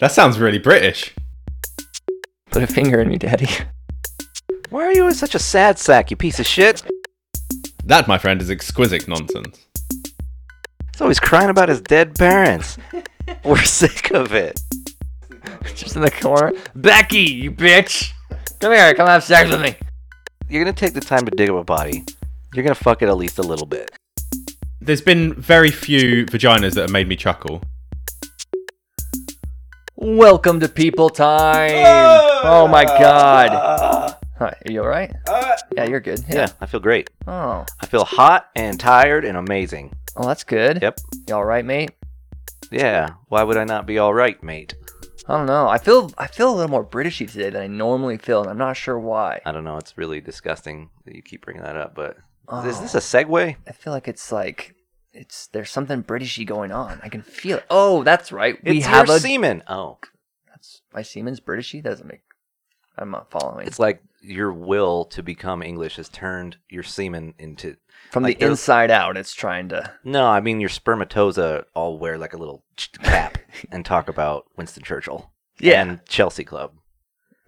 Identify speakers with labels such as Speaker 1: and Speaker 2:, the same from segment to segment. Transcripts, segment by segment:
Speaker 1: That sounds really British.
Speaker 2: Put a finger in me, Daddy.
Speaker 3: Why are you such a sad sack, you piece of shit?
Speaker 1: That, my friend, is exquisite nonsense.
Speaker 3: He's always crying about his dead parents. We're sick of it.
Speaker 2: Just in the corner. Becky, you bitch! Come here, come have sex with me.
Speaker 3: You're gonna take the time to dig up a body. You're gonna fuck it at least a little bit.
Speaker 1: There's been very few vaginas that have made me chuckle.
Speaker 2: Welcome to People Time. Oh, my God. Hi, are you all right? yeah, you're good.
Speaker 3: Uh, Yeah, I feel great.
Speaker 2: Oh,
Speaker 3: I feel hot and tired and amazing.
Speaker 2: well, that's good.
Speaker 3: Yep.
Speaker 2: You all right, mate?
Speaker 3: Yeah, why would I not be alright, mate?
Speaker 2: I don't know. I feel I feel a little more Britishy today than I normally feel, and I'm not sure why.
Speaker 3: I don't know, it's really disgusting that you keep bringing that up, but.
Speaker 2: Oh,
Speaker 3: Is this a segue?
Speaker 2: I feel like it's like it's there's something Britishy going on. I can feel it. Oh, that's right.
Speaker 3: It's
Speaker 2: we have
Speaker 3: your
Speaker 2: a
Speaker 3: semen. Oh,
Speaker 2: that's, my Siemens Britishy doesn't make. I'm not following.
Speaker 3: it's like your will to become English has turned your semen into.
Speaker 2: From
Speaker 3: like
Speaker 2: the
Speaker 3: they're-
Speaker 2: inside out, it's trying to.
Speaker 3: No, I mean your spermatoza all wear like a little cap and talk about Winston Churchill.
Speaker 2: Yeah.
Speaker 3: and Chelsea Club.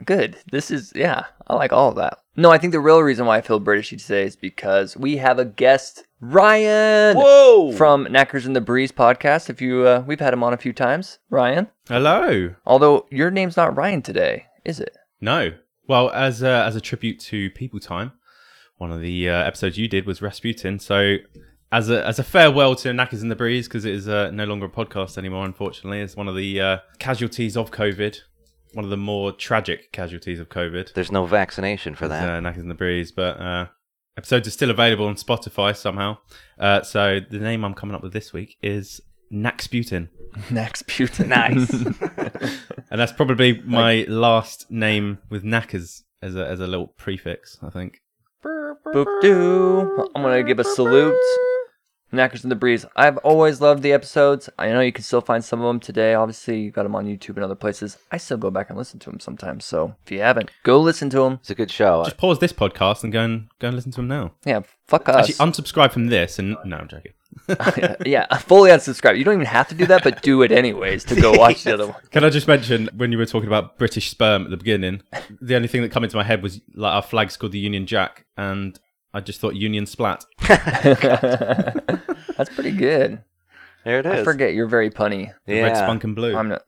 Speaker 2: Good. This is yeah. I like all of that. No, I think the real reason why I feel Britishy today is because we have a guest, Ryan
Speaker 3: Whoa!
Speaker 2: from Knackers in the Breeze podcast. If you, uh, we've had him on a few times, Ryan.
Speaker 1: Hello.
Speaker 2: Although your name's not Ryan today, is it?
Speaker 1: No. Well, as a, as a tribute to People Time, one of the uh, episodes you did was Rasputin. So, as a as a farewell to Knackers in the Breeze, because it is uh, no longer a podcast anymore, unfortunately, it's one of the uh, casualties of COVID, one of the more tragic casualties of COVID.
Speaker 3: There's no vaccination for that.
Speaker 1: Uh, Knackers in the Breeze, but uh, episodes are still available on Spotify somehow. Uh, so the name I'm coming up with this week is Naxputin,
Speaker 2: Max Putin.
Speaker 1: and that's probably my last name with knackers as a as a little prefix. I think.
Speaker 2: Boop doo. I'm gonna give a salute. Knackers in the Breeze. I've always loved the episodes. I know you can still find some of them today. Obviously, you got them on YouTube and other places. I still go back and listen to them sometimes. So if you haven't, go listen to them.
Speaker 3: It's a good show.
Speaker 1: Just pause this podcast and go and go and listen to them now.
Speaker 2: Yeah, fuck us.
Speaker 1: Actually, unsubscribe from this and no, I'm joking.
Speaker 2: yeah, fully unsubscribe. You don't even have to do that, but do it anyways to go watch the other one.
Speaker 1: Can I just mention when you were talking about British sperm at the beginning, the only thing that came into my head was like our flag's called the Union Jack, and I just thought Union Splat.
Speaker 2: That's pretty good.
Speaker 3: there it is.
Speaker 2: I forget you're very punny.
Speaker 1: The Red
Speaker 3: Yeah.
Speaker 1: Spunk and Blue.
Speaker 2: I'm not.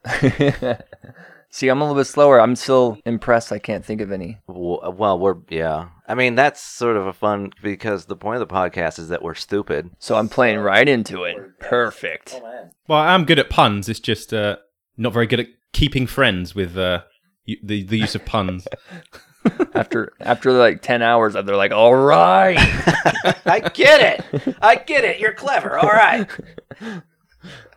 Speaker 2: See, I'm a little bit slower. I'm still impressed. I can't think of any.
Speaker 3: W- Well, we're yeah. I mean, that's sort of a fun because the point of the podcast is that we're stupid.
Speaker 2: So I'm playing right into it. Perfect.
Speaker 1: Well, I am good at puns. It's just uh, not very good at keeping friends with uh, y- the the use of puns.
Speaker 2: After after like ten hours, they're like, "All right."
Speaker 3: I get it. I get it. You're clever. All right.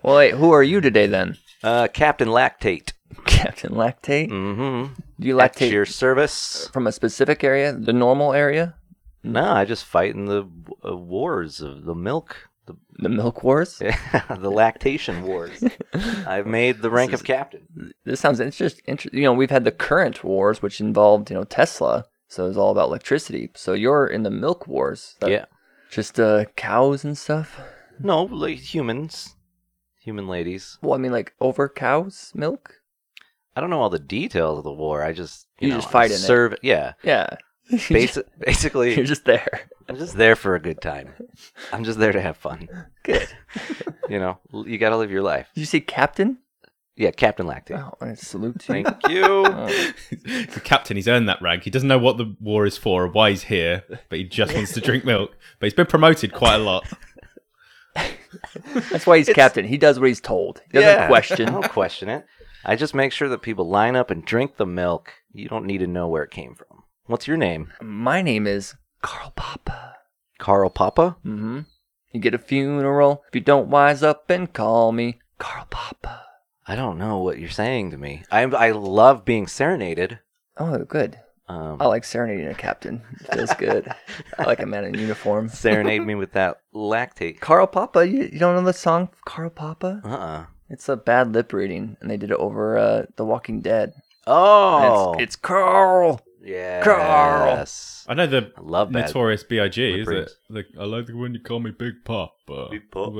Speaker 2: well, wait, who are you today then,
Speaker 3: Uh, Captain Lactate.
Speaker 2: Captain Lactate?
Speaker 3: Mm-hmm.
Speaker 2: Do you
Speaker 3: At
Speaker 2: lactate
Speaker 3: your service.
Speaker 2: from a specific area, the normal area,
Speaker 3: No, I just fight in the uh, wars of the milk, the,
Speaker 2: the milk wars?
Speaker 3: the lactation wars. I've made the rank of captain.
Speaker 2: This sounds interesting. Inter- you know, we've had the current wars, which involved you know Tesla, so it's all about electricity. So you're in the milk wars. That-
Speaker 3: Yeah.
Speaker 2: Just uh, cows and stuff.
Speaker 3: No, like humans, human ladies.
Speaker 2: Well, I mean, like over cows, milk.
Speaker 3: I don't know all the details of the war. I just you,
Speaker 2: You
Speaker 3: know,
Speaker 2: just fight
Speaker 3: I
Speaker 2: in it.
Speaker 3: serve, Yeah,
Speaker 2: Yeah.
Speaker 3: basi- basically,
Speaker 2: you're just there.
Speaker 3: I'm just there for a good time. I'm just there to have fun.
Speaker 2: Good.
Speaker 3: You know, L- you got to live your life.
Speaker 2: Did you see Captain?
Speaker 3: Yeah, Captain Lactate.
Speaker 2: Oh, I salute to you.
Speaker 3: Thank you.
Speaker 2: Oh.
Speaker 1: the captain, he's earned that rank. He doesn't know what the war is for or why he's here, but he just wants to drink milk. But he's been promoted quite a lot.
Speaker 2: That's why he's
Speaker 3: It's-
Speaker 2: captain. He does what he's told. He doesn't
Speaker 3: Yeah, I
Speaker 2: question.
Speaker 3: don't question it. I just make sure that people line up and drink the milk. You don't need to know where it came from. What's your name?
Speaker 2: My name is Carl Papa.
Speaker 3: Carl Papa?
Speaker 2: Mm-hmm. You get a funeral if you don't wise up and call me Carl Papa.
Speaker 3: I don't know what you're saying to me. I I love being serenaded.
Speaker 2: Oh, good.
Speaker 3: Um,
Speaker 2: I like serenading a captain. It feels good. I like a man in uniform.
Speaker 3: serenade me with that lactate.
Speaker 2: Carl Papa, you, you don't know the song Carl Papa?
Speaker 3: Uh-uh.
Speaker 2: It's a bad lip reading, and they did it over uh, The Walking Dead. And
Speaker 3: Oh,
Speaker 2: It's, it's Carl.
Speaker 3: yes.
Speaker 2: Carl.
Speaker 1: I know the
Speaker 3: I love that.
Speaker 1: notorious B.I.G. Is it?
Speaker 3: Briggs.
Speaker 1: Like, I like the one you call me Big Pop.
Speaker 3: Big Pop.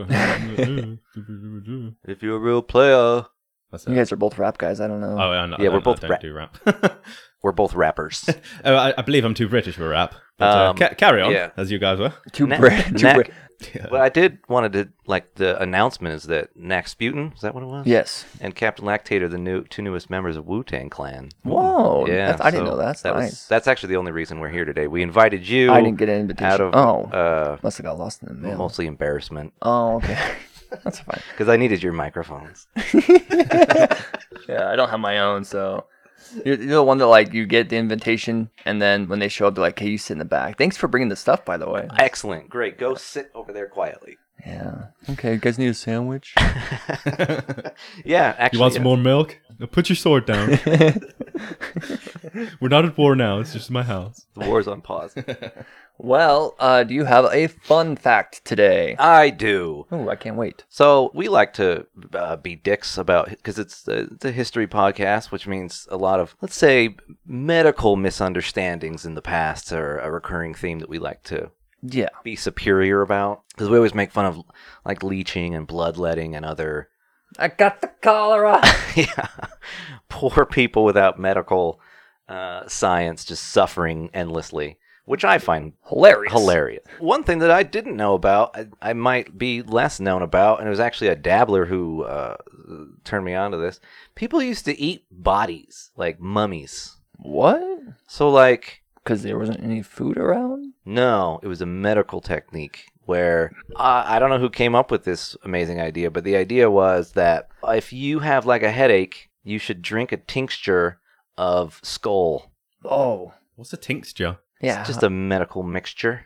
Speaker 3: if you're a real player,
Speaker 1: That's it.
Speaker 2: You guys are both rap guys. I don't
Speaker 1: Oh,
Speaker 2: know.
Speaker 1: I, know- I
Speaker 3: Yeah, we're
Speaker 1: don't- I
Speaker 3: both
Speaker 1: don't
Speaker 3: rap.
Speaker 1: do rap.
Speaker 3: We're both rappers.
Speaker 1: Oh, I, I believe I'm too British for rap. But, uh,
Speaker 3: Um,
Speaker 1: ca- carry on,
Speaker 3: yeah.
Speaker 1: as you guys were.
Speaker 2: Two
Speaker 3: Neck-
Speaker 2: bread. Two
Speaker 3: neck-
Speaker 2: bread.
Speaker 3: Well, I did wanted to like the announcement is that Naxputin, is that what it was?
Speaker 2: Yes.
Speaker 3: And Captain Lactator, the new two newest members of Wu Tang Clan.
Speaker 2: Whoa.
Speaker 3: yeah,
Speaker 2: Oh, that's- I didn't
Speaker 3: so
Speaker 2: know that. That's
Speaker 3: that was-
Speaker 2: nice.
Speaker 3: that's actually the only reason we're here today. We invited you
Speaker 2: I didn't get an invitation.
Speaker 3: out of
Speaker 2: oh,
Speaker 3: uh,
Speaker 2: must have got lost in the mail.
Speaker 3: mostly embarrassment
Speaker 2: Oh, okay. that's fine.
Speaker 3: because I needed your microphones.
Speaker 2: Yeah, I don't have my own, so you're, you're the one that like you get the invitation, and then when they show up, they're like, "Hey, you sit in the back. Thanks for bringing the stuff, by the way."
Speaker 3: Excellent, great. Go sit over there quietly.
Speaker 2: Yeah. Okay, you guys need a sandwich.
Speaker 3: Yeah,
Speaker 1: you
Speaker 3: actually,
Speaker 1: want some more milk? Now put your sword down. We're not at war now. It's just my house.
Speaker 3: the war's on pause.
Speaker 2: well, uh, do you have a fun fact today?
Speaker 3: I do.
Speaker 2: Oh, I can't wait.
Speaker 3: So we like to uh, be dicks about because it's uh, it's a history podcast, which means a lot of let's say medical misunderstandings in the past are a recurring theme that we like to
Speaker 2: Yeah.
Speaker 3: be superior about because we always make fun of like leeching and bloodletting and other
Speaker 2: I got the cholera.
Speaker 3: yeah poor people without medical uh, science just suffering endlessly, which I find
Speaker 2: Hilarious.
Speaker 3: hilarious. One thing that I didn't know about, I, I might be less known about, and it was actually a dabbler who uh, turned me on to this. People used to eat bodies, like mummies.
Speaker 2: What?
Speaker 3: So, like,
Speaker 2: Because there wasn't any food around.
Speaker 3: no, it was a medical technique where uh, I don't know who came up with this amazing idea, but the idea was that if you have like a headache, you should drink a tincture of skull.
Speaker 2: Oh.
Speaker 1: What's a tincture?
Speaker 2: Yeah.
Speaker 3: It's just a medical mixture.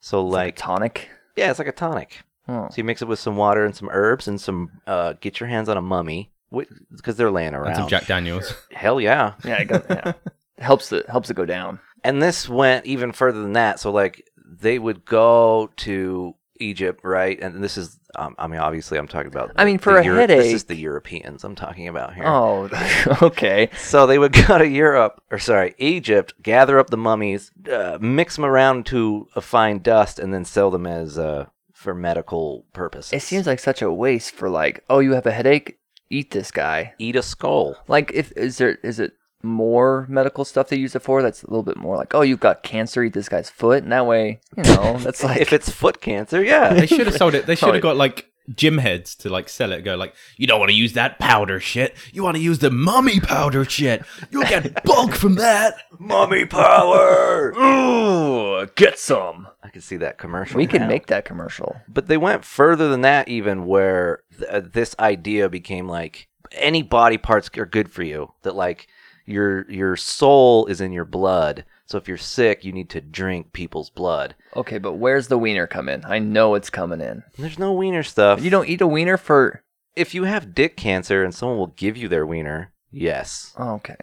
Speaker 3: So,
Speaker 2: it's like
Speaker 3: like,
Speaker 2: a tonic.
Speaker 3: yeah, it's like a tonic.
Speaker 2: Oh.
Speaker 3: So you mix it with some water and some herbs and some. Uh, get your hands on a mummy because they're laying around.
Speaker 1: And some Jack Daniels.
Speaker 3: Hell yeah!
Speaker 2: Yeah. It goes, yeah. helps it helps it go down.
Speaker 3: And this went even further than that. So like they would go to Egypt, right? And this is. Um, I mean, obviously, I'm talking about.
Speaker 2: I mean, for
Speaker 3: the
Speaker 2: a
Speaker 3: This is
Speaker 2: headache-
Speaker 3: the Europeans I'm talking about here.
Speaker 2: Oh. okay.
Speaker 3: So they would go to Europe, or sorry, Egypt, gather up the mummies, uh, mix them around to a fine dust, and then sell them as uh, for medical purposes.
Speaker 2: It seems like such a waste for like, oh, you have a headache, eat this guy.
Speaker 3: eat a skull.
Speaker 2: Like, if is there is it more medical stuff they use it for? That's a little bit more like, oh, you've got cancer, eat this guy's foot, and that way, you know, that's like,
Speaker 3: if it's foot cancer, yeah,
Speaker 1: they should have sold it. They should
Speaker 2: yeah.
Speaker 1: have got like gym heads to like sell it. Go like, you don't want to use that powder shit. You want to use the mummy powder shit. You'll get bulk from that.
Speaker 3: Mummy power.
Speaker 2: ooh, get some.
Speaker 3: I can see that commercial.
Speaker 2: We can
Speaker 3: now.
Speaker 2: make that commercial.
Speaker 3: but they went further than that, even where th- uh, this idea became like any body parts are good for you. That like your your soul is in your blood. So if you're sick, you need to drink people's blood.
Speaker 2: Okay, but where's the wiener come in? I know it's coming in.
Speaker 3: And there's no wiener stuff.
Speaker 2: You don't eat a wiener for
Speaker 3: if you have dick cancer and someone will give you their wiener, yes.
Speaker 2: oh, okay.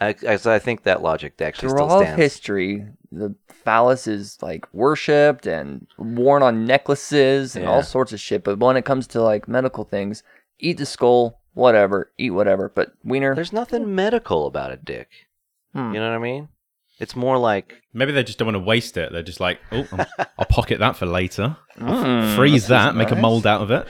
Speaker 3: I, I, so I think that logic actually
Speaker 2: Through
Speaker 3: still
Speaker 2: all of
Speaker 3: stands.
Speaker 2: history, the phallus is like worshipped and worn on necklaces and
Speaker 3: Yeah.
Speaker 2: all sorts of shit. But when it comes to like medical things, eat the skull, whatever, eat whatever. But wiener,
Speaker 3: There's nothing medical about a dick.
Speaker 2: hmm.
Speaker 3: You know what I mean? It's more like
Speaker 1: Maybe they just don't want to waste it. They're just like, oh, I'm- I'll pocket that for later.
Speaker 2: Mm,
Speaker 1: Freeze
Speaker 2: this
Speaker 1: that.
Speaker 2: is
Speaker 1: Make a
Speaker 2: nice.
Speaker 1: mold out of it.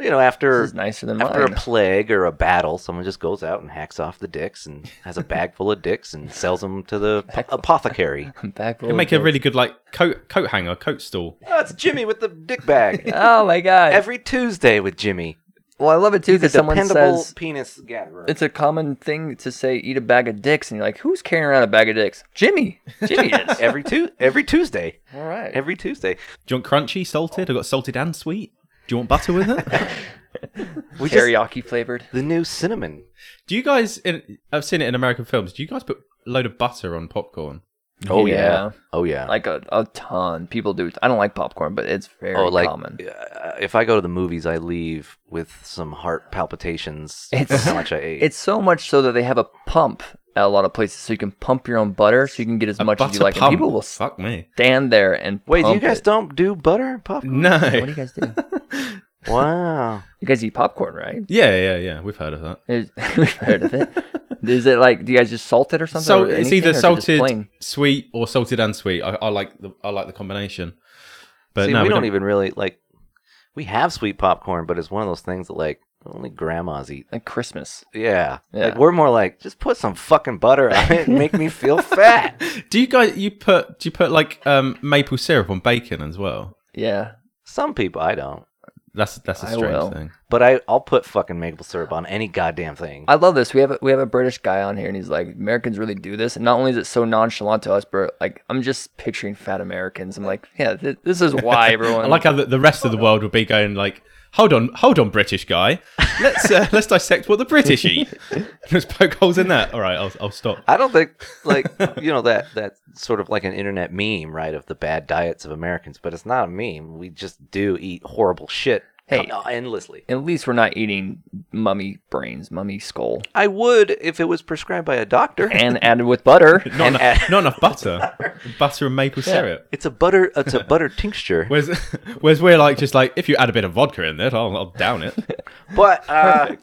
Speaker 3: you know after
Speaker 2: This is nicer than
Speaker 3: After
Speaker 2: mine.
Speaker 3: a plague or a battle, someone just goes out and hacks off the dicks and has a bag full of dicks and sells them to the p-
Speaker 2: Heck-
Speaker 3: apothecary.
Speaker 2: I'm back. full
Speaker 1: It'd
Speaker 2: of
Speaker 1: make a
Speaker 2: dicks.
Speaker 1: really good like coat coat hanger, coat stall.
Speaker 3: Oh, it's Jimmy with the dick bag.
Speaker 2: Oh my god!
Speaker 3: Every Tuesday with Jimmy.
Speaker 2: well, I love it too
Speaker 3: He's a
Speaker 2: because someone
Speaker 3: dependable
Speaker 2: says
Speaker 3: penis gatherer.
Speaker 2: it's a common thing to say eat a bag of dicks, and you're like, who's carrying around a bag of dicks? Jimmy. Jimmy is.
Speaker 3: every tu- every Tuesday.
Speaker 2: all right.
Speaker 3: Every Tuesday.
Speaker 1: Do you want crunchy, salted? I got salted and sweet. Do you want butter with it?
Speaker 3: We just-
Speaker 2: Teriyaki flavored.
Speaker 3: the new cinnamon.
Speaker 1: do you guys? In, I've seen it in American films. Do you guys put a load of butter on popcorn?
Speaker 3: Oh, yeah. Oh yeah.
Speaker 2: like a, a ton. People do. I don't like popcorn, but it's very
Speaker 3: oh like
Speaker 2: common.
Speaker 3: uh, if I go to the movies, I leave with some heart palpitations.
Speaker 2: It's-
Speaker 3: It's how much I ate.
Speaker 2: It's so much so that they have a pump at a lot of places, so you can pump your own butter, so you can get as
Speaker 1: A
Speaker 2: much as you
Speaker 1: butter
Speaker 2: like. And
Speaker 1: pump?
Speaker 2: people will
Speaker 1: Fuck me.
Speaker 2: stand there and
Speaker 3: Wait, you
Speaker 2: pump
Speaker 3: guys
Speaker 2: it.
Speaker 3: don't do butter and popcorn?
Speaker 1: No.
Speaker 2: What do you guys do?
Speaker 3: Wow.
Speaker 2: you guys eat popcorn, right?
Speaker 1: Yeah, yeah, yeah. We've heard of that.
Speaker 2: Is, we've heard of it. Is it like? Do you guys just salt it or something?
Speaker 1: So
Speaker 2: or
Speaker 1: it's
Speaker 2: anything, or
Speaker 1: either
Speaker 2: is it just
Speaker 1: salted,
Speaker 2: plain?
Speaker 1: sweet, or salted and sweet. I, I like the I like the combination. But
Speaker 3: See,
Speaker 1: no,
Speaker 3: we, don't, even really like. We have sweet popcorn, but it's one of those things that like Only grandmas eat.
Speaker 2: Like Christmas.
Speaker 3: Yeah.
Speaker 2: Yeah.
Speaker 3: Like we're more like just put some fucking butter on it and make me feel fat.
Speaker 1: Do you guys you put do you put like um, maple syrup on bacon as well?
Speaker 2: Yeah.
Speaker 3: Some people I don't.
Speaker 1: That's that's a
Speaker 2: I
Speaker 1: strange
Speaker 2: will.
Speaker 1: thing.
Speaker 3: But I I'll put fucking maple syrup on any goddamn thing.
Speaker 2: I love this. We have a, we have a British guy on here, and he's like, Americans really do this. And not only is it so nonchalant to us, but like, I'm just picturing fat Americans. I'm like, yeah, th- this is why
Speaker 1: I
Speaker 2: everyone.
Speaker 1: like how the, the rest of the world would be going like, hold on, hold on, British guy. Let's uh, let's dissect what the British eat. Let's poke holes in that. All right, I'll I'll stop.
Speaker 3: I don't think like you know that that's sort of like an internet meme, right, of the bad diets of Americans, but it's not a meme. We just do eat horrible shit
Speaker 2: Hey.
Speaker 3: co- endlessly.
Speaker 2: At least we're not eating mummy brains, mummy skull,
Speaker 3: I would if it was prescribed by a doctor.
Speaker 2: and added with butter.
Speaker 1: Not enough, not enough butter, butter and maple syrup.
Speaker 3: it's a butter it's a butter tincture.
Speaker 1: Whereas, whereas we're like just like if you add a bit of vodka in there, I'll, I'll down it.
Speaker 3: But uh,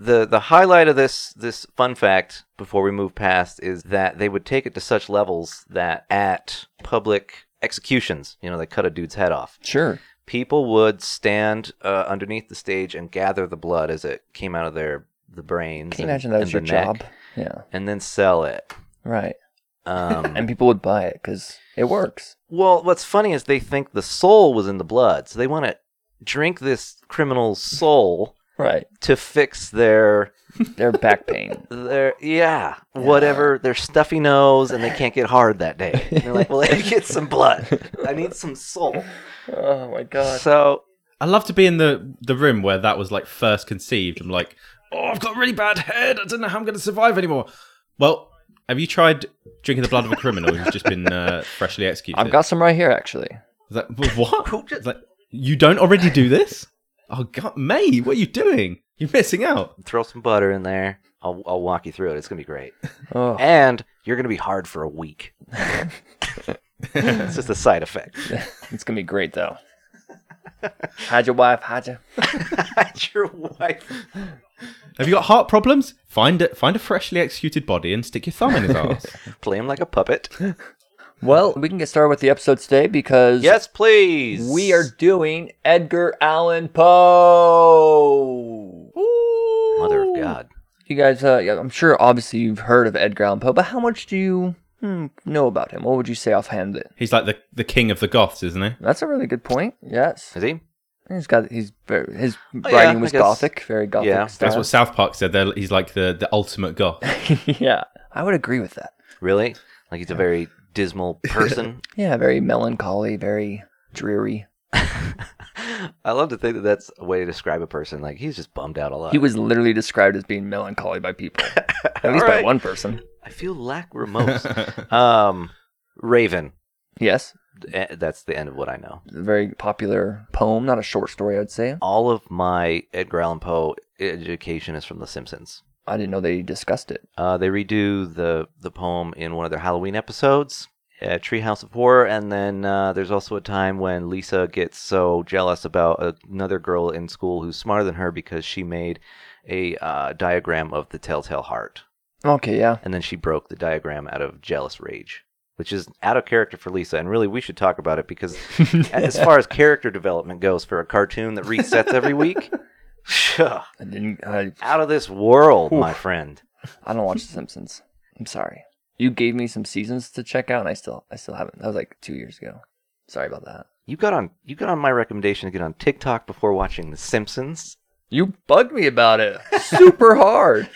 Speaker 3: the the highlight of this this fun fact before we move past is that they would take it to such levels that at public executions, you know, they cut a dude's head off.
Speaker 2: Sure.
Speaker 3: People would stand uh, underneath the stage and gather the blood as it came out of their the brains.
Speaker 2: Can you
Speaker 3: and-
Speaker 2: imagine that
Speaker 3: and
Speaker 2: was your
Speaker 3: the neck,
Speaker 2: job? Yeah.
Speaker 3: And then sell it.
Speaker 2: Right.
Speaker 3: Um,
Speaker 2: And people would buy it because it works.
Speaker 3: Well, what's funny is they think the soul was in the blood, so they want to drink this criminal's soul
Speaker 2: Right.
Speaker 3: to fix their
Speaker 2: Their back pain.
Speaker 3: their yeah, whatever their stuffy nose, and they can't get hard that day. And they're like, well, let me get some blood. I need some soul.
Speaker 2: Oh my god.
Speaker 3: So
Speaker 1: I love to be in the the room where that was like first conceived. I'm like, oh, I've got a really bad head. I don't know how I'm going to survive anymore. Well, have you tried drinking the blood of a criminal who's just been uh, freshly executed?
Speaker 2: I've got some right here actually.
Speaker 1: It's like, "Wh- what?
Speaker 3: Who just-
Speaker 1: It's like, you don't already do this? Oh God, May, what are you doing? You're missing out.
Speaker 3: throw some butter in there. I'll I'll walk you through it. It's gonna be great,
Speaker 2: Oh.
Speaker 3: and you're gonna be hard for a week. it's just a side effect.
Speaker 2: It's gonna be great though. Hide your wife, hide your
Speaker 3: Your wife.
Speaker 1: Have you got heart problems? Find it. Find a freshly executed body and stick your thumb in his ass.
Speaker 3: Play him like a puppet.
Speaker 2: Well, we can get started with the episode today because
Speaker 3: Yes, please.
Speaker 2: we are doing Edgar Allan Poe.
Speaker 3: Mother of God.
Speaker 2: You guys, uh, yeah, I'm sure obviously you've heard of Edgar Allan Poe, but how much do you hmm, know about him? What would you say offhand?
Speaker 1: He's like the the king of the Goths, isn't he?
Speaker 2: That's a really good point. Yes,
Speaker 3: Is he?
Speaker 2: he's got he's very, his
Speaker 3: Oh, yeah,
Speaker 2: writing
Speaker 3: I
Speaker 2: was
Speaker 3: guess.
Speaker 2: gothic, very gothic.
Speaker 3: Yeah,
Speaker 1: That's
Speaker 2: style.
Speaker 1: what South Park said. They're, he's like the the ultimate Goth.
Speaker 2: yeah, I would agree with that.
Speaker 3: Really? Like he's a very dismal person.
Speaker 2: Yeah, very melancholy, very dreary.
Speaker 3: I love to think that that's a way to describe a person. Like he's just bummed out a lot.
Speaker 2: He was literally described as being melancholy by people, at least by
Speaker 3: Alright.
Speaker 2: one person.
Speaker 3: I feel lachrymose. um, Raven.
Speaker 2: Yes,
Speaker 3: Eh, That's the end of what I know.
Speaker 2: a very popular poem, not a short story, I'd say.
Speaker 3: All of my Edgar Allan Poe education is from The Simpsons.
Speaker 2: I didn't know they discussed it.
Speaker 3: Uh, they redo the the poem in one of their Halloween episodes, uh, Treehouse of Horror, and then uh, there's also a time when Lisa gets so jealous about another girl in school who's smarter than her because she made a uh, diagram of the Telltale Heart,
Speaker 2: Okay, yeah.
Speaker 3: and then she broke the diagram out of jealous rage, which is out of character for Lisa. And really, we should talk about it because as far as character development goes for a cartoon that resets every week.
Speaker 2: I didn't. I,
Speaker 3: Out of this world, my friend.
Speaker 2: I don't watch The Simpsons. I'm sorry. You gave me some seasons to check out, and I still, I still haven't. That was like two years ago. Sorry about that.
Speaker 3: You got on you got on my recommendation to get on TikTok before watching The Simpsons.
Speaker 2: You bugged me about it super hard.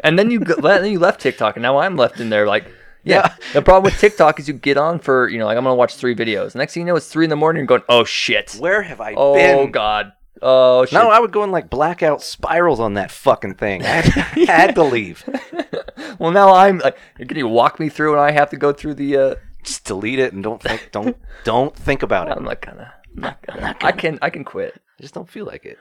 Speaker 2: and then you go- le- then you left TikTok, and now I'm left in there like. Yeah. the problem with TikTok is you get on for, you know, like I'm going to watch three videos. Next thing you know, it's three in the morning. You're going, oh shit.
Speaker 3: Where have I
Speaker 2: Oh
Speaker 3: been?
Speaker 2: God. Oh shit.
Speaker 3: No, I would go in like blackout spirals on that fucking thing. I had, I had to leave.
Speaker 2: well, now I'm like, can you walk me through, and I have to go through the. Uh,
Speaker 3: Just delete it and don't think don't don't think about it.
Speaker 2: I'm not gonna. I'm not gonna. I can. I can quit.
Speaker 3: I just don't feel like it.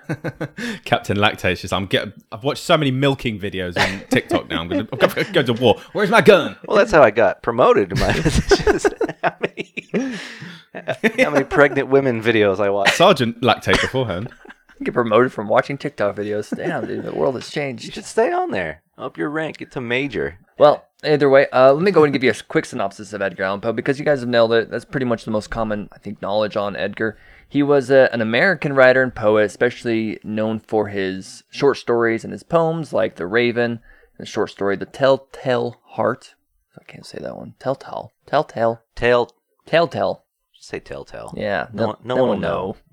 Speaker 1: Captain Lactaceous. I'm get. I've watched so many milking videos on TikTok now. I'm gonna, I'm gonna go to war. Where's my gun?
Speaker 3: Well, that's how I got promoted to my just how many how many pregnant women videos I watched.
Speaker 1: Sergeant Lactate beforehand.
Speaker 2: I get promoted from watching TikTok videos. Damn, dude, the world has
Speaker 3: You
Speaker 2: changed.
Speaker 3: should stay on there. Up your rank, get to major.
Speaker 2: Well, either way, uh, let me go ahead and give you a quick synopsis of Edgar Allan Poe because you guys have nailed it. That's pretty much the most common, I think, knowledge on Edgar. He was a, an American writer and poet, especially known for his short stories and his poems, like The Raven and the short story The Telltale Heart. I can't say that one. Telltale. Telltale.
Speaker 3: Tell,
Speaker 2: Telltale.
Speaker 3: just say telltale.
Speaker 2: Yeah.
Speaker 3: No,
Speaker 2: that-
Speaker 3: one- no
Speaker 2: that
Speaker 3: one will know.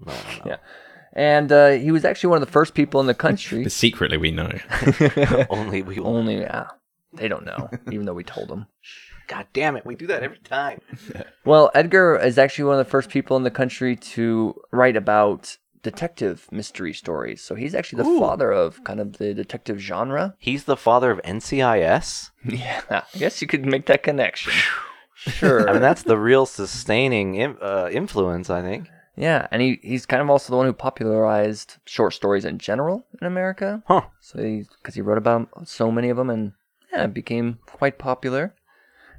Speaker 3: No one will know.
Speaker 2: Yeah. And uh, he was actually one of the first people in the country.
Speaker 1: But secretly, we know.
Speaker 3: Only we will.
Speaker 2: Only, yeah, they don't know, even though we told them.
Speaker 3: God damn it, we do that every time.
Speaker 2: Well, Edgar is actually one of the first people in the country to write about detective mystery stories. So he's actually the
Speaker 3: Ooh.
Speaker 2: father of kind of the detective genre.
Speaker 3: He's the father of NCIS.
Speaker 2: Yeah, I guess you could make that connection. Sure.
Speaker 3: I mean, that's the real sustaining im- uh, influence, I think.
Speaker 2: yeah, and he, he's kind of also the one who popularized short stories in general in America.
Speaker 3: Huh.
Speaker 2: So because he, wrote about 'em- so many of them and yeah, it became quite popular.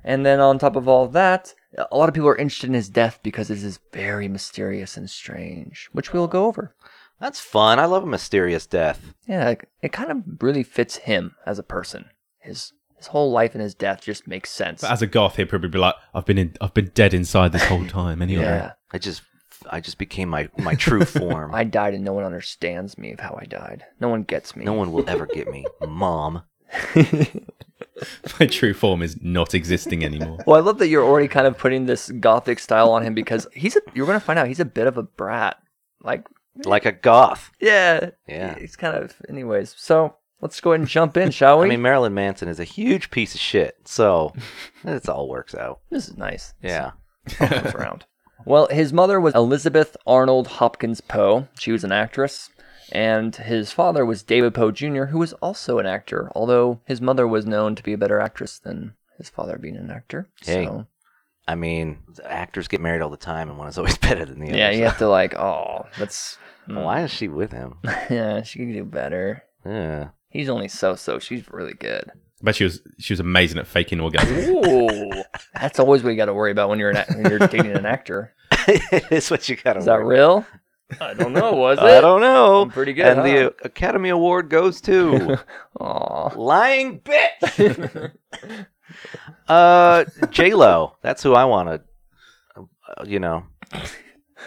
Speaker 2: And then on top of all that, a lot of people are interested in his death because it is very mysterious and strange, which we'll go over.
Speaker 3: That's fun. I love a mysterious death.
Speaker 2: Yeah, it, it kind of really fits him as a person. His his whole life and his death just makes sense.
Speaker 1: But as a goth, he'd probably be like, "I've been in, I've been dead inside this whole time." Anyway,
Speaker 2: yeah,
Speaker 3: I just, I just became my my true form.
Speaker 2: I died and no one understands me of how I died. No one gets me.
Speaker 3: no one will ever get me, mom.
Speaker 1: my true form is not existing anymore.
Speaker 2: Well, I love that you're already kind of putting this gothic style on him because he's a, you're going to find out he's a bit of a brat. Like,
Speaker 3: Like a goth.
Speaker 2: yeah,
Speaker 3: Yeah.
Speaker 2: he's kind of anyways. So let's go ahead and jump in, shall we?
Speaker 3: I mean, Marilyn Manson is a huge piece of shit, so it all works out.
Speaker 2: this is nice. This
Speaker 3: Yeah.
Speaker 2: comes around. Well, his mother was Elizabeth Arnold Hopkins Poe. She was an actress. And his father was David Poe Jr., who was also an actor, although his mother was known to be a better actress than his father being an actor.
Speaker 3: Hey.
Speaker 2: So,
Speaker 3: I mean, actors get married all the time, and one is always better than the other.
Speaker 2: yeah, you
Speaker 3: so-
Speaker 2: have to, like, oh, that's.
Speaker 3: Why is she with him?
Speaker 2: yeah, she can do better.
Speaker 3: Yeah.
Speaker 2: He's only so so. She's really good.
Speaker 1: But she was she was amazing at faking orgasms.
Speaker 2: Ooh. that's always what you got to worry about when you're, an, act- when you're dating an actor.
Speaker 3: it's what you gotta
Speaker 2: Is that
Speaker 3: worry
Speaker 2: real? I don't know, was
Speaker 3: I don't know.
Speaker 2: I'm pretty good.
Speaker 3: and the Academy Award goes to
Speaker 2: Aw.
Speaker 3: lying bitch. Uh, J Lo. That's who I want to. Uh, you know,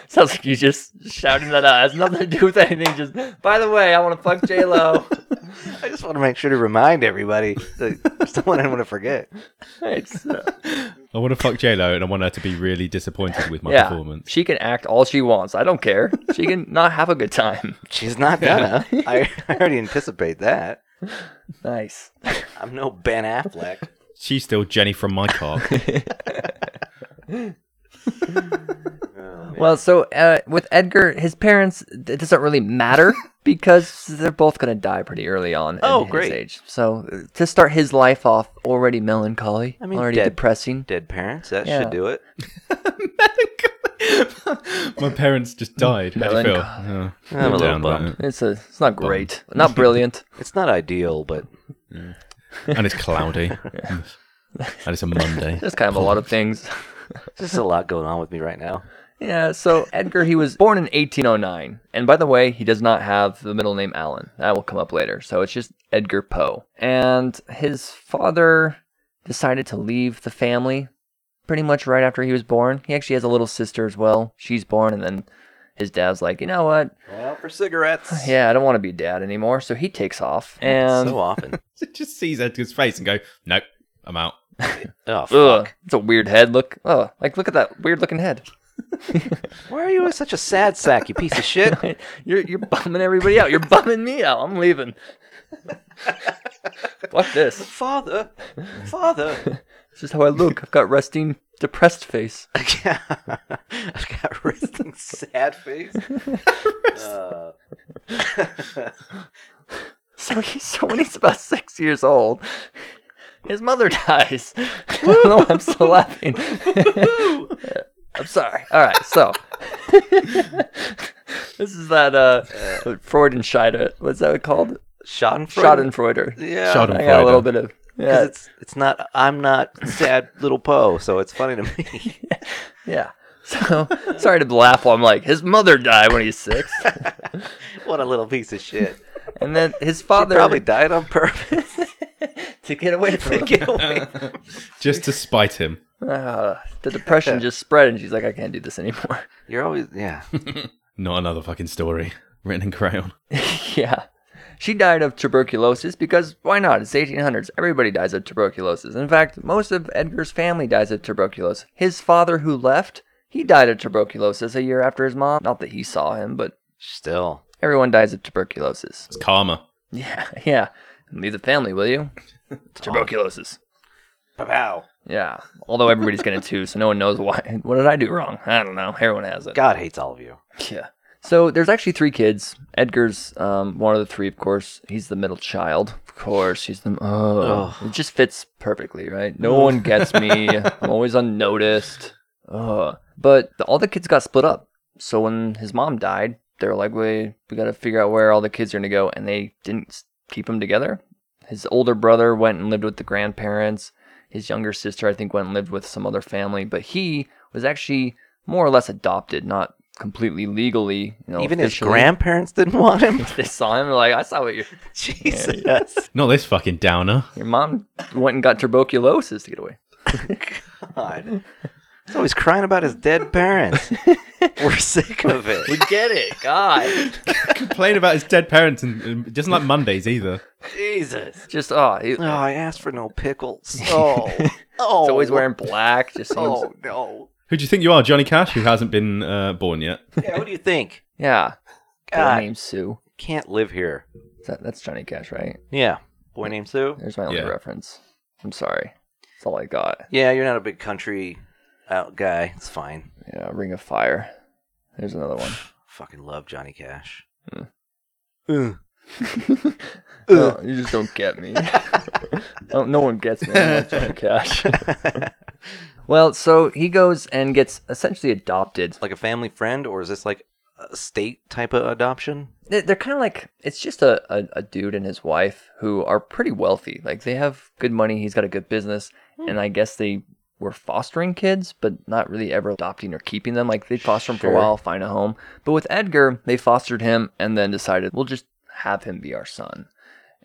Speaker 2: Sounds like you just shouting that out. It has nothing to do with anything. Just by the way, I want to fuck J Lo.
Speaker 3: I just want to make sure to remind everybody. That someone I don't want to forget.
Speaker 2: uh,
Speaker 1: I want to fuck J Lo, and I want her to be really disappointed with my
Speaker 2: yeah,
Speaker 1: performance.
Speaker 2: she can act all she wants. I don't care. She can not have a good time.
Speaker 3: She's not gonna. I, I already anticipate that.
Speaker 2: Nice.
Speaker 3: I'm no Ben Affleck.
Speaker 1: She's still Jenny from my car.
Speaker 2: Well, so uh, with Edgar, his parents, it doesn't really matter because they're both gonna die pretty early on.
Speaker 3: Oh,
Speaker 2: in his
Speaker 3: great.
Speaker 2: Age. So uh, to start his life off already melancholy,
Speaker 3: I mean,
Speaker 2: already
Speaker 3: dead-
Speaker 2: depressing.
Speaker 3: Dead parents. That
Speaker 2: Yeah.
Speaker 3: should do it.
Speaker 1: my parents just died. How do you feel?
Speaker 2: Melancholy.
Speaker 1: Yeah.
Speaker 3: I'm a little
Speaker 1: Down about
Speaker 3: bummed.
Speaker 2: It's a, it's not great, not brilliant.
Speaker 3: It's not ideal, but
Speaker 1: it. And it's cloudy. and it's a Monday.
Speaker 2: There's kind of a lot of things.
Speaker 3: there's a lot going on with me right now.
Speaker 2: Yeah, so Edgar, he was born in 1809. And by the way, he does not have the middle name Allen. That will come up later. So it's just Edgar Poe. And his father decided to leave the family pretty much right after he was born. He actually has a little sister as well. She's born, and then his dad's like, you know what?
Speaker 3: Well, for cigarettes.
Speaker 2: Yeah, um, I don't want to be a dad anymore. So he takes off. And
Speaker 3: so often.
Speaker 1: It just sees Edgar's face and go, nope, I'm out.
Speaker 3: Oh fuck!
Speaker 2: ugh, it's a weird head. Look, oh, like, look at that weird looking head.
Speaker 3: Why are you such a sad sack? You piece of shit.
Speaker 2: you're you're bumming everybody out. You're bumming me out. I'm leaving. Fuck this.
Speaker 3: Father, father.
Speaker 2: This is how I look. I've got resting, depressed face.
Speaker 3: I've got resting sad face. Uh,
Speaker 2: So he's so when he's about six years old, his mother dies. I don't know. why I'm still laughing. I'm sorry. All right. So this is that uh, Freud and Scheider. What's that called?
Speaker 3: Schadenfreude.
Speaker 2: Schadenfreude.
Speaker 3: Yeah.
Speaker 1: Schaden-
Speaker 2: I got a little
Speaker 1: Schadenfreude.
Speaker 2: bit of yeah.
Speaker 3: 'Cause it's it's not. I'm not sad little Poe, so it's funny to me.
Speaker 2: Yeah. So sorry to laugh while I'm like, his mother died when he's six.
Speaker 3: what a little piece of shit.
Speaker 2: and then his
Speaker 3: She
Speaker 2: father
Speaker 3: probably died on purpose.
Speaker 2: to get away from
Speaker 3: Get away.
Speaker 1: Just to spite him.
Speaker 2: Ah, the depression just spread, and she's like, I can't do this anymore.
Speaker 3: You're always yeah.
Speaker 1: Not another fucking story written in crayon.
Speaker 2: yeah. She died of tuberculosis because why not? It's 1800s. Everybody dies of tuberculosis. In fact, most of Edgar's family dies of tuberculosis. His father, who left, he died of tuberculosis a year after his mom. Not that he saw him, but
Speaker 3: Still.
Speaker 2: everyone dies of tuberculosis.
Speaker 1: It's karma.
Speaker 2: Yeah, yeah. Leave the family, will you? tuberculosis.
Speaker 3: Pow.
Speaker 2: Yeah. Although everybody's getting it too, so no one knows why. What did I do wrong? I don't know. Everyone has it.
Speaker 3: God hates all of you.
Speaker 2: Yeah. So there's actually three kids. Edgar's um, one of the three, of course. He's the middle child. Of course, he's the. Oh, it just fits perfectly, right? No one gets me. I'm always unnoticed. Ugh. But the, all the kids got split up. So when his mom died, they were like, "Wait, we got to figure out where all the kids are gonna go," and they didn't s- keep them together. His older brother went and lived with the grandparents. His younger sister, I think, went and lived with some other family. But he was actually more or less adopted, not completely legally. You know,
Speaker 3: Even
Speaker 2: officially.
Speaker 3: his grandparents didn't want him.
Speaker 2: They saw him like, I saw what your
Speaker 3: Jesus.
Speaker 1: Not this fucking downer.
Speaker 2: your mom went and got tuberculosis to get away.
Speaker 3: God. He's always crying about his dead parents. We're sick of it.
Speaker 2: get it, God.
Speaker 1: Complain about his dead parents and, and doesn't like Mondays either.
Speaker 3: Jesus.
Speaker 2: Just oh, he,
Speaker 3: Oh, I asked for no pickles. Oh. Oh.
Speaker 2: he's always wearing black. Just seems,
Speaker 3: Oh no.
Speaker 1: Who do you think you are, Johnny Cash, who hasn't been uh, born yet?
Speaker 3: Yeah, what do you think?
Speaker 2: yeah. Boy
Speaker 3: God,
Speaker 2: named Sue.
Speaker 3: can't live here.
Speaker 2: Is That, that's Johnny Cash, right?
Speaker 3: Yeah. Boy named Sue.
Speaker 2: There's my only
Speaker 1: Yeah.
Speaker 2: reference. I'm sorry. That's all I got.
Speaker 3: Yeah, you're not a big country out guy. It's fine.
Speaker 2: Yeah, Ring of Fire. There's another one.
Speaker 3: Fucking love Johnny Cash.
Speaker 2: Hmm.
Speaker 3: Ugh.
Speaker 2: Oh, you just don't get me. Oh, no one gets me. I love Johnny Cash. well, so he goes and gets essentially adopted.
Speaker 3: like a family friend, or is this like a state type of adoption?
Speaker 2: They- They're kind of like it's just a, a, a dude and his wife who are pretty wealthy. Like they have good money. He's got a good business, and I guess they were fostering kids, but not really ever adopting or keeping them. Like they foster them for a
Speaker 3: Sure.
Speaker 2: while, find a home. But with Edgar, they fostered him and then decided we'll just have him be our son.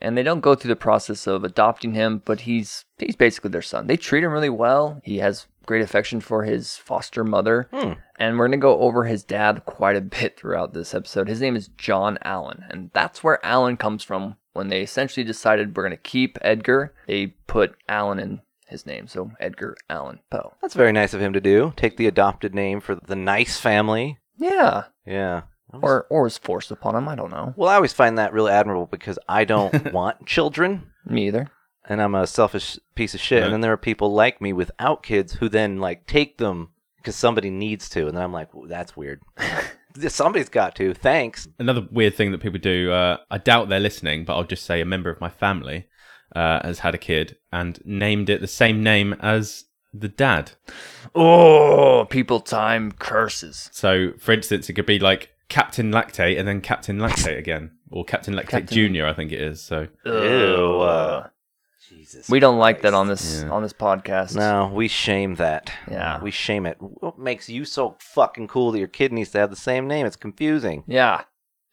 Speaker 2: and they don't go through the process of adopting him, but he's he's basically their son. They treat him really well. He has great affection for his foster mother.
Speaker 3: Hmm.
Speaker 2: And we're going to go over his dad quite a bit throughout this episode. His name is John Allen, and that's where Allen comes from when they essentially decided we're going to keep Edgar. They put Allen in his name, so Edgar Allen Poe.
Speaker 3: That's very nice of him to do. Take the adopted name for the nice family.
Speaker 2: Yeah,
Speaker 3: Yeah. I always-
Speaker 2: or or was forced upon him, I don't know.
Speaker 3: well, I always find that really admirable because I don't want children,
Speaker 2: Me either.
Speaker 3: and I'm a selfish piece of shit.
Speaker 1: Right.
Speaker 3: And then there are people like me without kids who then like take them because somebody needs to, and then I'm like, "Well, that's weird. Somebody's got to. Thanks.
Speaker 1: Another weird thing that people do, uh, I doubt they're listening, but I'll just say a member of my family uh, has had a kid and named it the same name as the dad.
Speaker 2: Oh, people time curses.
Speaker 1: So, for instance, it could be like Captain Lactate and then Captain Lactate again, or Captain Lactate
Speaker 2: Captain-
Speaker 1: Junior, I think it is. So,
Speaker 2: Ew.
Speaker 3: uh, Jesus.
Speaker 2: We don't like that
Speaker 3: Christ.
Speaker 2: on this
Speaker 1: Yeah.
Speaker 2: on this podcast.
Speaker 3: No, we shame that.
Speaker 2: Yeah.
Speaker 3: We shame it. What makes you so fucking cool that your kid needs to have the same name? It's confusing.
Speaker 2: Yeah.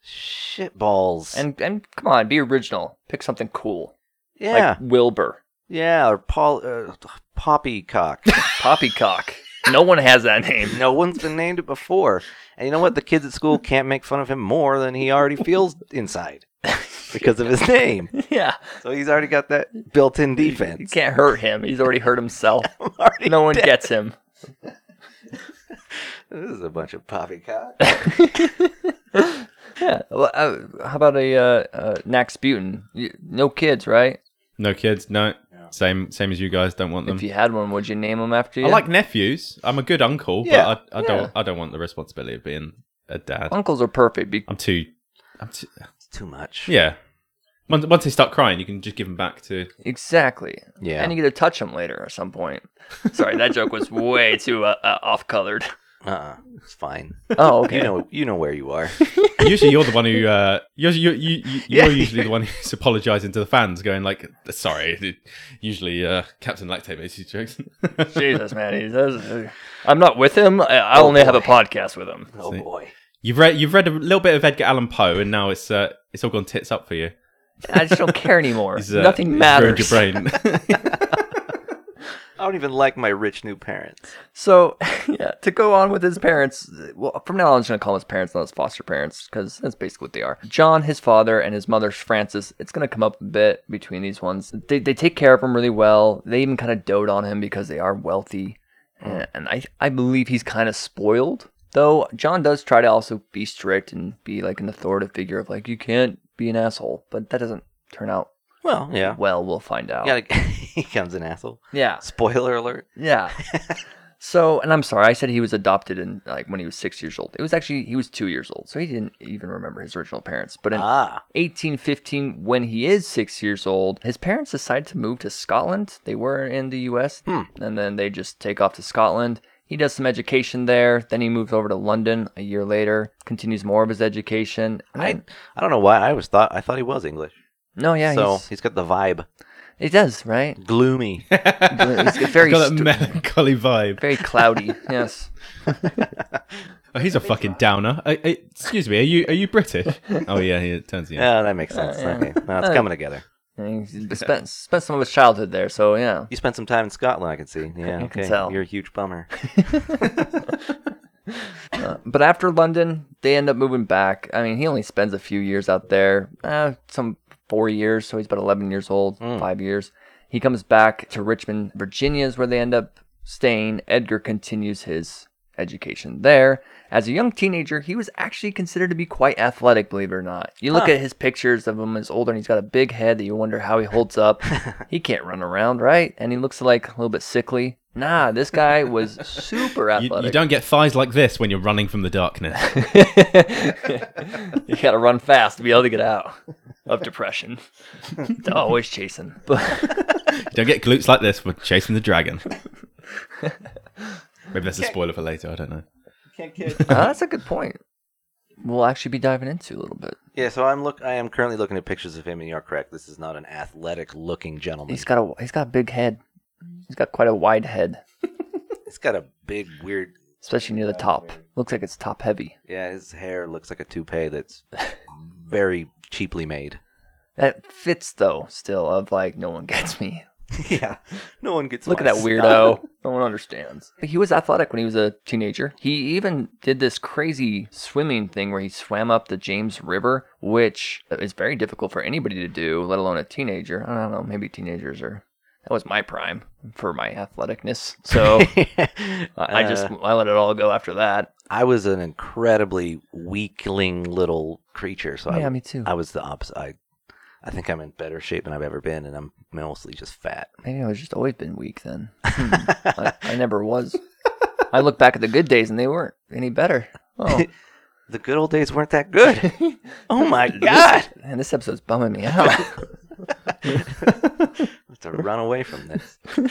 Speaker 3: Shit balls.
Speaker 2: And and come on, be original. Pick something cool.
Speaker 3: yeah,
Speaker 2: Like Wilbur.
Speaker 3: yeah, or Paul uh, Poppycock.
Speaker 2: Poppycock. no one has that name.
Speaker 3: no one's been named it before. And you know what? The kids at school can't make fun of him more than he already feels inside because of his name.
Speaker 2: yeah.
Speaker 3: So he's already got that built-in
Speaker 2: You
Speaker 3: defense.
Speaker 2: can't hurt him. He's already hurt himself.
Speaker 3: Already
Speaker 2: no one gets him.
Speaker 3: This is a bunch of poppycock.
Speaker 2: Yeah. Well, uh, how about a uh, uh, Nax Butin? You, no kids, right?
Speaker 1: no kids, no, same same as you guys. Don't want them.
Speaker 2: If you had one, would you name him after you?
Speaker 1: Mm. I like nephews. I'm a good uncle,
Speaker 3: Yeah,
Speaker 1: but I, I don't. I don't want the responsibility of being a dad.
Speaker 2: uncles are perfect. Be-
Speaker 1: I'm too. I'm too
Speaker 3: It's too much.
Speaker 1: yeah. Once, once they start crying, you can just give them back to.
Speaker 2: exactly.
Speaker 3: Yeah.
Speaker 2: And you get to touch him later at some point. Sorry, that joke was way too uh, uh, off colored.
Speaker 3: Uh-uh. It's fine.
Speaker 2: Oh, okay.
Speaker 3: You know, you know where you are.
Speaker 1: Usually, you're the one who. Uh, you're you, you, you,
Speaker 3: Yeah.
Speaker 1: you're usually the one who's apologising to the fans, going like, "Sorry." Usually, uh, Captain Lactate makes these jokes.
Speaker 2: Jesus, man, he's, that's- I'm not with him. I, I
Speaker 3: Oh,
Speaker 2: only have a
Speaker 3: boy.
Speaker 2: podcast with him.
Speaker 3: Oh
Speaker 1: See.
Speaker 3: boy.
Speaker 1: you've read you've read a little bit of Edgar Allan Poe, and now it's uh, it's all gone tits up for you.
Speaker 2: I just don't care anymore.
Speaker 1: He's, uh,
Speaker 2: Nothing
Speaker 1: he's
Speaker 2: matters.
Speaker 1: Ruined your brain.
Speaker 3: I don't even like my rich new parents.
Speaker 2: So, yeah, to go on with his parents, well, from now on, I'm just going to call him his parents, not his foster parents, because that's basically what they are. John, his father, and his mother, Frances, it's going to come up a bit between these ones. They, they take care of him really well. They even kind of dote on him because they are wealthy. And, and I, I believe he's kind of spoiled, though John does try to also be strict and be like an authoritative figure of like, you can't be an asshole, but that doesn't turn out
Speaker 3: Well, yeah.
Speaker 2: well. We'll find out.
Speaker 3: Gotta, he becomes an asshole.
Speaker 2: yeah.
Speaker 3: Spoiler alert.
Speaker 2: Yeah. so, and I'm sorry, I said he was adopted in like when he was six years old. It was actually he was two years old, so he didn't even remember his original parents. But in
Speaker 3: Ah,
Speaker 2: 1815, when he is six years old, his parents decide to move to Scotland. They were in the U.S.
Speaker 3: Hmm.
Speaker 2: and then they just take off to Scotland. He does some education there. Then he moves over to London a year later. Continues more of his education. and
Speaker 3: I
Speaker 2: then-
Speaker 3: I don't know why I was thought I thought he was English.
Speaker 2: no, yeah,
Speaker 3: so
Speaker 2: he's,
Speaker 3: he's got the vibe,
Speaker 2: he does right.
Speaker 3: gloomy.
Speaker 1: He's
Speaker 2: very
Speaker 1: got that
Speaker 2: stu-
Speaker 1: melancholy vibe.
Speaker 2: Very cloudy. yes.
Speaker 1: Oh, he's a fucking downer. Uh, uh, excuse me, are you are you British? oh yeah, he turns out.
Speaker 3: yeah, that makes sense.
Speaker 2: yeah.
Speaker 3: Okay, now it's
Speaker 2: Uh,
Speaker 3: coming together.
Speaker 2: And he spent spent some of his childhood there, so yeah.
Speaker 3: You spent some time in Scotland, I can see. Yeah,
Speaker 2: can
Speaker 3: okay.
Speaker 2: tell.
Speaker 3: You're a huge bummer.
Speaker 2: Uh, but after London, they end up moving back. I mean, he only spends a few years out there, uh, some four years, so he's about 11 years old,
Speaker 1: Hmm.
Speaker 2: five years. He comes back to Richmond, Virginia, is where they end up staying. Edgar continues his education there. As a young teenager, he was actually considered to be quite athletic, believe it or not. You look
Speaker 3: Huh.
Speaker 2: at his pictures of him as older, and he's got a big head that you wonder how he holds up. he can't run around, right? And he looks like a little bit sickly. Nah, this guy was super
Speaker 1: You,
Speaker 2: athletic.
Speaker 1: you don't get thighs like this when you're running from the darkness.
Speaker 2: you gotta run fast to be able to get out of depression. They're always chasing. But
Speaker 1: You don't get glutes like this for chasing the dragon. Maybe that's a spoiler for later. I don't know.
Speaker 2: Uh, that's a good point. We'll actually be diving into a little bit.
Speaker 3: yeah, so I'm look. I am currently looking at pictures of him, and you're correct. This is not an athletic-looking gentleman.
Speaker 2: He's got a he's got a big head. He's got quite a wide head,
Speaker 3: He's got a big, weird.
Speaker 2: especially near the top. Looks like it's top heavy.
Speaker 3: Yeah, his hair looks like a toupee that's very cheaply made.
Speaker 2: That fits though, still of like no one gets me.
Speaker 3: yeah, no one gets.
Speaker 2: Look at
Speaker 3: my
Speaker 2: that weirdo. no one understands. But he was athletic when he was a teenager. He even did this crazy swimming thing where he swam up the James River, which is very difficult for anybody to do, let alone a teenager. I don't know, maybe teenagers are. That was my prime for my athleticness. So
Speaker 3: stuff.
Speaker 2: I I just
Speaker 3: Uh,
Speaker 2: I let it all go after that.
Speaker 3: I was an incredibly weakling little creature, so I,
Speaker 2: yeah, me too.
Speaker 3: I was the opposite. I, I think I'm in better shape than I've ever been, and I'm mostly just fat.
Speaker 2: Maybe I was just always been weak then. Hmm. I, I never was. I look back at the good days and they weren't any better. Oh.
Speaker 3: The good old days weren't that good. oh my god!
Speaker 2: Man, this episode's bumming me out.
Speaker 3: to run away from this.
Speaker 1: Loo-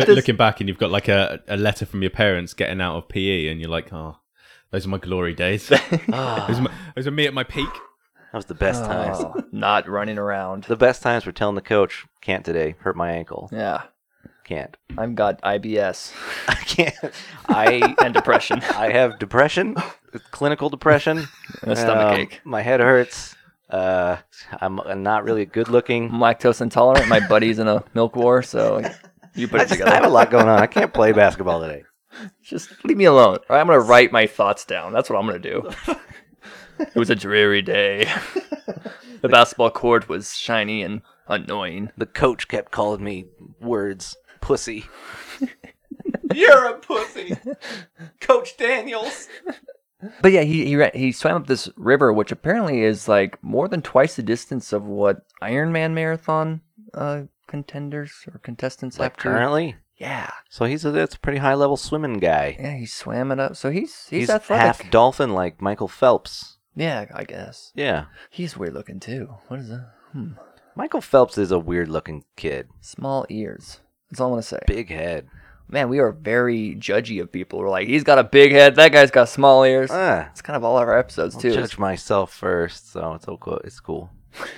Speaker 2: this-
Speaker 1: Looking back, and you've got like a, a letter from your parents getting out of PE, and you're like, oh, those are my glory days. those,
Speaker 3: Ah,
Speaker 1: are my, those are me at my peak.
Speaker 3: that was the best times.
Speaker 2: Oh, not running around.
Speaker 3: The best times were telling the coach, "Can't today. Hurt my ankle.
Speaker 2: Yeah,
Speaker 3: Can't.
Speaker 2: I've got IBS
Speaker 3: I can't. I
Speaker 2: and depression
Speaker 3: I have depression, clinical depression.
Speaker 2: and a stomach
Speaker 3: Um,
Speaker 2: ache.
Speaker 3: My head hurts. Uh, I'm not really good looking.
Speaker 2: I'm lactose intolerant. My buddy's in a milk war, so you put
Speaker 3: I,
Speaker 2: it
Speaker 3: just,
Speaker 2: together.
Speaker 3: I have a lot going on. I can't play basketball today.
Speaker 2: Just leave me alone. All right, I'm gonna write my thoughts down. That's what I'm gonna do. it was a dreary day. the basketball court was shiny and annoying.
Speaker 3: The coach kept calling me words, pussy. You're a pussy, Coach Daniels.
Speaker 2: But yeah, he he ran, he swam up this river, which apparently is like more than twice the distance of what Ironman marathon uh, contenders or contestants
Speaker 3: Like
Speaker 2: have to.
Speaker 3: currently,
Speaker 2: Yeah,
Speaker 3: so he's a that's a pretty high level swimming guy.
Speaker 2: yeah, he swam it up. So he's he's,
Speaker 3: He's,
Speaker 2: athletic.
Speaker 3: half dolphin like Michael Phelps.
Speaker 2: yeah, I guess
Speaker 3: Yeah,
Speaker 2: he's weird looking too. What is that? Hmm.
Speaker 3: Michael Phelps is a weird looking kid.
Speaker 2: Small ears. That's all I want to say.
Speaker 3: Big head.
Speaker 2: man, we are very judgy of people. We're like, he's got a big head, that guy's got small ears.
Speaker 3: Ah,
Speaker 2: It's kind of all of our episodes
Speaker 3: I'll
Speaker 2: too.
Speaker 3: judge myself first, so it's okay. It's cool.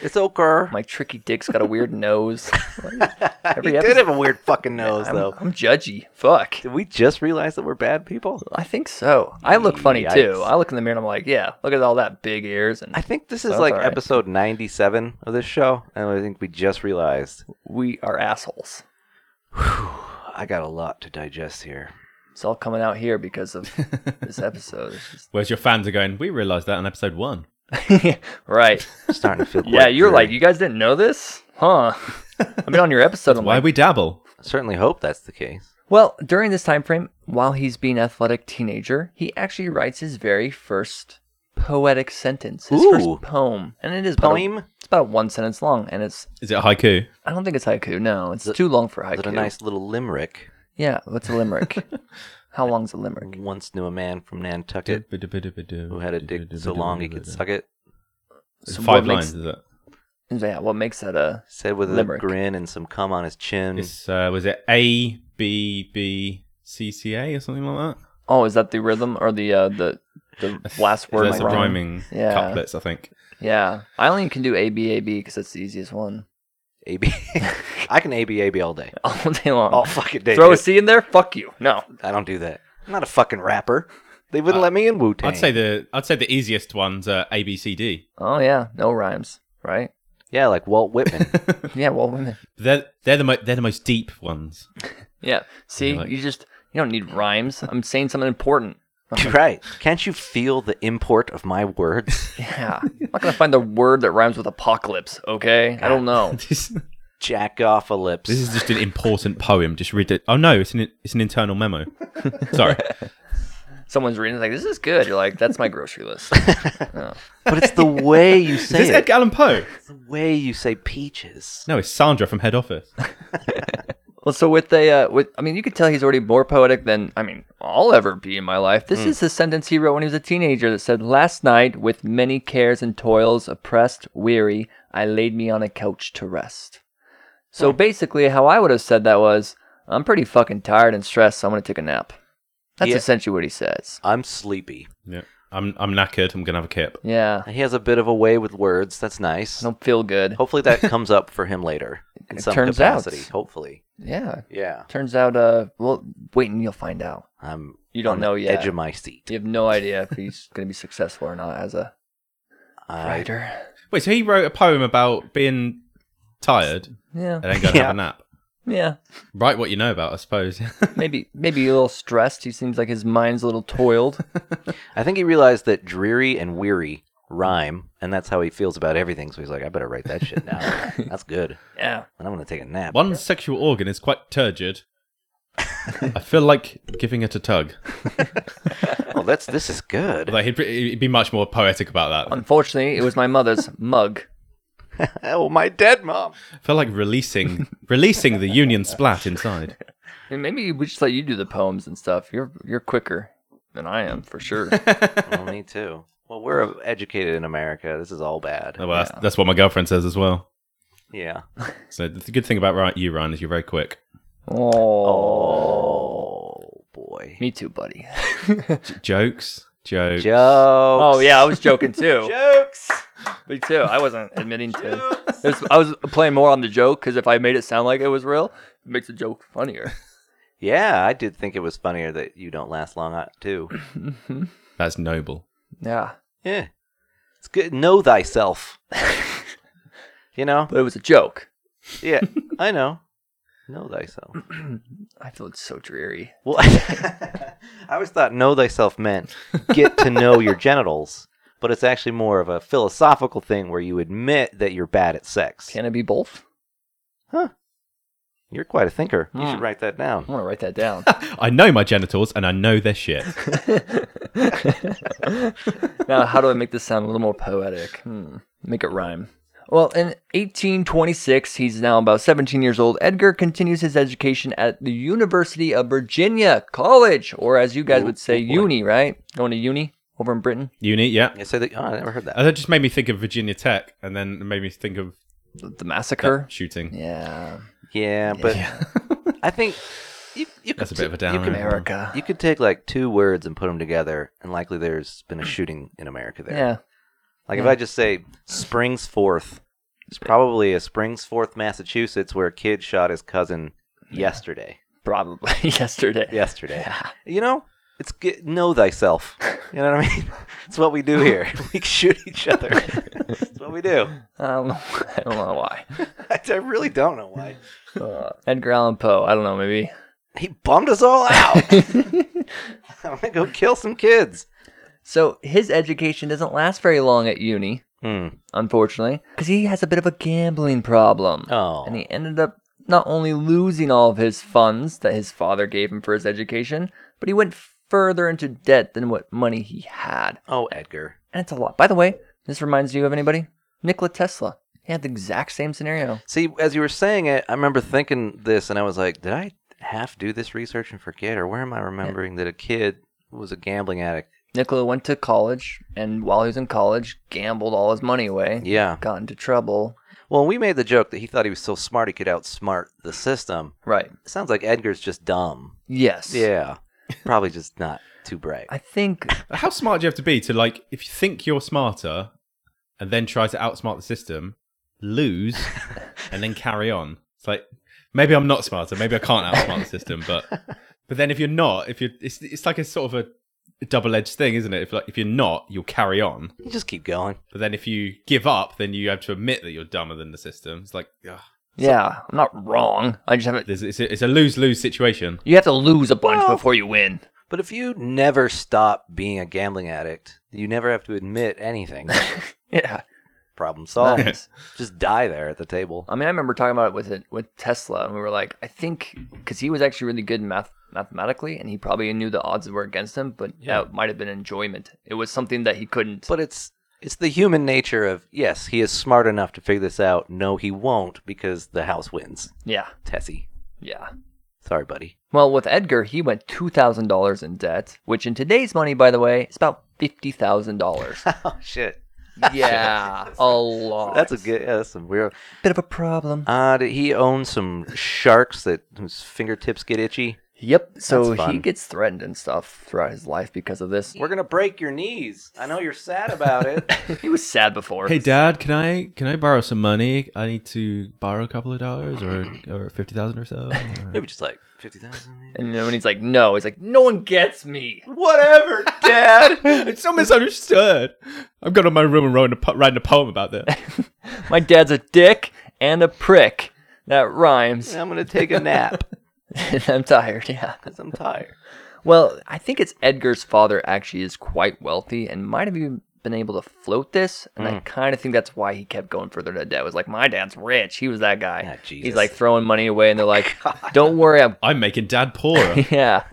Speaker 3: It's okay.
Speaker 2: My tricky dick's got a weird nose. every
Speaker 3: he did
Speaker 2: episode-
Speaker 3: have a weird fucking nose,
Speaker 2: I'm,
Speaker 3: though.
Speaker 2: I'm judgy. Fuck.
Speaker 3: Did we just realize that we're bad people?
Speaker 2: I think so. I look funny too.
Speaker 3: Yikes.
Speaker 2: I look in the mirror and I'm like, yeah, look at all that big ears and
Speaker 3: I think this is
Speaker 2: That's
Speaker 3: like
Speaker 2: all right.
Speaker 3: episode 97 of this show, and I think we just realized
Speaker 2: we are assholes.
Speaker 3: whew, I got a lot to digest here.
Speaker 2: It's all coming out here because of this episode. It's
Speaker 1: Whereas your fans are going, we realised that on episode one.
Speaker 2: just- right.
Speaker 3: I'm starting to feel
Speaker 2: Yeah,
Speaker 3: quite
Speaker 2: you're like,
Speaker 3: dreary.
Speaker 2: you guys didn't know this? Huh. I've been on your episode. I'm
Speaker 1: Why
Speaker 2: like,
Speaker 1: we dabble?
Speaker 3: certainly hope that's the case.
Speaker 2: well, during this time frame, while he's being athletic teenager, he actually writes his very first poetic sentence, his
Speaker 3: Ooh.
Speaker 2: first poem. And it is about a-
Speaker 3: Poem?
Speaker 2: it's about one sentence long and it's
Speaker 1: Is it haiku?
Speaker 2: I don't think it's haiku. No, it's
Speaker 3: it-
Speaker 2: too long for
Speaker 3: Is
Speaker 2: haiku.
Speaker 3: it a nice little limerick?
Speaker 2: Yeah, what's a limerick? How long's a limerick?
Speaker 3: Once knew a man from Nantucket who had a dick so long he could suck it.
Speaker 1: It's
Speaker 2: So
Speaker 1: five
Speaker 2: what
Speaker 1: lines,
Speaker 2: makes-
Speaker 1: is it?
Speaker 2: Yeah, what makes that a
Speaker 3: Said with
Speaker 2: Limerick.
Speaker 3: a grin and some cum on his chin.
Speaker 1: It's uh, was it A B B C C A or something like that?
Speaker 2: Oh, is that the rhythm or the uh, the the last word?
Speaker 1: There's the
Speaker 2: rhyme?
Speaker 1: rhyming
Speaker 2: Yeah.
Speaker 1: couplets, I think.
Speaker 2: Yeah, I only can do A B A B because that's the easiest one
Speaker 3: AB. I can AB AB all day.
Speaker 2: all day long.
Speaker 3: All fucking day.
Speaker 2: Oh. Throw a
Speaker 3: dude.
Speaker 2: C in there? Fuck you. No.
Speaker 3: I don't do that. I'm not a fucking rapper. They wouldn't let me in Wu Tang.
Speaker 1: I'd say the I'd say the easiest ones are A B C D.
Speaker 2: Oh yeah, no rhymes, right?
Speaker 3: yeah, like Walt Whitman.
Speaker 2: Yeah, well, women.
Speaker 1: They're they're the mo- they're the most deep ones.
Speaker 2: Yeah. See,
Speaker 1: like-
Speaker 2: you just you don't need rhymes. I'm saying something important.
Speaker 3: right? Can't you feel the import of my words?
Speaker 2: Yeah, I'm not gonna find the word that rhymes with apocalypse. Okay, I don't know.
Speaker 1: this,
Speaker 3: Jack off a lips.
Speaker 1: this is just an important poem. Just read it. Oh no, it's an it's an internal memo. Sorry,
Speaker 2: Someone's reading it's like this is good. You're like, that's my grocery list. Yeah.
Speaker 3: but it's the way you
Speaker 1: is this
Speaker 3: say it.
Speaker 1: Edgar Allan Poe?
Speaker 3: It's the way you say peaches.
Speaker 1: No, it's Sandra from head office.
Speaker 2: Well, so with the, uh, with I mean, you could tell he's already more poetic than I mean I'll ever be in my life. This is the sentence he wrote when he was a teenager that said, "Last night, with many cares and toils, oppressed, weary, I laid me on a couch to rest." So basically, how I would have said that was, "I'm pretty fucking tired and stressed, so I'm gonna take a nap." That's
Speaker 3: Yeah.
Speaker 2: essentially what he says.
Speaker 3: I'm sleepy.
Speaker 1: Yeah, I'm I'm knackered. I'm gonna have a kip.
Speaker 2: Yeah,
Speaker 3: He has a bit of a way with words. That's
Speaker 2: I
Speaker 3: nice.
Speaker 2: don't feel good.
Speaker 3: Hopefully that comes up for him later in
Speaker 2: It
Speaker 3: some
Speaker 2: turns out.
Speaker 3: capacity. Hopefully,
Speaker 2: Yeah,
Speaker 3: yeah.
Speaker 2: turns out, uh, well, wait and you'll find out.
Speaker 3: I'm
Speaker 2: You don't
Speaker 3: on
Speaker 2: know
Speaker 3: the
Speaker 2: yet.
Speaker 3: Edge of my seat.
Speaker 2: You have no idea if he's gonna be successful or not as a
Speaker 3: I,
Speaker 2: writer.
Speaker 1: Wait, so he wrote a poem about being tired
Speaker 2: Yeah.
Speaker 1: and then going to have
Speaker 3: Yeah.
Speaker 1: a nap.
Speaker 2: Yeah,
Speaker 1: Write what you know about, I suppose.
Speaker 2: maybe maybe a little stressed. He seems like his mind's a little toiled.
Speaker 3: I think he realized that dreary and weary rhyme, and that's how he feels about everything. So he's like, I better write that shit now. that's good.
Speaker 2: yeah,
Speaker 3: And I'm gonna take a nap.
Speaker 1: One sexual organ is quite turgid. I feel like giving it a tug.
Speaker 3: Oh, that's this is good.
Speaker 1: Although he'd, be- he'd be much more poetic about that.
Speaker 2: unfortunately, it was my mother's mug.
Speaker 3: oh, my dead mom.
Speaker 1: I feel like releasing releasing the union splat inside.
Speaker 2: And maybe we just let you do the poems and stuff. You're you're quicker than I am for sure.
Speaker 3: well, me too. Well, we're educated in America. This is all bad.
Speaker 1: Oh, well, that's, that's what my girlfriend says as well.
Speaker 3: Yeah.
Speaker 1: So the good thing about Ryan- you, Ryan, is you're very quick.
Speaker 2: Oh,
Speaker 3: Oh boy.
Speaker 2: me too, buddy.
Speaker 1: J- jokes, jokes.
Speaker 3: Jokes. Oh
Speaker 2: Oh yeah, I was joking too.
Speaker 3: Jokes.
Speaker 2: me too. I wasn't admitting to. It was, I was playing more on the joke because if I made it sound like it was real, it makes the joke funnier.
Speaker 3: Yeah, I did think it was funnier that you don't last long uh, too.
Speaker 1: That's noble.
Speaker 2: yeah,
Speaker 3: Yeah. It's good. Know thyself. you know.
Speaker 2: but it was a joke.
Speaker 3: Yeah. I know. Know thyself.
Speaker 2: I feel it's so dreary.
Speaker 3: Well, I always thought know thyself meant get to know your genitals, but it's actually more of a philosophical thing where you admit that you're bad at sex.
Speaker 2: Can it be both?
Speaker 3: You're quite a thinker. You should
Speaker 2: Hmm.
Speaker 3: write that
Speaker 2: I'm
Speaker 3: down.
Speaker 2: gonna write that down.
Speaker 1: I know my genitals and I know their shit.
Speaker 2: now, how do I make this sound a little more poetic? Hmm. Make it rhyme. Well, in 1826, he's now about 17 years old. Edgar continues his education at the University of Virginia College, or as you guys would say,
Speaker 3: Ooh, boy.
Speaker 2: uni, right? Going to uni over in Britain?
Speaker 1: Uni, yeah.
Speaker 3: I say that. Oh, I never heard that.
Speaker 1: And that just made me think of Virginia Tech, and then it made me think of
Speaker 2: The, the
Speaker 1: that
Speaker 2: massacre?
Speaker 1: shooting.
Speaker 2: Yeah.
Speaker 3: Yeah, but
Speaker 1: Yeah.
Speaker 3: I think you, you
Speaker 1: That's a
Speaker 3: could
Speaker 1: bit of a
Speaker 3: t- you
Speaker 1: downer.
Speaker 3: could-
Speaker 2: America.
Speaker 3: You could take like two words and put them together, and likely there's been a shooting in America there.
Speaker 2: Yeah.
Speaker 3: Like if
Speaker 2: Yeah.
Speaker 3: I just say Springs Forth, it's probably a Springs Forth, Massachusetts, where a kid shot his cousin yesterday.
Speaker 2: Probably yesterday.
Speaker 3: Yesterday.
Speaker 2: Yeah.
Speaker 3: You know, it's get, know thyself. You know what I mean? It's what we do here. We shoot each other. It's what we do.
Speaker 2: I don't know. I don't know why.
Speaker 3: I, I really don't know why.
Speaker 2: Uh, Edgar Allan Poe. I don't know. Maybe.
Speaker 3: He bummed us all out. I'm gonna go kill some kids.
Speaker 2: so his education doesn't last very long at uni,
Speaker 3: Hmm.
Speaker 2: unfortunately, because he has a bit of a gambling problem.
Speaker 3: Oh.
Speaker 2: And he ended up not only losing all of his funds that his father gave him for his education, but he went further into debt than what money he had.
Speaker 3: oh, Edgar.
Speaker 2: And it's a lot. By the way, this reminds you of anybody? Nikola Tesla. He had the exact same scenario.
Speaker 3: See, as you were saying it, I remember thinking this, and I was like, did I half do this research and forget, or where am I remembering that a kid was a gambling addict?
Speaker 2: Nikola went to college, and while he was in college, gambled all his money away,
Speaker 3: Yeah.
Speaker 2: got into trouble.
Speaker 3: Well, we made the joke that he thought he was so smart he could outsmart the system.
Speaker 2: Right.
Speaker 3: It sounds like Edgar's just dumb.
Speaker 2: Yes.
Speaker 3: Yeah. Probably just not too bright.
Speaker 2: I think
Speaker 1: Uh, How smart do you have to be to like if you think you're smarter and then try to outsmart the system, lose, and then carry on? It's like maybe I'm not smarter, maybe I can't outsmart the system, but but then if you're not, if you're it's it's like a sort of a double edged thing, isn't it? If like if you're not, you'll carry on.
Speaker 3: You just keep going.
Speaker 1: But then if you give up, then you have to admit that you're dumber than the system. It's like ugh,
Speaker 2: yeah, I'm not wrong. I just haven't.
Speaker 1: there's, it's a, it's a lose lose situation.
Speaker 2: You have to lose a bunch
Speaker 3: Well-
Speaker 2: before you win.
Speaker 3: But if you never stop being a gambling addict, you never have to admit anything.
Speaker 2: Yeah.
Speaker 3: Problem solved.
Speaker 2: Nice.
Speaker 3: Just die there at the table.
Speaker 2: I mean, I remember talking about it with it with Tesla, and we were like, I think because he was actually really good in math mathematically, and he probably knew the odds were against him, but
Speaker 3: Yeah.
Speaker 2: that might have been enjoyment. It was something that he couldn't.
Speaker 3: But it's it's the human nature of yes, he is smart enough to figure this out. No, he won't because the house wins.
Speaker 2: yeah,
Speaker 3: Tessie,
Speaker 2: yeah.
Speaker 3: sorry, buddy.
Speaker 2: Well, with Edgar, he went two thousand dollars in debt, which in today's money, by the way, is about fifty thousand dollars.
Speaker 3: Oh shit,
Speaker 2: yeah, a lot.
Speaker 3: that's a good. Yeah, that's some weird.
Speaker 2: bit of a problem.
Speaker 3: Uh, did he own some sharks that whose fingertips get itchy?
Speaker 2: Yep. So
Speaker 3: That's fun.
Speaker 2: he gets threatened and stuff throughout his life because of this.
Speaker 3: We're gonna break your knees. I know you're sad about it.
Speaker 2: He was sad before.
Speaker 1: Hey Dad, can I can I borrow some money? I need to borrow a couple of dollars or or fifty thousand or so.
Speaker 3: Maybe just like fifty thousand.
Speaker 2: And then when he's like, no, he's like, no one gets me.
Speaker 3: Whatever, Dad.
Speaker 1: it's so misunderstood. I've gone to my room and wrote a po- writing a poem about that.
Speaker 2: My dad's a dick and a prick. That rhymes.
Speaker 3: I'm gonna take a nap
Speaker 2: I'm tired, yeah.
Speaker 3: because I'm tired.
Speaker 2: Well, I think it's Edgar's father actually is quite wealthy and might have even been able to float this. And
Speaker 3: Hmm.
Speaker 2: I kind of think that's why he kept going further to debt. It was like, my dad's rich. He was that guy.
Speaker 3: Ah, Jesus.
Speaker 2: He's like throwing money away, and they're like, don't worry. I'm.
Speaker 1: I'm making Dad poorer.
Speaker 2: Yeah.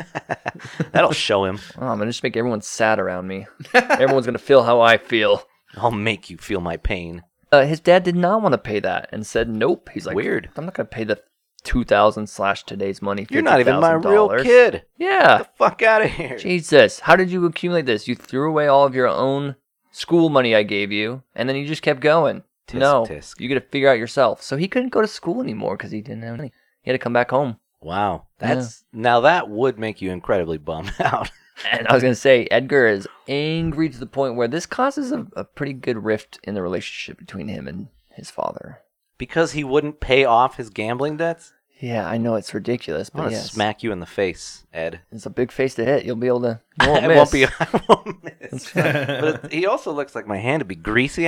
Speaker 3: That'll show him.
Speaker 2: Oh, I'm going to just make everyone sad around me. Everyone's going to feel how I feel.
Speaker 3: I'll make you feel my pain.
Speaker 2: uh, his dad did not want to pay that and said nope. He's like,
Speaker 3: Weird.
Speaker 2: I'm not gonna pay the two thousand slash today's money.
Speaker 3: You're not even my real
Speaker 2: $50,000."
Speaker 3: kid.
Speaker 2: Yeah.
Speaker 3: Get the fuck out of here.
Speaker 2: Jesus, how did you accumulate this? You threw away all of your own school money I gave you, and then you just kept going.
Speaker 3: Tisk,
Speaker 2: no,
Speaker 3: tisk.
Speaker 2: you got to figure out yourself. So he couldn't go to school anymore because he didn't have money. He had to come back home.
Speaker 3: Wow.
Speaker 2: Yeah.
Speaker 3: That's now that would make you incredibly bummed out.
Speaker 2: And I was gonna say, Edgar is angry to the point where this causes a, a pretty good rift in the relationship between him and his father.
Speaker 3: because he wouldn't pay off his gambling debts?
Speaker 2: Yeah, I know it's ridiculous,
Speaker 3: I
Speaker 2: but
Speaker 3: want to
Speaker 2: yes.
Speaker 3: smack you in the face, Ed.
Speaker 2: It's a big face to hit. You'll be able to. You won't
Speaker 3: I
Speaker 2: miss.
Speaker 3: won't be I won't miss.
Speaker 1: But
Speaker 3: but he also looks like my hand would be greasy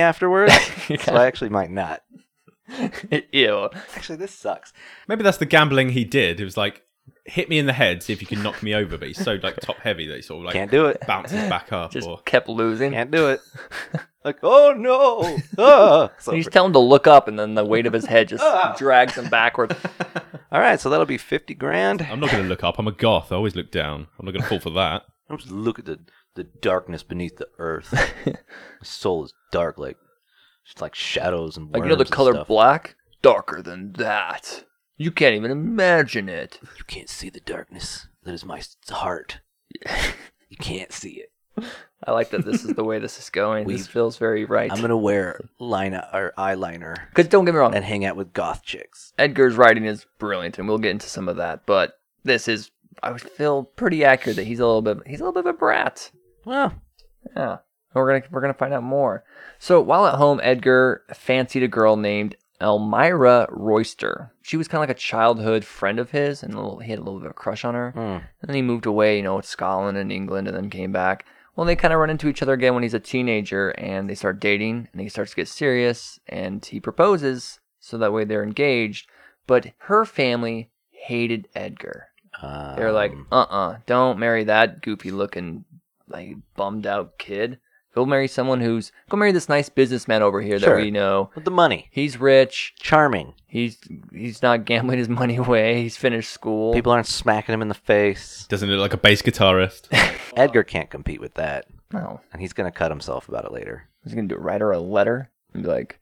Speaker 3: afterwards. So I actually might not.
Speaker 2: Ew.
Speaker 3: Actually this sucks.
Speaker 1: Maybe that's the gambling he did. It was like hit me in the head, see if you can knock me over. But he's so like top heavy that he sort of like
Speaker 3: Can't do it.
Speaker 1: bounces back up.
Speaker 2: Just
Speaker 1: or
Speaker 2: kept losing.
Speaker 3: Can't do it. Like, oh no. Ah. It's
Speaker 2: You
Speaker 3: over.
Speaker 2: just tell him to look up, and then the weight of his head just
Speaker 3: Ah.
Speaker 2: drags him backward.
Speaker 3: All right, so that'll be 50 grand.
Speaker 1: I'm not going to look up. I'm a goth. I always look down. I'm not going to fall for that.
Speaker 3: I'm just look at the the darkness beneath the earth. My soul is dark, like just like shadows and
Speaker 2: Like you know the
Speaker 3: worms and
Speaker 2: color
Speaker 3: stuff.
Speaker 2: black, darker than that. You can't even imagine it.
Speaker 3: You can't see the darkness that is my s- heart. you can't see it.
Speaker 2: I like that this is the way this is going.
Speaker 3: We-
Speaker 2: this feels very right.
Speaker 3: I'm gonna wear liner or eyeliner
Speaker 2: Because don't get me wrong,
Speaker 3: and hang out with goth chicks.
Speaker 2: Edgar's writing is brilliant, and we'll get into some of that. But this is I would feel pretty accurate that he's a little bit he's a little bit of a brat.
Speaker 3: Well,
Speaker 2: Yeah. We're gonna we're gonna find out more. So while at home, Edgar fancied a girl named Elmira Royster. She was kind of like a childhood friend of his, and a little, he had a little bit of a crush on her.
Speaker 3: hmm.
Speaker 2: And then he moved away, you know, to Scotland and England, and then came back. Well, they kind of run into each other again when he's a teenager, and they start dating, and he starts to get serious, and he proposes, so that way they're engaged. But her family hated Edgar. They were like,
Speaker 3: Um,
Speaker 2: uh uh-uh, uh, do not marry that goofy looking, like, bummed out kid. Go marry someone who's, go marry this nice businessman over here
Speaker 3: Sure.
Speaker 2: that we know.
Speaker 3: with the money,
Speaker 2: He's rich.
Speaker 3: charming.
Speaker 2: He's he's not gambling his money away. He's finished school.
Speaker 3: People aren't smacking him in the face.
Speaker 1: Doesn't look like a bass guitarist.
Speaker 3: Edgar can't compete with that,
Speaker 2: no,
Speaker 3: and he's gonna cut himself about it later.
Speaker 2: he's gonna do write her a letter and be like,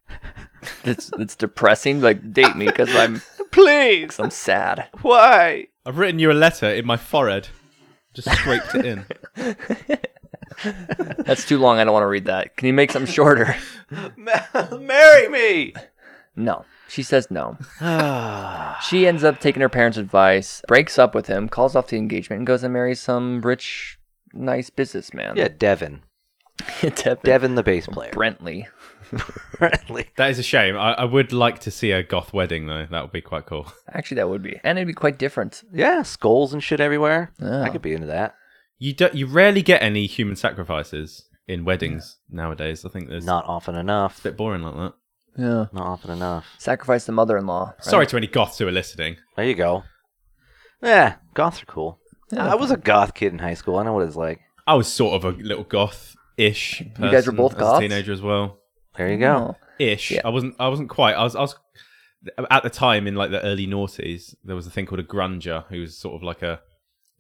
Speaker 2: it's it's depressing. Like date me because I'm
Speaker 3: Please,
Speaker 2: 'cause I'm sad.
Speaker 3: why?
Speaker 1: I've written you a letter in my forehead. Just scraped it in.
Speaker 2: That's too long. I don't want to read that. Can you make something shorter?
Speaker 3: Marry me.
Speaker 2: No, she says no. She ends up taking her parents' advice, breaks up with him, calls off the engagement, and goes and marries some rich, nice businessman.
Speaker 3: yeah, Devin.
Speaker 2: Devin,
Speaker 3: Devin, the bass player.
Speaker 2: Brentley.
Speaker 3: Bradley.
Speaker 1: That is a shame. I, I would like to see a goth wedding though. That would be quite cool.
Speaker 2: Actually, that would be, and it'd be quite different.
Speaker 3: Yeah, skulls and shit everywhere.
Speaker 2: Yeah.
Speaker 3: I could be into that.
Speaker 1: You do, you rarely get any human sacrifices in weddings nowadays. I think there's
Speaker 3: Not often enough.
Speaker 1: it's a bit boring like that.
Speaker 2: Yeah.
Speaker 3: Not often enough.
Speaker 2: Sacrifice the mother-in-law. right?
Speaker 1: Sorry to any goths who are listening.
Speaker 3: There you go. Yeah, goths are cool.
Speaker 2: Yeah.
Speaker 3: I was a goth kid in high school. I know what it's like.
Speaker 1: I was sort of a little goth-ish. Person
Speaker 2: guys were both
Speaker 1: as
Speaker 2: goths?
Speaker 1: A teenager as well.
Speaker 3: There you go.
Speaker 1: Ish.
Speaker 2: Yeah.
Speaker 1: I wasn't. I wasn't quite. I was. I was at the time in like the early noughties. There was a thing called a grunger, who was sort of like a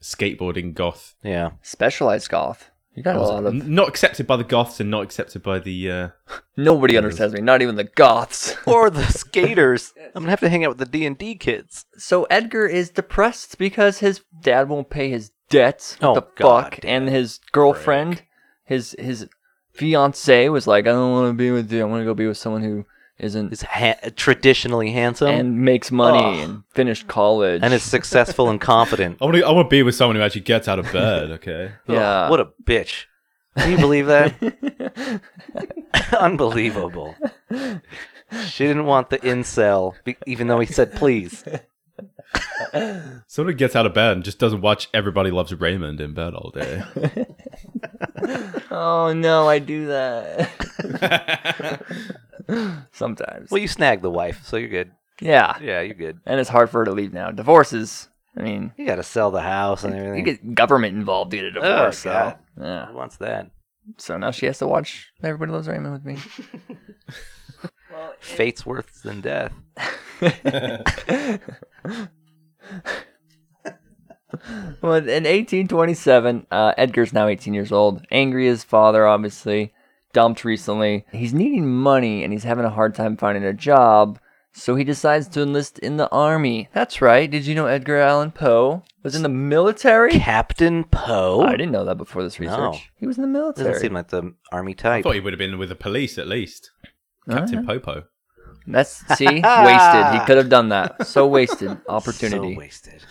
Speaker 1: skateboarding goth.
Speaker 2: Mm-hmm.
Speaker 3: Yeah.
Speaker 2: Specialized goth. You got a
Speaker 1: Was
Speaker 2: lot of.
Speaker 1: n- not accepted by the goths and not accepted by the. Uh,
Speaker 2: Nobody understands me. Not even the goths.
Speaker 3: Or the skaters. I'm gonna have to hang out with the D and D kids.
Speaker 2: So Edgar is depressed because his dad won't pay his debts. What
Speaker 3: Oh,
Speaker 2: the
Speaker 3: God
Speaker 2: fuck?
Speaker 3: damn
Speaker 2: And his girlfriend, his his fiance was like, I don't want to be with you. I want to go be with someone who isn't
Speaker 3: Is ha- traditionally handsome and,
Speaker 2: and makes money
Speaker 3: Ugh.
Speaker 2: and finished college.
Speaker 3: is successful and confident.
Speaker 1: I want to. I want to be with someone who actually gets out of bed. Okay.
Speaker 2: yeah.
Speaker 3: Ugh, what a bitch. Can you believe that? Unbelievable. She didn't want the incel, be- even though he said please.
Speaker 1: Someone who gets out of bed and just doesn't watch Everybody Loves Raymond in bed all day.
Speaker 2: oh no, I do that sometimes.
Speaker 3: Well, you snagged the wife, so you're good.
Speaker 2: yeah,
Speaker 3: Yeah, you're good.
Speaker 2: and it's hard for her to leave now. Divorces. I mean,
Speaker 3: You got to sell the house and
Speaker 2: you
Speaker 3: everything.
Speaker 2: get government involved in a divorce. so
Speaker 3: God.
Speaker 2: yeah.
Speaker 3: Who wants that?
Speaker 2: So now she has to watch Everybody Loves Raymond with me.
Speaker 3: Fate's worse than death.
Speaker 2: Well, in 1827, uh, Edgar's now 18 years old. Angry at his father, obviously, dumped recently. He's needing money and he's having a hard time finding a job, so he decides to enlist in the army. That's right. Did you know Edgar Allan Poe was in the military?
Speaker 3: Captain Poe?
Speaker 2: I didn't know that before this research.
Speaker 3: No.
Speaker 2: He was in the
Speaker 3: Doesn't
Speaker 2: military.
Speaker 3: seem like the army
Speaker 1: I
Speaker 3: type.
Speaker 1: thought he would have been with the police at least. Captain Popo.
Speaker 2: That's see, wasted. He could have done that. So wasted opportunity.
Speaker 3: So wasted.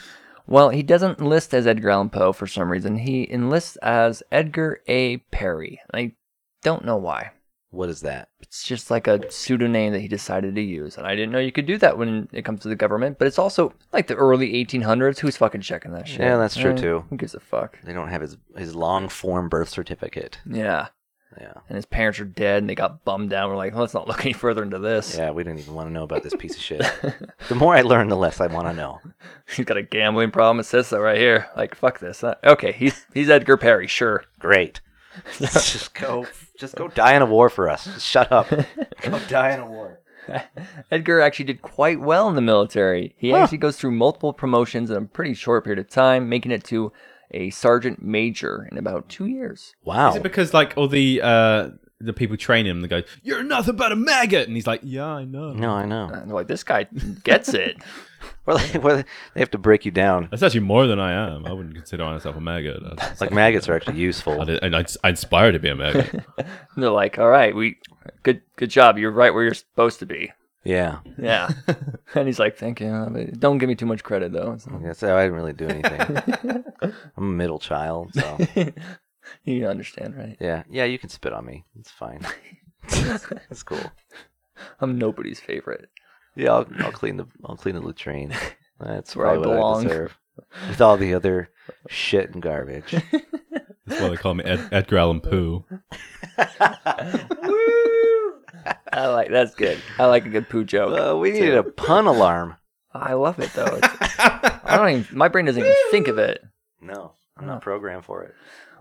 Speaker 2: Well, he doesn't enlist as Edgar Allan Poe for some reason. He enlists as Edgar A. Perry. I don't know why.
Speaker 3: What is that?
Speaker 2: It's just like a pseudonym that he decided to use. And I didn't know you could do that when it comes to the government, but it's also like the early 1800s. Who's fucking checking that shit?
Speaker 3: Yeah, that's true,
Speaker 2: Eh,
Speaker 3: too.
Speaker 2: Who gives a fuck?
Speaker 3: They don't have his, his long form birth certificate.
Speaker 2: Yeah.
Speaker 3: Yeah.
Speaker 2: And his parents are dead and they got bummed down. We're like, let's not look any further into this.
Speaker 3: Yeah, we didn't even want to know about this piece of shit. the more I learn, the less I want to know.
Speaker 2: He's got a gambling problem. It says so right here. Like, fuck this. Uh, Okay, he's, he's Edgar Perry, sure.
Speaker 3: Great. just go, just go die in a war for us. Just shut up. go die in a war.
Speaker 2: Edgar actually did quite well in the military. He
Speaker 3: Huh.
Speaker 2: actually goes through multiple promotions in a pretty short period of time, making it to a sergeant major in about two years.
Speaker 1: Is
Speaker 3: Wow.
Speaker 1: it because like all the uh the people train him? They go, "You're nothing but a maggot," and he's like, "Yeah, I know."
Speaker 3: No, I know.
Speaker 2: And they're like, this guy gets it.
Speaker 3: Well, they, well, they have to break you down.
Speaker 1: That's actually more than I am. I wouldn't consider myself a maggot. I,
Speaker 3: Like maggots are actually
Speaker 1: I
Speaker 3: useful.
Speaker 1: did, and I'd, I aspire to be a maggot.
Speaker 2: and they're like, all right, we good good job. You're right where you're supposed to be.
Speaker 3: Yeah.
Speaker 2: Yeah. and he's like, thank you. Uh, but Don't give me too much credit, though. It's
Speaker 3: I guess I didn't really do anything.
Speaker 2: like-
Speaker 3: I'm a middle child, so
Speaker 2: you understand, right?
Speaker 3: yeah, yeah. You can spit on me. It's fine. It's cool.
Speaker 2: I'm nobody's favorite.
Speaker 3: Yeah, I'll, I'll clean the I'll clean the latrine. That's
Speaker 2: Where I
Speaker 3: probably what
Speaker 2: belong.
Speaker 3: I deserve. With all the other shit and garbage.
Speaker 1: That's why they call me Ed, Edgar Allan Poe.
Speaker 2: Woo! I like that's good. I like a good poo joke.
Speaker 3: Uh, we needed a pun alarm.
Speaker 2: I love it though. It's, I don't even. My brain doesn't even think of it.
Speaker 3: No, I'm not programmed for it.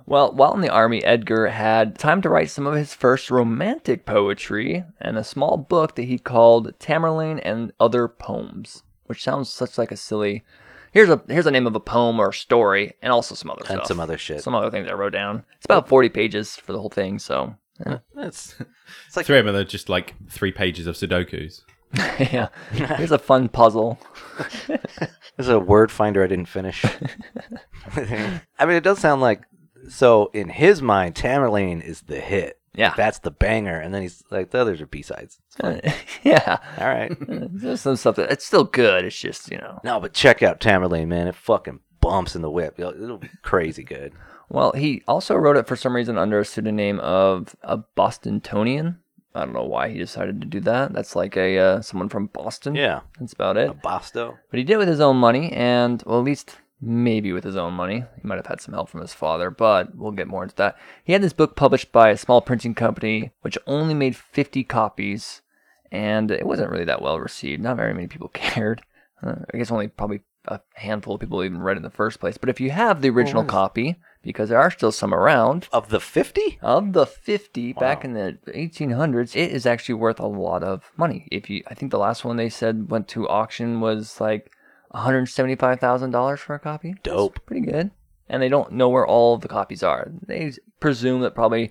Speaker 2: Well, while in the army, Edgar had time to write some of his first romantic poetry and a small book that he called Tamerlane and Other Poems, which sounds such like a silly. Here's a here's the name of a poem or story, and also some other
Speaker 3: And
Speaker 2: stuff.
Speaker 3: some other shit.
Speaker 2: some other things I wrote down. It's about forty pages for the whole thing, so
Speaker 3: That's it's like
Speaker 1: Three of them are just like three pages of Sudokus.
Speaker 2: yeah. Here's a fun puzzle.
Speaker 3: There's a word finder I didn't finish. I mean, it does sound like so in his mind, Tamerlane is the hit.
Speaker 2: Yeah.
Speaker 3: That's the banger, and then he's like, the others are B sides.
Speaker 2: yeah.
Speaker 3: All right.
Speaker 2: There's some stuff that it's still good. It's just you know.
Speaker 3: no, but check out Tamerlane, man. It fucking bumps in the whip. Yo, It'll be crazy good.
Speaker 2: Well, he also wrote it for some reason under a pseudonym of a Bostonian. I don't know why he decided to do that. That's like a uh, someone from Boston.
Speaker 3: Yeah,
Speaker 2: that's about it.
Speaker 3: a Bosto.
Speaker 2: But he did it with his own money, and well, at least maybe with his own money. He might have had some help from his father, but we'll get more into that. He had this book published by a small printing company, which only made 50 copies, and it wasn't really that well received. Not very many people cared. Uh, I guess only probably a handful of people even read it in the first place. But if you have the original
Speaker 3: nice.
Speaker 2: copy, because there are still some around,
Speaker 3: Of the fifty?
Speaker 2: of the 50 back
Speaker 3: Wow.
Speaker 2: in the 1800s it is actually worth a lot of money if you i think the last one they said went to auction was like $175000 for a copy That's
Speaker 3: Dope.
Speaker 2: pretty good and they don't know where all of the copies are they s- presume that probably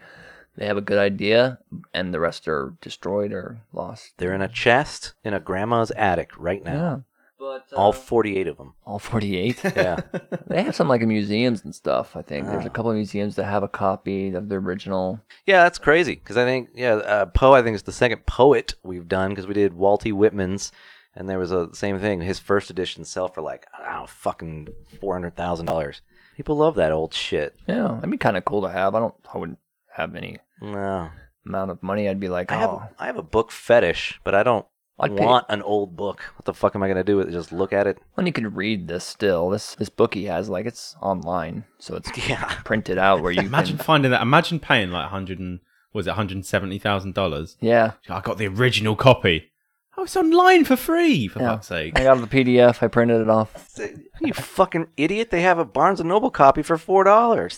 Speaker 2: they have a good idea and the rest are destroyed or lost
Speaker 3: They're in a chest in a grandma's attic right now.
Speaker 2: yeah but uh,
Speaker 3: All forty-eight of them.
Speaker 2: all 48
Speaker 3: Yeah.
Speaker 2: they have some like in museums and stuff i think there's a
Speaker 3: Oh.
Speaker 2: couple of museums that have a copy of the original
Speaker 3: Yeah, that's crazy. Because I think, yeah, uh, Poe, I think, is the second poet we've done because we did Walt E. Whitman's, and there was a same thing. His first edition sell for like, I don't know, fucking $400,000. People love that old shit.
Speaker 2: yeah that'd be kind of cool to have i don't i wouldn't have any
Speaker 3: No.
Speaker 2: amount of money, I'd be like,
Speaker 3: I have,
Speaker 2: oh,
Speaker 3: I have a book fetish, but I don't
Speaker 2: I'd pay-
Speaker 3: want an old book. What the fuck am I going to do with it? Just look at it?
Speaker 2: and you can read this still. This this book he has, like, it's online, so it's
Speaker 3: Yeah.
Speaker 2: printed out where you
Speaker 1: Imagine
Speaker 2: Can,
Speaker 1: finding that. Imagine paying like 100 and was it 170 thousand dollars?
Speaker 2: yeah,
Speaker 1: I got the original copy. Oh, it's online for free. For
Speaker 2: Yeah.
Speaker 1: fuck's sake.
Speaker 2: I got the PDF. I printed it off.
Speaker 3: You fucking idiot. They have a Barnes & Noble copy for $4,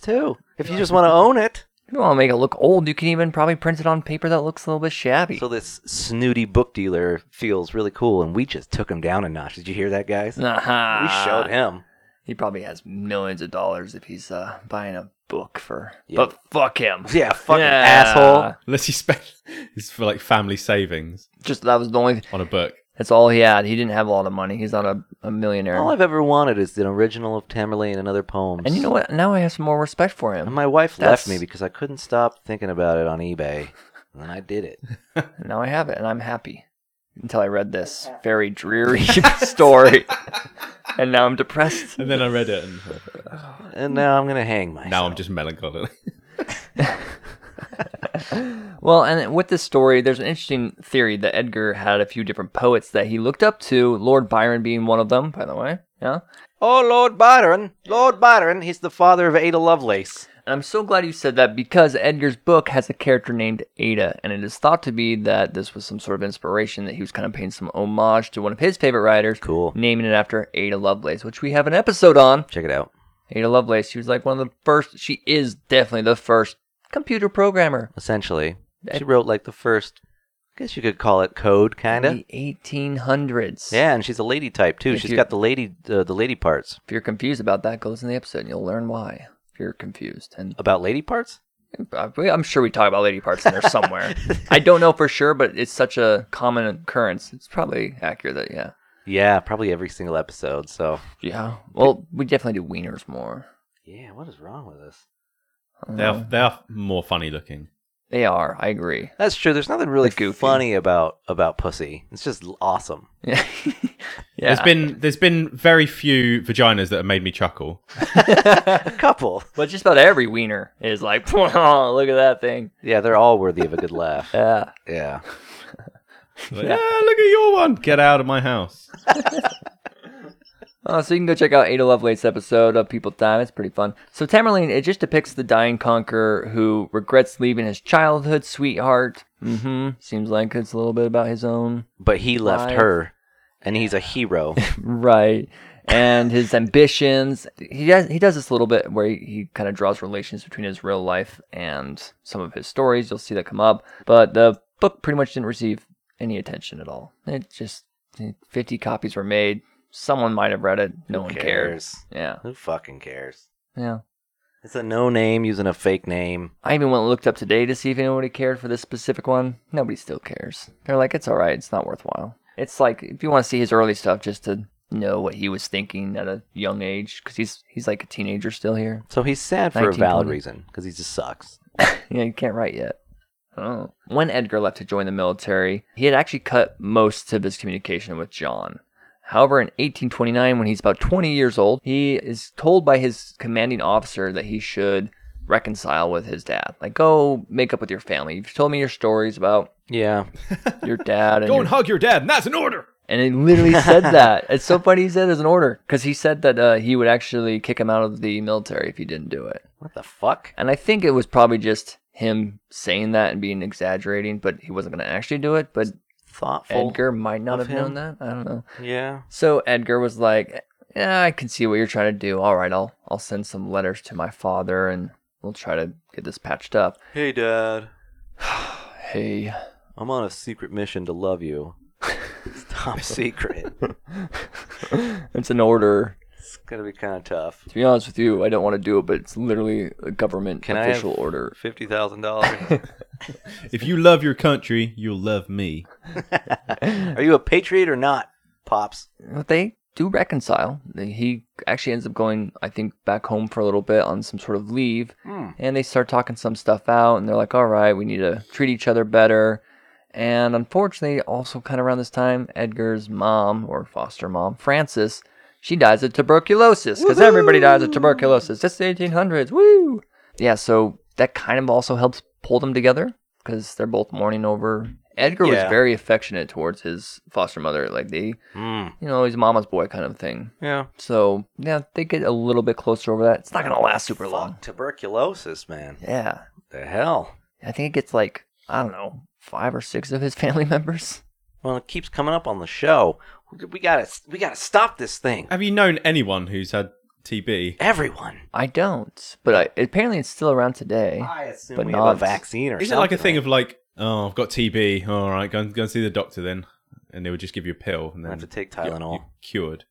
Speaker 3: too. If you just want to own it.
Speaker 2: If you want to make it look old, you can even probably print it on paper that looks a little bit shabby.
Speaker 3: So this snooty book dealer feels really cool, and we just took him down a notch. Did you hear that, guys?
Speaker 2: Nah.
Speaker 3: We showed him.
Speaker 2: He probably has millions of dollars if he's uh, buying a book for.
Speaker 3: Yeah.
Speaker 2: But fuck him.
Speaker 3: Yeah, fucking
Speaker 2: Yeah.
Speaker 3: asshole.
Speaker 1: Unless you spend it's for like family savings
Speaker 2: Just that was the only.
Speaker 1: on a book.
Speaker 2: That's all he had. He didn't have a lot of money. He's not a, a millionaire.
Speaker 3: All I've ever wanted is an original of Tamerlane and other poems.
Speaker 2: and you know what? Now I have some more respect for him.
Speaker 3: And my wife
Speaker 2: That's-
Speaker 3: left me because I couldn't stop thinking about it on eBay, and then I did it.
Speaker 2: And now I have it, and I'm happy. Until I read this very dreary story, and now I'm depressed.
Speaker 1: And then I read it, and
Speaker 3: And now I'm gonna hang myself.
Speaker 1: now I'm just melancholy.
Speaker 2: Well, and with this story, there's an interesting theory that Edgar had a few different poets that he looked up to, Lord Byron being one of them, by the way. Yeah.
Speaker 3: Oh, Lord Byron, Lord Byron, he's the father of Ada Lovelace.
Speaker 2: And I'm so glad you said that because Edgar's book has a character named Ada, and it is thought to be that this was some sort of inspiration that he was kind of paying some homage to one of his favorite writers,
Speaker 3: Cool.
Speaker 2: naming it after Ada Lovelace, which we have an episode on.
Speaker 3: Check it out.
Speaker 2: Ada Lovelace. She was like one of the first. She is definitely the first computer programmer.
Speaker 3: Essentially, she
Speaker 2: That-
Speaker 3: wrote like the first. I guess you could call it code, kind of.
Speaker 2: The 1800s.
Speaker 3: Yeah, and she's a lady type too.
Speaker 2: If
Speaker 3: She's
Speaker 2: you-
Speaker 3: got the lady, uh, the lady parts
Speaker 2: If you're confused about that, go listen to the episode and you'll learn why. If you're confused, and
Speaker 3: about lady parts.
Speaker 2: I- I'm sure we talk about lady parts in there somewhere. I don't know for sure, but it's such a common occurrence. It's probably accurate. That, yeah.
Speaker 3: Yeah, probably every single episode. So
Speaker 2: Yeah. Well, we definitely do wieners more.
Speaker 3: yeah, what is wrong with us?
Speaker 2: I don't
Speaker 1: They are
Speaker 2: know.
Speaker 1: they are more funny looking.
Speaker 2: They are. I agree.
Speaker 3: That's true. There's nothing really
Speaker 2: It's goofy.
Speaker 3: funny about about pussy. It's just l- awesome.
Speaker 2: Yeah.
Speaker 1: There's been there's been very few vaginas that have made me chuckle.
Speaker 3: A couple.
Speaker 2: But just about every wiener is like, look at that thing.
Speaker 3: Yeah, they're all worthy of a good laugh.
Speaker 2: Yeah.
Speaker 3: Yeah.
Speaker 1: Like, yeah, look at your one. Get out of my house.
Speaker 2: Uh, so you can go check out Ada Lovelace's episode of People Time. It's pretty fun. So Tamerlane, it just depicts the dying conqueror who regrets leaving his childhood sweetheart. Mm-hmm. Seems like it's a little bit about his own.
Speaker 3: But he left
Speaker 2: Life.
Speaker 3: her, and he's a hero.
Speaker 2: Right. And his ambitions. He does he does this a little bit where he, he kind of draws relations between his real life and some of his stories. You'll see that come up. But the book pretty much didn't receive any attention at all. It just fifty copies were made. Someone might have read it. No
Speaker 3: Who
Speaker 2: one cared.
Speaker 3: cares?
Speaker 2: Yeah.
Speaker 3: Who fucking cares?
Speaker 2: Yeah.
Speaker 3: It's a no name using a fake name.
Speaker 2: I even went and looked up today to see if anybody cared for this specific one. Nobody still cares. They're like, it's all right, it's not worthwhile. It's like if you want to see his early stuff, just to know what he was thinking at a young age, because he's he's like a teenager still here.
Speaker 3: So he's sad for a valid
Speaker 2: 1920.
Speaker 3: reason because he just sucks.
Speaker 2: yeah, you can't write yet. Oh. When Edgar left to join the military, he had actually cut most of his communication with John. However, in 1829, when he's about 20 years old, he is told by his commanding officer that he should reconcile with his dad. Like, go make up with your family. You've told me your stories about
Speaker 3: Yeah.
Speaker 2: your dad and
Speaker 1: Go
Speaker 2: your
Speaker 1: and hug your dad, and that's an order.
Speaker 2: and he literally said that. It's so funny he said it as an order because he said that uh, he would actually kick him out of the military if he didn't do it.
Speaker 3: What the fuck?
Speaker 2: And I think it was probably just him saying that and being exaggerating, but he wasn't going to actually do it. But
Speaker 3: Thoughtful.
Speaker 2: Edgar might not
Speaker 3: of
Speaker 2: have known
Speaker 3: him.
Speaker 2: that. I don't know.
Speaker 3: Yeah.
Speaker 2: So Edgar was like, "Yeah, I can see what you're trying to do. All right, I'll I'll send some letters to my father and we'll try to get this patched up."
Speaker 3: Hey, Dad.
Speaker 2: Hey,
Speaker 3: I'm on a secret mission to love you. it's not a secret.
Speaker 2: it's an order.
Speaker 3: It's gonna be kind of tough.
Speaker 2: To be honest with you, I don't want to do it, but it's literally a government
Speaker 3: Can I have-
Speaker 2: official order.
Speaker 3: Fifty thousand dollars.
Speaker 1: If you love your country, you'll love me.
Speaker 3: Are you a patriot or not, pops?
Speaker 2: But they do reconcile. He actually ends up going, I think, back home for a little bit on some sort of leave,
Speaker 3: Hmm.
Speaker 2: and they start talking some stuff out, and they're like, "All right, we need to treat each other better." And unfortunately, also kind of around this time, Edgar's mom or foster mom, Frances, she dies of tuberculosis because everybody dies of tuberculosis. It's the 1800s. Woo! Yeah, so that kind of also helps pull them together because they're both mourning over. Edgar
Speaker 3: Yeah.
Speaker 2: was very affectionate towards his foster mother. Like they
Speaker 3: Hmm.
Speaker 2: you know, he's mama's boy kind of thing.
Speaker 3: Yeah.
Speaker 2: So yeah, they get a little bit closer over that. It's not gonna last super
Speaker 3: Fuck,
Speaker 2: long.
Speaker 3: Tuberculosis, man.
Speaker 2: Yeah,
Speaker 3: The hell.
Speaker 2: I think it gets like I don't know five or six of his family members.
Speaker 3: Well, it keeps coming up on the show. We gotta, we gotta stop this thing.
Speaker 1: Have you known anyone who's had TB?
Speaker 3: Everyone.
Speaker 2: I don't, but I, apparently it's still around today.
Speaker 3: I assume
Speaker 2: But
Speaker 3: we
Speaker 2: not-
Speaker 3: have a vaccine or
Speaker 1: Is it
Speaker 3: something.
Speaker 1: like a thing of like, oh, I've got TB. All right, go and, go and see the doctor then, and they would just give you a pill and
Speaker 3: I
Speaker 1: then
Speaker 3: have to take
Speaker 1: you're-
Speaker 3: Tylenol.
Speaker 1: you're cured.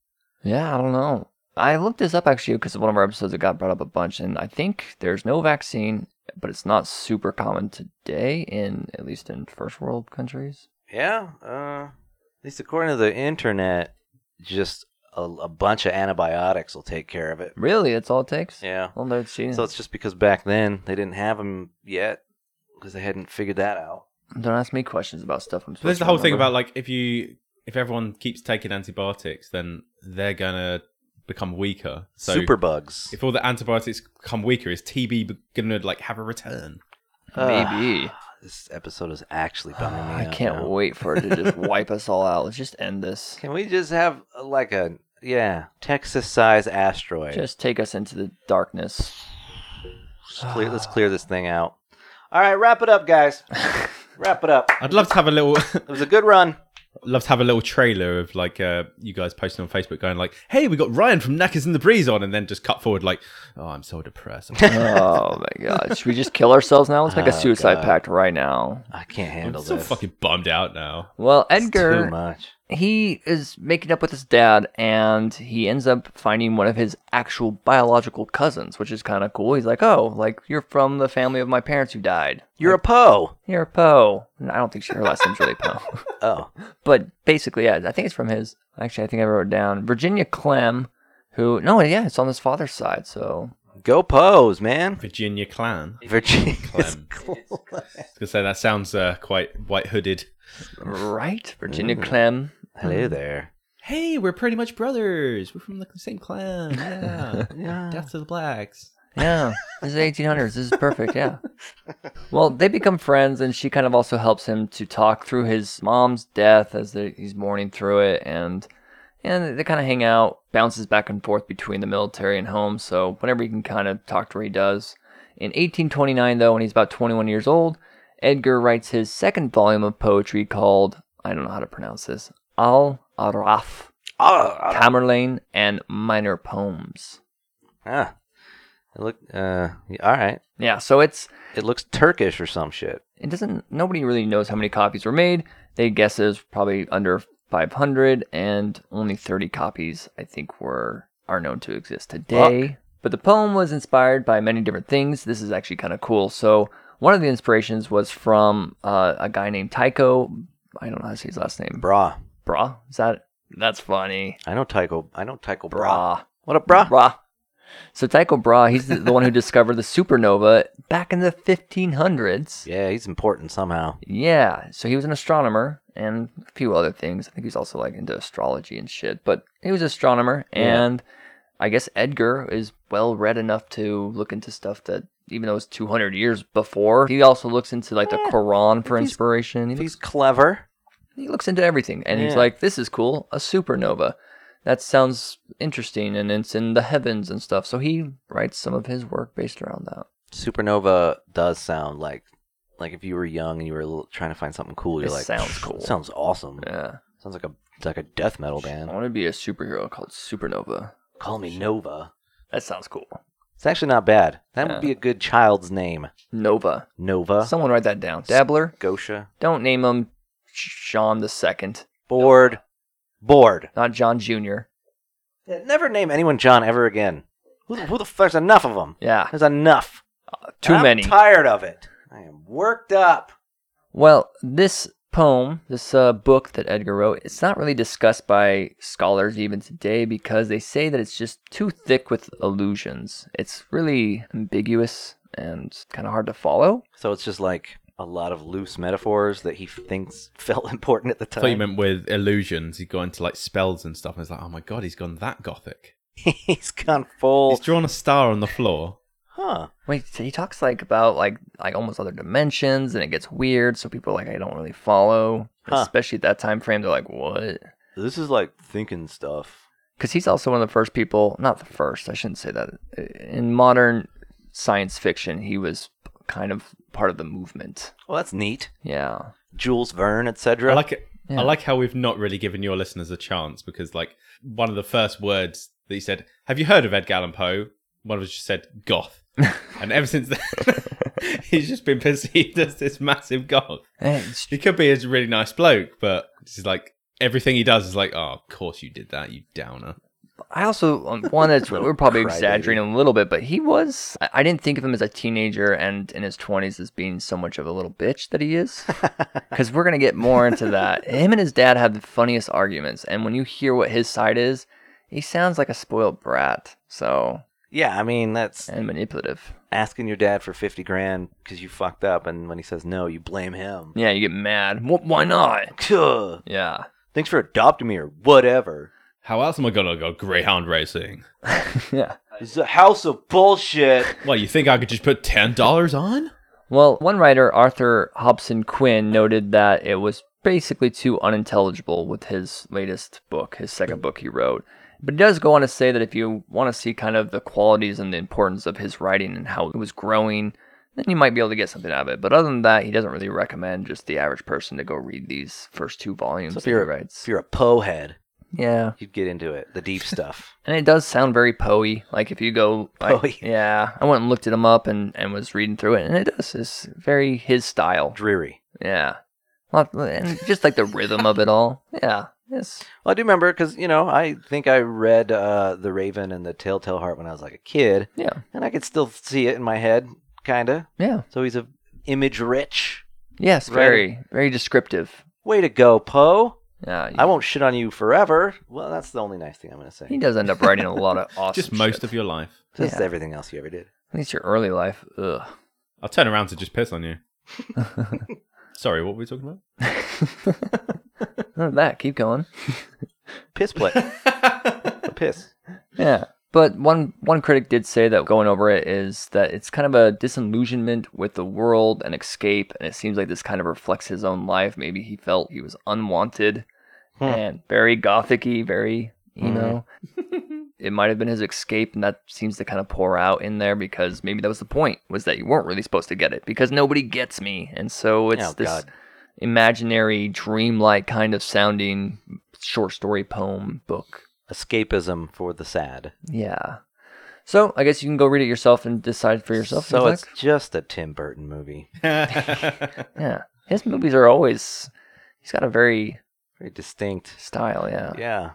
Speaker 2: Yeah, I don't know. I looked this up actually because one of our episodes it got brought up a bunch, and I think there's no vaccine, but it's not super common today in at least in first world countries.
Speaker 3: Yeah. Uh, at least according to the internet, just a, a bunch of antibiotics will take care of it.
Speaker 2: Really, that's all it takes.
Speaker 3: Yeah.
Speaker 2: Well, no, it's,
Speaker 3: So it's just because back then they didn't have them yet because they hadn't figured that out.
Speaker 2: don't ask me questions about stuff. I'm
Speaker 1: But there's
Speaker 2: supposed
Speaker 1: the
Speaker 2: to
Speaker 1: whole thing
Speaker 2: remember.
Speaker 1: about like if you if everyone keeps taking antibiotics, then they're gonna become weaker. So
Speaker 3: Super bugs.
Speaker 1: if all the antibiotics become weaker, is TB be- gonna like have a return?
Speaker 2: maybe.
Speaker 3: this episode is actually bumming me
Speaker 2: Ah, I
Speaker 3: out
Speaker 2: can't
Speaker 3: now.
Speaker 2: wait for it to just wipe us all out. Let's just end this.
Speaker 3: Can we just have uh, like a yeah Texas size asteroid?
Speaker 2: Just take us into the darkness.
Speaker 3: Let's clear, let's clear this thing out. All right, wrap it up, guys. wrap it up.
Speaker 1: I'd love to have a little
Speaker 3: It was a good run.
Speaker 1: love to have a little trailer of like uh, you guys posting on Facebook going like, "Hey, we got Ryan from Knackers in the Breeze on," and then just cut forward like, "Oh, I'm so depressed." I'm
Speaker 2: oh my god. Should we just kill ourselves now? Let's make
Speaker 3: Oh,
Speaker 2: a suicide
Speaker 3: God.
Speaker 2: pact right now.
Speaker 3: I can't
Speaker 1: I'm
Speaker 3: handle
Speaker 1: so
Speaker 3: this.
Speaker 1: fucking bummed out now.
Speaker 2: Well,
Speaker 3: It's too
Speaker 2: Edgar,
Speaker 3: much.
Speaker 2: he is making up with his dad, and he ends up finding one of his actual biological cousins, which is kind of cool. He's like, "Oh, like you're from the family of my parents who died.
Speaker 3: You're a Poe.
Speaker 2: You're Poe." And I don't think she, her last name's really Poe.
Speaker 3: Oh,
Speaker 2: but basically, yeah, I think it's from his. Actually, I think I wrote it down Virginia Clem, who no, yeah, it's on his father's side. So
Speaker 3: Go pose, man.
Speaker 1: Virginia Clan. I
Speaker 3: Virginia
Speaker 1: Clem. was gonna say that sounds uh, quite white hooded.
Speaker 2: Right, Virginia
Speaker 3: Ooh.
Speaker 2: Clem.
Speaker 3: Hello there.
Speaker 1: Hey, we're pretty much brothers. We're from the same clan. Yeah.
Speaker 3: Yeah.
Speaker 1: Death to the blacks.
Speaker 2: Yeah, this is 1800s. This is perfect. Yeah. Well, they become friends, and she kind of also helps him to talk through his mom's death as they- he's mourning through it, and and they kind of hang out, bounces back and forth between the military and home. So whenever he can kind of talk to her, he does. In 1829, though, when he's about 21 years old, Edgar writes his second volume of poetry called I don't know how to pronounce this Al Araf,
Speaker 3: Ah,
Speaker 2: Tamerlane, and Minor Poems.
Speaker 3: ah. It look. Uh, yeah, all right.
Speaker 2: Yeah, so it's
Speaker 3: It looks Turkish or some shit.
Speaker 2: it doesn't nobody really knows how many copies were made they guess it was probably under 500 and only 30 copies i think were are known to exist today but the poem was inspired by many different things this is actually kind of cool so one of the inspirations was from uh, a guy named tycho i don't know how to say his last name
Speaker 3: Bra.
Speaker 2: bra is that that's funny
Speaker 3: I know Tycho. I know Tycho Bra.
Speaker 2: bra
Speaker 3: What up, bra?
Speaker 2: bra so tycho bra he's the, the one who discovered the supernova back in the 1500s
Speaker 3: Yeah, he's important somehow.
Speaker 2: yeah, so he was an astronomer and a few other things. I think he was also like into astrology and shit, but he was an astronomer
Speaker 3: Yeah.
Speaker 2: and I guess Edgar is well read enough to look into stuff that even though it's 200 years before, he also looks into like the
Speaker 3: Yeah,
Speaker 2: Quran for
Speaker 3: Eh, if he's-
Speaker 2: inspiration. He
Speaker 3: If
Speaker 2: looks,
Speaker 3: he's clever.
Speaker 2: he looks into everything and he's
Speaker 3: Yeah.
Speaker 2: like, this is cool, a supernova. That sounds interesting and it's in the heavens and stuff. So he writes some of his work based around that.
Speaker 3: Supernova does sound like like if you were young and you were a little- trying to find something cool, you're
Speaker 2: It
Speaker 3: like,
Speaker 2: sounds
Speaker 3: "Pfft,
Speaker 2: cool."
Speaker 3: Sounds awesome.
Speaker 2: Yeah.
Speaker 3: Sounds like a like a death metal
Speaker 2: I
Speaker 3: band.
Speaker 2: want to be a superhero called Supernova.
Speaker 3: Call me Nova.
Speaker 2: That sounds cool.
Speaker 3: It's actually not bad. That
Speaker 2: Yeah.
Speaker 3: would be a good child's name.
Speaker 2: Nova.
Speaker 3: Nova.
Speaker 2: Someone write that down. Dabbler.
Speaker 3: Gosha.
Speaker 2: Don't name him Sean the Second,
Speaker 3: Bored. Bored.
Speaker 2: not John Junior.
Speaker 3: Yeah, Never name anyone John ever again. Who the, who the fuck's enough of them?
Speaker 2: Yeah,
Speaker 3: There's enough.
Speaker 2: too
Speaker 3: I'm
Speaker 2: many.
Speaker 3: Tired of it. I am worked up.
Speaker 2: well, this poem, this uh, book that Edgar wrote, it's not really discussed by scholars even today because they say that it's just too thick with allusions. It's really ambiguous and kind of hard to follow.
Speaker 3: So it's just like a lot of loose metaphors that he thinks felt important at the
Speaker 1: I
Speaker 3: time.
Speaker 1: thought you meant with illusions. He'd gone into like spells and stuff. And it's like, oh my god, he's gone that gothic.
Speaker 3: He's gone full.
Speaker 1: He's drawn a star on the floor.
Speaker 3: huh.
Speaker 2: Wait, so he talks like about like like almost other dimensions, and it gets weird. So people are like, I don't really follow,
Speaker 3: Huh.
Speaker 2: especially at that time frame. They're like, what?
Speaker 3: This is like thinking stuff.
Speaker 2: because he's also one of the first people not the first i shouldn't say that in modern science fiction he was kind of part of the movement
Speaker 3: Well, that's neat.
Speaker 2: yeah
Speaker 3: Jules Verne,
Speaker 1: I
Speaker 3: etc.
Speaker 1: like it.
Speaker 2: Yeah.
Speaker 1: I like how we've not really given your listeners a chance because, like, one of the first words that he said, "Have you heard of Edgar Allan Poe?" One of us just said "goth," and ever since then, he's just been perceived as this massive goth.
Speaker 2: Eh, it's-
Speaker 1: He could be a really nice bloke, but he's like everything he does is like, "Oh, of course you did that, you downer."
Speaker 2: i also um, one that's we're probably
Speaker 3: Crybaby.
Speaker 2: exaggerating a little bit but he was I, I didn't think of him as a teenager and in his 20s as being so much of a little bitch that he is because we're gonna get more into that him and his dad have the funniest arguments and when you hear what his side is he sounds like a spoiled brat so
Speaker 3: yeah, I mean that's
Speaker 2: and manipulative
Speaker 3: asking your dad for fifty grand because you fucked up, and when he says no, you blame him.
Speaker 2: yeah you get mad Wh- why not
Speaker 3: Cuh.
Speaker 2: Yeah.
Speaker 3: Thanks for adopting me or whatever.
Speaker 1: How else am I gonna go greyhound racing?
Speaker 2: yeah.
Speaker 3: This is a house of bullshit.
Speaker 1: Well, you think I could just put ten dollars on?
Speaker 2: Well, one writer, Arthur Hobson Quinn, noted that it was basically too unintelligible with his latest book, his second book he wrote. But he does go on to say that if you want to see kind of the qualities and the importance of his writing and how it was growing, then you might be able to get something out of it. But other than that, he doesn't really recommend just the average person to go read these first two volumes
Speaker 3: So if
Speaker 2: that he
Speaker 3: you're,
Speaker 2: writes.
Speaker 3: if you're a Poe head,
Speaker 2: Yeah.
Speaker 3: you'd get into it. The deep stuff.
Speaker 2: And it does sound very Poe. Like if you go, like,
Speaker 3: Poe-y.
Speaker 2: yeah, I went and looked it him up and, and was reading through it, and it does. It's very his style.
Speaker 3: Dreary.
Speaker 2: Yeah, Lot- and just like the rhythm of it all. Yeah, yes,
Speaker 3: Well, I do remember because, you know, I think I read uh, The Raven and The Telltale Heart when I was like a kid,
Speaker 2: yeah,
Speaker 3: and I could still see it in my head, kind of.
Speaker 2: yeah,
Speaker 3: So he's a image rich.
Speaker 2: yes.
Speaker 3: Right.
Speaker 2: Very, very descriptive.
Speaker 3: Way to go, Poe.
Speaker 2: Yeah,
Speaker 3: I won't shit on you forever. Well, that's the only nice thing I'm going to say.
Speaker 2: he does end up writing a lot of awesome.
Speaker 1: just most
Speaker 2: Oh, shit.
Speaker 1: of your life.
Speaker 3: Just
Speaker 2: yeah.
Speaker 3: everything else you ever did.
Speaker 2: At least your early life. Ugh.
Speaker 1: I'll turn around to just piss on you. Sorry, what were we talking
Speaker 2: None of that. Keep going.
Speaker 3: Piss play.
Speaker 1: about?
Speaker 3: Piss.
Speaker 2: Yeah. But one one critic did say that going over it is that it's kind of a disillusionment with the world and escape, and it seems like this kind of reflects his own life. Maybe he felt he was unwanted
Speaker 3: Hmm.
Speaker 2: and very gothicy, very you
Speaker 3: Mhm.
Speaker 2: know. it might have been his escape, and that seems to kind of pour out in there because maybe that was the point was that you weren't really supposed to get it because nobody gets me, and so it's
Speaker 3: Oh,
Speaker 2: this
Speaker 3: God.
Speaker 2: imaginary, dreamlike kind of sounding short story poem book
Speaker 3: Escapism for the sad.
Speaker 2: yeah. So I guess you can go read it yourself and decide for yourself.
Speaker 3: So
Speaker 2: if you'd
Speaker 3: it's just a Tim Burton movie.
Speaker 2: like. yeah, his movies are always. He's got a very
Speaker 3: Very distinct.
Speaker 2: style. Yeah.
Speaker 3: Yeah.
Speaker 2: Uh,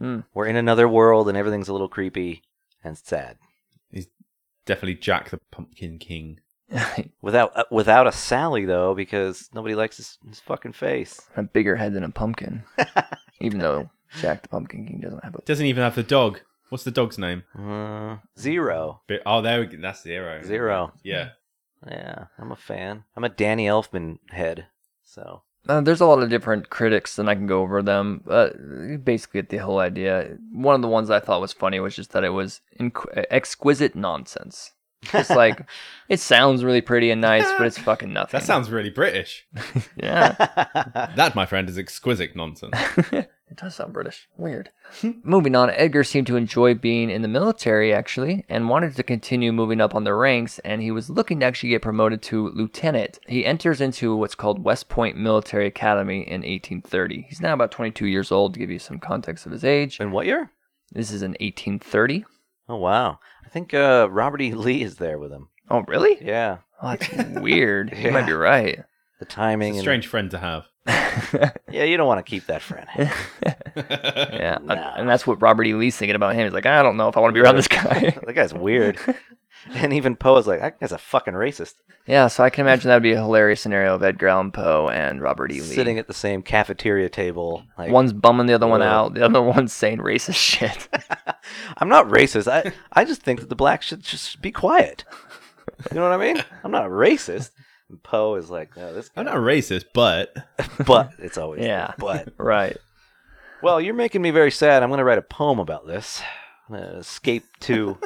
Speaker 2: Hmm.
Speaker 3: We're in another world and everything's a little creepy and sad.
Speaker 1: Definitely Jack the Pumpkin King.
Speaker 3: Without uh, without a Sally though, because nobody likes his, his fucking face.
Speaker 2: a bigger head than a pumpkin, even though Jack the Pumpkin King doesn't have a.
Speaker 1: Doesn't even have the dog. What's the dog's name?
Speaker 3: Uh, zero.
Speaker 1: Bi- Oh, there we go. That's zero.
Speaker 3: Zero.
Speaker 1: Yeah.
Speaker 3: Yeah, I'm a fan. I'm a Danny Elfman head. So
Speaker 2: Uh, there's a lot of different critics, and I can go over them. But you basically, get the whole idea. One of the ones I thought was funny was just that it was inqu- e-, exquisite nonsense. It's like it sounds really pretty and nice, but it's fucking nothing.
Speaker 1: That sounds really British.
Speaker 2: yeah.
Speaker 1: That, my friend, is exquisite nonsense.
Speaker 2: It does sound British. Weird. Moving on, Edgar seemed to enjoy being in the military, actually, and wanted to continue moving up on the ranks, and he was looking to actually get promoted to lieutenant. He enters into what's called West Point Military Academy in 1830. He's now about 22 years old, to give you some context of his age.
Speaker 3: In what year?
Speaker 2: This is in 1830.
Speaker 3: Oh wow. I think uh, Robert E. Lee is there with him.
Speaker 2: Oh, really?
Speaker 3: Yeah.
Speaker 2: Oh, that's weird. You
Speaker 3: Yeah.
Speaker 2: might be right.
Speaker 3: The timing
Speaker 1: It's a
Speaker 3: and
Speaker 1: strange friend to have.
Speaker 3: Yeah, you don't want to keep that friend.
Speaker 2: yeah.
Speaker 3: No.
Speaker 2: And that's what Robert E. Lee's thinking about him. He's like, I don't know if I want to be around this guy.
Speaker 3: that guy's weird. and even Poe is like, that guy's a fucking racist.
Speaker 2: Yeah, so I can imagine that'd be a hilarious scenario of Edgar Allan Poe and Robert E. Lee
Speaker 3: Sitting at the same cafeteria table. Like,
Speaker 2: one's bumming the other one
Speaker 3: Whoa.
Speaker 2: out, the other one's saying racist shit.
Speaker 3: I'm not racist. I, I just think that the blacks should just be quiet. You know what I mean? I'm not racist. And Poe is like, no, this guy.
Speaker 1: I'm not racist, but
Speaker 3: but it's always
Speaker 2: Yeah.
Speaker 3: yeah. But
Speaker 2: right.
Speaker 3: well, you're making me very sad. I'm going to write a poem about this. I'm gonna escape to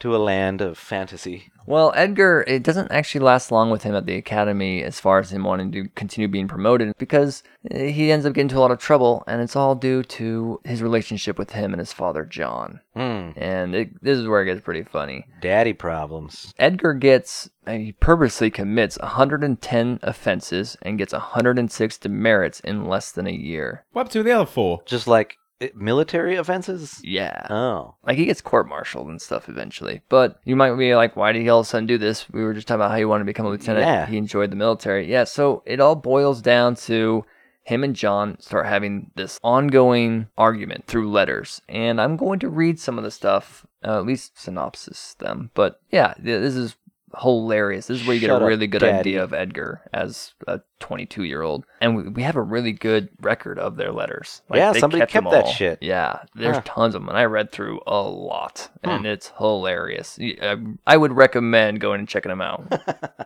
Speaker 3: to a land of fantasy.
Speaker 2: Well, Edgar, it doesn't actually last long with him at the academy as far as him wanting to continue being promoted because eh, he ends up getting into a lot of trouble, and it's all due to his relationship with him and his father, John.
Speaker 3: Hmm.
Speaker 2: And it, this is where it gets pretty funny.
Speaker 3: Daddy problems.
Speaker 2: Edgar gets, eh, he purposely commits 110 offenses and gets 106 demerits in less than a year.
Speaker 1: what happened to the other four?
Speaker 3: Just like eh, military offenses.
Speaker 2: Yeah.
Speaker 3: Oh.
Speaker 2: Like he gets court martialed and stuff eventually. But you might be like, why did he all of a sudden do this? We were just talking about how he wanted to become a lieutenant.
Speaker 3: Yeah.
Speaker 2: He enjoyed the military. Yeah. So it all boils down to him and John start having this ongoing argument through letters. And I'm going to read some of the stuff, uh, at least synopsis them. But yeah, th- this is hilarious. This is where you get
Speaker 3: Shut
Speaker 2: a
Speaker 3: up,
Speaker 2: really good
Speaker 3: Daddy.
Speaker 2: idea of Edgar as a 22 year old. And we, we have a really good record of their letters.
Speaker 3: Yeah,
Speaker 2: they
Speaker 3: somebody
Speaker 2: them
Speaker 3: kept that
Speaker 2: all.
Speaker 3: shit.
Speaker 2: Yeah, there's
Speaker 3: Huh.
Speaker 2: tons of them, and I read through a lot, and it's hilarious. Y- uh, I, I would recommend going and checking them out.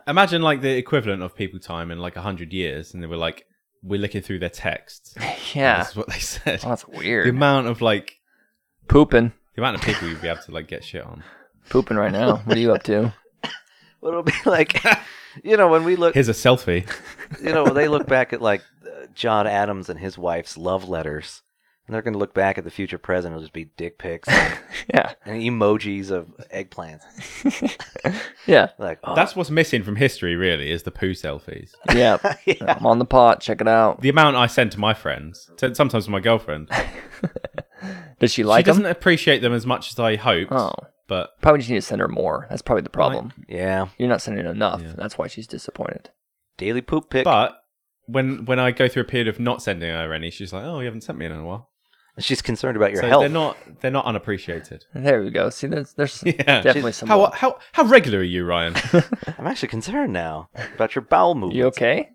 Speaker 1: Imagine like the equivalent of people time in like hundred years, and they were like, we're looking through their texts. And
Speaker 2: yeah,
Speaker 1: this is what they said.
Speaker 2: Oh, that's
Speaker 1: The
Speaker 2: weird.
Speaker 1: amount of like
Speaker 2: Pooping,
Speaker 1: the amount of people you'd be able to like get shit on.
Speaker 2: pooping right now. What are you up to?
Speaker 3: Well, it'll be like, you know, when we look,
Speaker 1: Here's a selfie.
Speaker 3: you know, they look back at like uh, John Adams and his wife's love letters, and they're going to look back at the future present. It'll just be dick pics and
Speaker 2: Yeah,
Speaker 3: emojis of eggplants.
Speaker 2: yeah,
Speaker 3: Like, oh,
Speaker 1: That's what's missing from history, really, is the poo selfies.
Speaker 2: yeah.
Speaker 3: yeah.
Speaker 2: I'm on the pot. Check it out.
Speaker 1: The amount I send to my friends, to, sometimes my girlfriend,
Speaker 2: Does she
Speaker 1: she
Speaker 2: like
Speaker 1: doesn't
Speaker 2: them?
Speaker 1: appreciate them as much as I hoped.
Speaker 2: Oh,
Speaker 1: But
Speaker 2: probably just need to send her more. That's probably the problem.
Speaker 3: yeah,
Speaker 2: You're not sending enough.
Speaker 1: Yeah.
Speaker 2: That's why she's disappointed.
Speaker 3: daily poop pic.
Speaker 1: but when when I go through a period of not sending her any, she's like, "Oh, you haven't sent me in a while."
Speaker 3: She's concerned about your
Speaker 1: so they're
Speaker 3: health.
Speaker 1: not they're not unappreciated.
Speaker 2: There we go. See, there's there's
Speaker 1: Yeah.
Speaker 2: definitely some.
Speaker 1: How how how regular are you, Ryan?
Speaker 3: I'm actually concerned now about your bowel movement.
Speaker 2: You okay?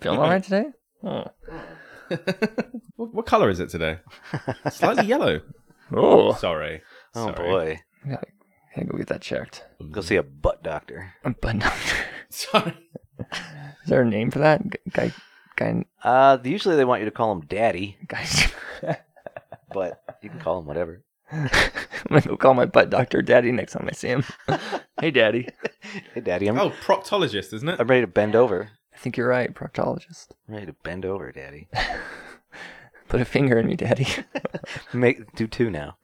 Speaker 2: Feeling all right today? Oh.
Speaker 1: what, what color is it today? Slightly yellow.
Speaker 2: Oh,
Speaker 1: Sorry.
Speaker 3: Oh
Speaker 1: Sorry.
Speaker 3: boy,
Speaker 2: I gotta go get that checked.
Speaker 3: go see a butt doctor.
Speaker 2: But no,
Speaker 1: Sorry.
Speaker 2: is there a name for that? G- Guy, guy,
Speaker 3: Uh, usually they want you to call him daddy,
Speaker 2: guys.
Speaker 3: but you can call him whatever.
Speaker 2: I'm gonna go call my butt doctor, Daddy, next time I see him. hey, Daddy.
Speaker 3: Hey, daddy, I'm
Speaker 1: Oh, proctologist, isn't it?
Speaker 3: I'm ready to bend over.
Speaker 2: I think you're right, proctologist.
Speaker 3: I'm ready to bend over, daddy.
Speaker 2: Put a finger in me, Daddy.
Speaker 3: Make do two now.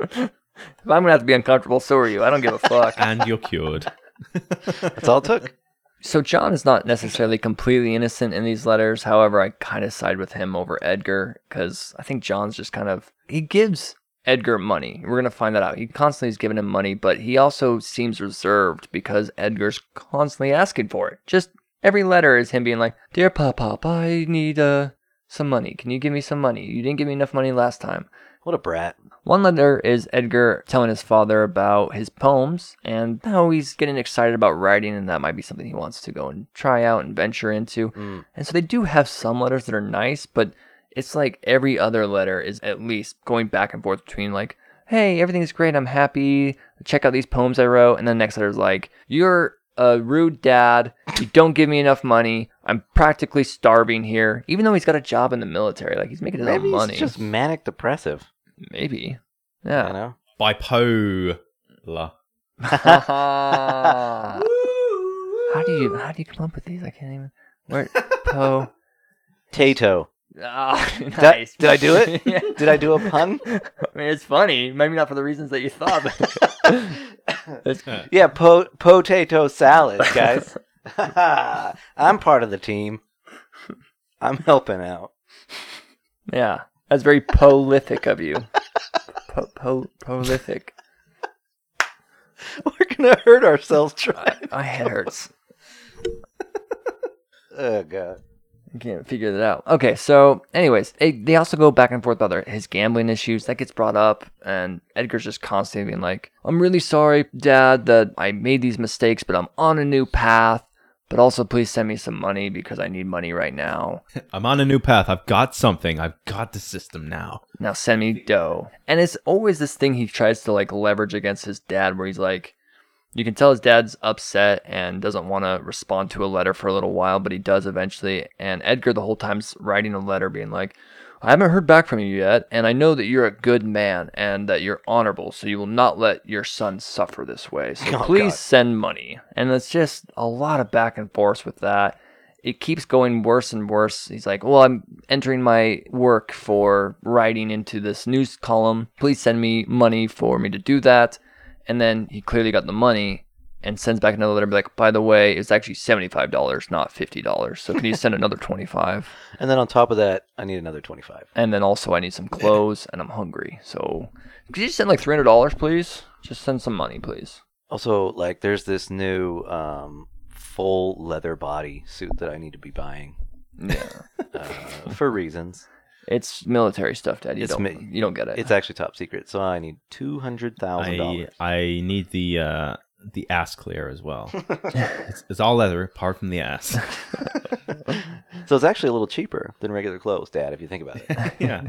Speaker 2: If I'm gonna have to be uncomfortable, so are you. I don't give a fuck.
Speaker 1: And you're cured.
Speaker 3: That's all it took.
Speaker 2: so John is not necessarily completely innocent in these letters. However, I kind of side with him over Edgar because I think John's just kind of he gives Edgar money. We're gonna find that out. He constantly is giving him money, but he also seems reserved because Edgar's constantly asking for it. Just every letter is him being like, "Dear Pop Pop, I need uh some money. Can you give me some money? You didn't give me enough money last time."
Speaker 3: What a brat.
Speaker 2: One letter is Edgar telling his father about his poems and how he's getting excited about writing, and that might be something he wants to go and try out and venture into.
Speaker 3: Mm.
Speaker 2: And so they do have some letters that are nice, but it's like every other letter is at least going back and forth between, like, hey, everything's great, I'm happy, check out these poems I wrote. And the next letter is like, you're a rude dad, you don't give me enough money, I'm practically starving here, even though he's got a job in the military, like he's making his
Speaker 3: Maybe
Speaker 2: own money.
Speaker 3: he's just manic depressive.
Speaker 2: Maybe.
Speaker 3: You know.
Speaker 1: By Poe. La.
Speaker 2: how do you how do you come up with these? I can't even. Where Poe?
Speaker 3: Tato.
Speaker 2: Ah,
Speaker 3: I-
Speaker 2: nice.
Speaker 3: did I do it?
Speaker 2: Yeah.
Speaker 3: Did I do a pun?
Speaker 2: I mean, it's funny. Maybe not for the reasons that you thought. But it's,
Speaker 3: Yeah, po- potato salad, guys. I'm part of the team. I'm helping out.
Speaker 2: yeah, that's very prolific of you. Po, po, prolific.
Speaker 3: We're gonna hurt ourselves trying.
Speaker 2: My head hurts.
Speaker 3: Oh god.
Speaker 2: I can't figure that out. Okay, so anyways, they, they also go back and forth about their, his gambling issues. That gets brought up, and Edgar's just constantly being like, "I'm really sorry, Dad, that I made these mistakes, but I'm on a new path. But also, please send me some money because I need money right now.
Speaker 1: I'm on a new path. I've got something. I've got the system now.
Speaker 2: Now send me dough." And it's always this thing he tries to like leverage against his dad, where he's like. You can tell his dad's upset and doesn't want to respond to a letter for a little while, but he does eventually. And Edgar, the whole time's writing a letter being like, I haven't heard back from you yet, and I know that you're a good man and that you're honorable, so you will not let your son suffer this way. So
Speaker 3: Oh,
Speaker 2: please
Speaker 3: God.
Speaker 2: send money. And it's just a lot of back and forth with that. It keeps going worse and worse. He's like, Well, I'm entering my work for writing into this news column. Please send me money for me to do that. And then he clearly got the money and sends back another letter, be like, by the way, it's actually $75, not $50. So can you send another 25
Speaker 3: And then on top of that, I need another twenty-five.
Speaker 2: And then also, I need some clothes and I'm hungry. So could you just send like $300, please? Just send some money, please.
Speaker 3: Also, like, there's this new um, full leather body suit that I need to be buying
Speaker 2: Yeah.
Speaker 3: uh, for reasons.
Speaker 2: it's military stuff, Dad. You,
Speaker 3: It's
Speaker 2: don't,
Speaker 3: mi-
Speaker 2: you don't get it.
Speaker 3: It's actually top secret, so I need two hundred thousand
Speaker 1: I,
Speaker 3: dollars.
Speaker 1: I need the uh, the ass clear as well. it's, it's all leather apart from the ass.
Speaker 3: So it's actually a little cheaper than regular clothes, Dad. If you think about it,
Speaker 1: yeah.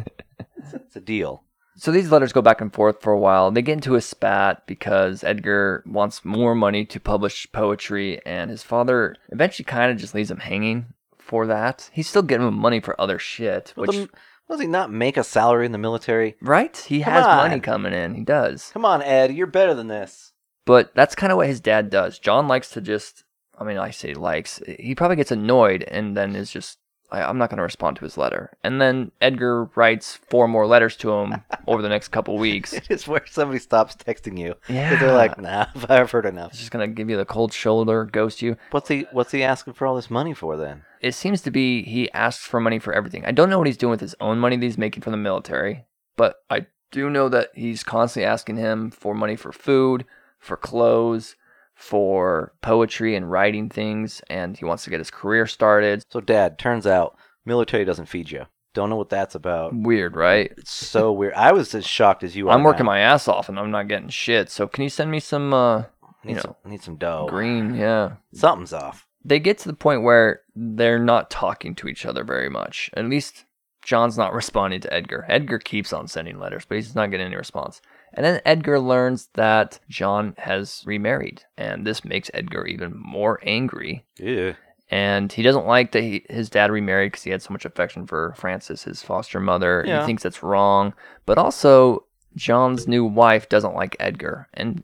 Speaker 3: it's a deal.
Speaker 2: So these letters go back and forth for a while. They get into a spat because Edgar wants more money to publish poetry, and his father eventually kind of just leaves him hanging for that. He's still getting him money for other shit,
Speaker 3: Well,
Speaker 2: which
Speaker 3: the- does he not make a salary in the military?
Speaker 2: right? He
Speaker 3: Come
Speaker 2: has
Speaker 3: on.
Speaker 2: money coming in. He does,
Speaker 3: Come on, Ed, you're better than this.
Speaker 2: but that's kind of what his dad does. John likes to just. I mean, I say likes. He probably gets annoyed and then is just. I, I'm not going to respond to his letter. And then Edgar writes four more letters to him over the next couple weeks.
Speaker 3: It's where somebody stops texting you
Speaker 2: Yeah,
Speaker 3: because they're like, "Nah, I've heard
Speaker 2: It's
Speaker 3: enough."
Speaker 2: just gonna give you the cold shoulder, ghost you.
Speaker 3: What's he What's he asking for all this money for then?
Speaker 2: It seems to be he asks for money for everything. I don't know what he's doing with his own money that he's making from the military, but I do know that he's constantly asking him for money for food, for clothes, for poetry and writing things, and he wants to get his career started.
Speaker 3: So, Dad, turns out military doesn't feed you. Don't know what that's about.
Speaker 2: Weird, right?
Speaker 3: It's so weird. I was as shocked as you are.
Speaker 2: I'm working
Speaker 3: now.
Speaker 2: my ass off and I'm not getting shit. So can you send me some uh
Speaker 3: Need
Speaker 2: you
Speaker 3: some, need some dough.
Speaker 2: green? Yeah.
Speaker 3: Something's off.
Speaker 2: they get to the point where they're not talking to each other very much. At least John's not responding to Edgar. Edgar keeps on sending letters, but he's not getting any response. And then Edgar learns that John has remarried, and this makes Edgar even more angry
Speaker 3: Yeah.
Speaker 2: and he doesn't like that he, his dad remarried because he had so much affection for Frances, his foster mother. and
Speaker 3: Yeah.
Speaker 2: He thinks that's wrong, but also John's new wife doesn't like Edgar, and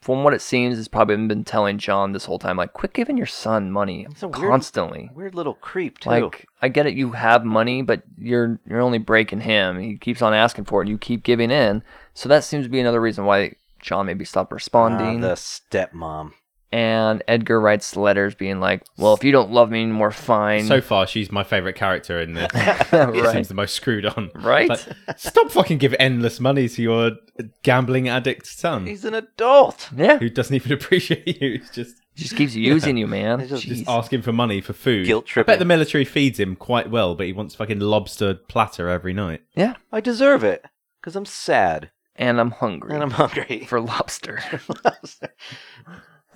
Speaker 2: from what it seems, has probably been telling John this whole time, like, "Quit giving your son money
Speaker 3: It's a weird-
Speaker 2: constantly."
Speaker 3: Weird little creep too.
Speaker 2: Like, I get it, you have money, but you're you're only breaking him. He keeps on asking for it, and you keep giving in. So that seems to be another reason why John maybe stopped
Speaker 3: Ah,
Speaker 2: responding
Speaker 3: the stepmom.
Speaker 2: and Edgar writes letters being like, "Well, if you don't love me anymore, fine."
Speaker 1: So far, she's my favorite character in this. It
Speaker 2: right,
Speaker 1: Seems the most screwed on.
Speaker 2: right.
Speaker 1: Like, stop fucking give endless money to your gambling addict son
Speaker 2: Um,
Speaker 3: He's an adult.
Speaker 2: yeah,
Speaker 1: who doesn't even appreciate you. He's just
Speaker 2: just keeps using you, man.
Speaker 3: It's just-
Speaker 2: Jeez.
Speaker 1: just asking for money for food.
Speaker 3: Guilt
Speaker 1: I
Speaker 3: tripping.
Speaker 1: bet the military feeds him quite well, but he wants fucking lobster platter every night.
Speaker 2: yeah,
Speaker 3: I deserve it because I'm sad
Speaker 2: and I'm hungry
Speaker 3: and I'm hungry.
Speaker 2: for lobster.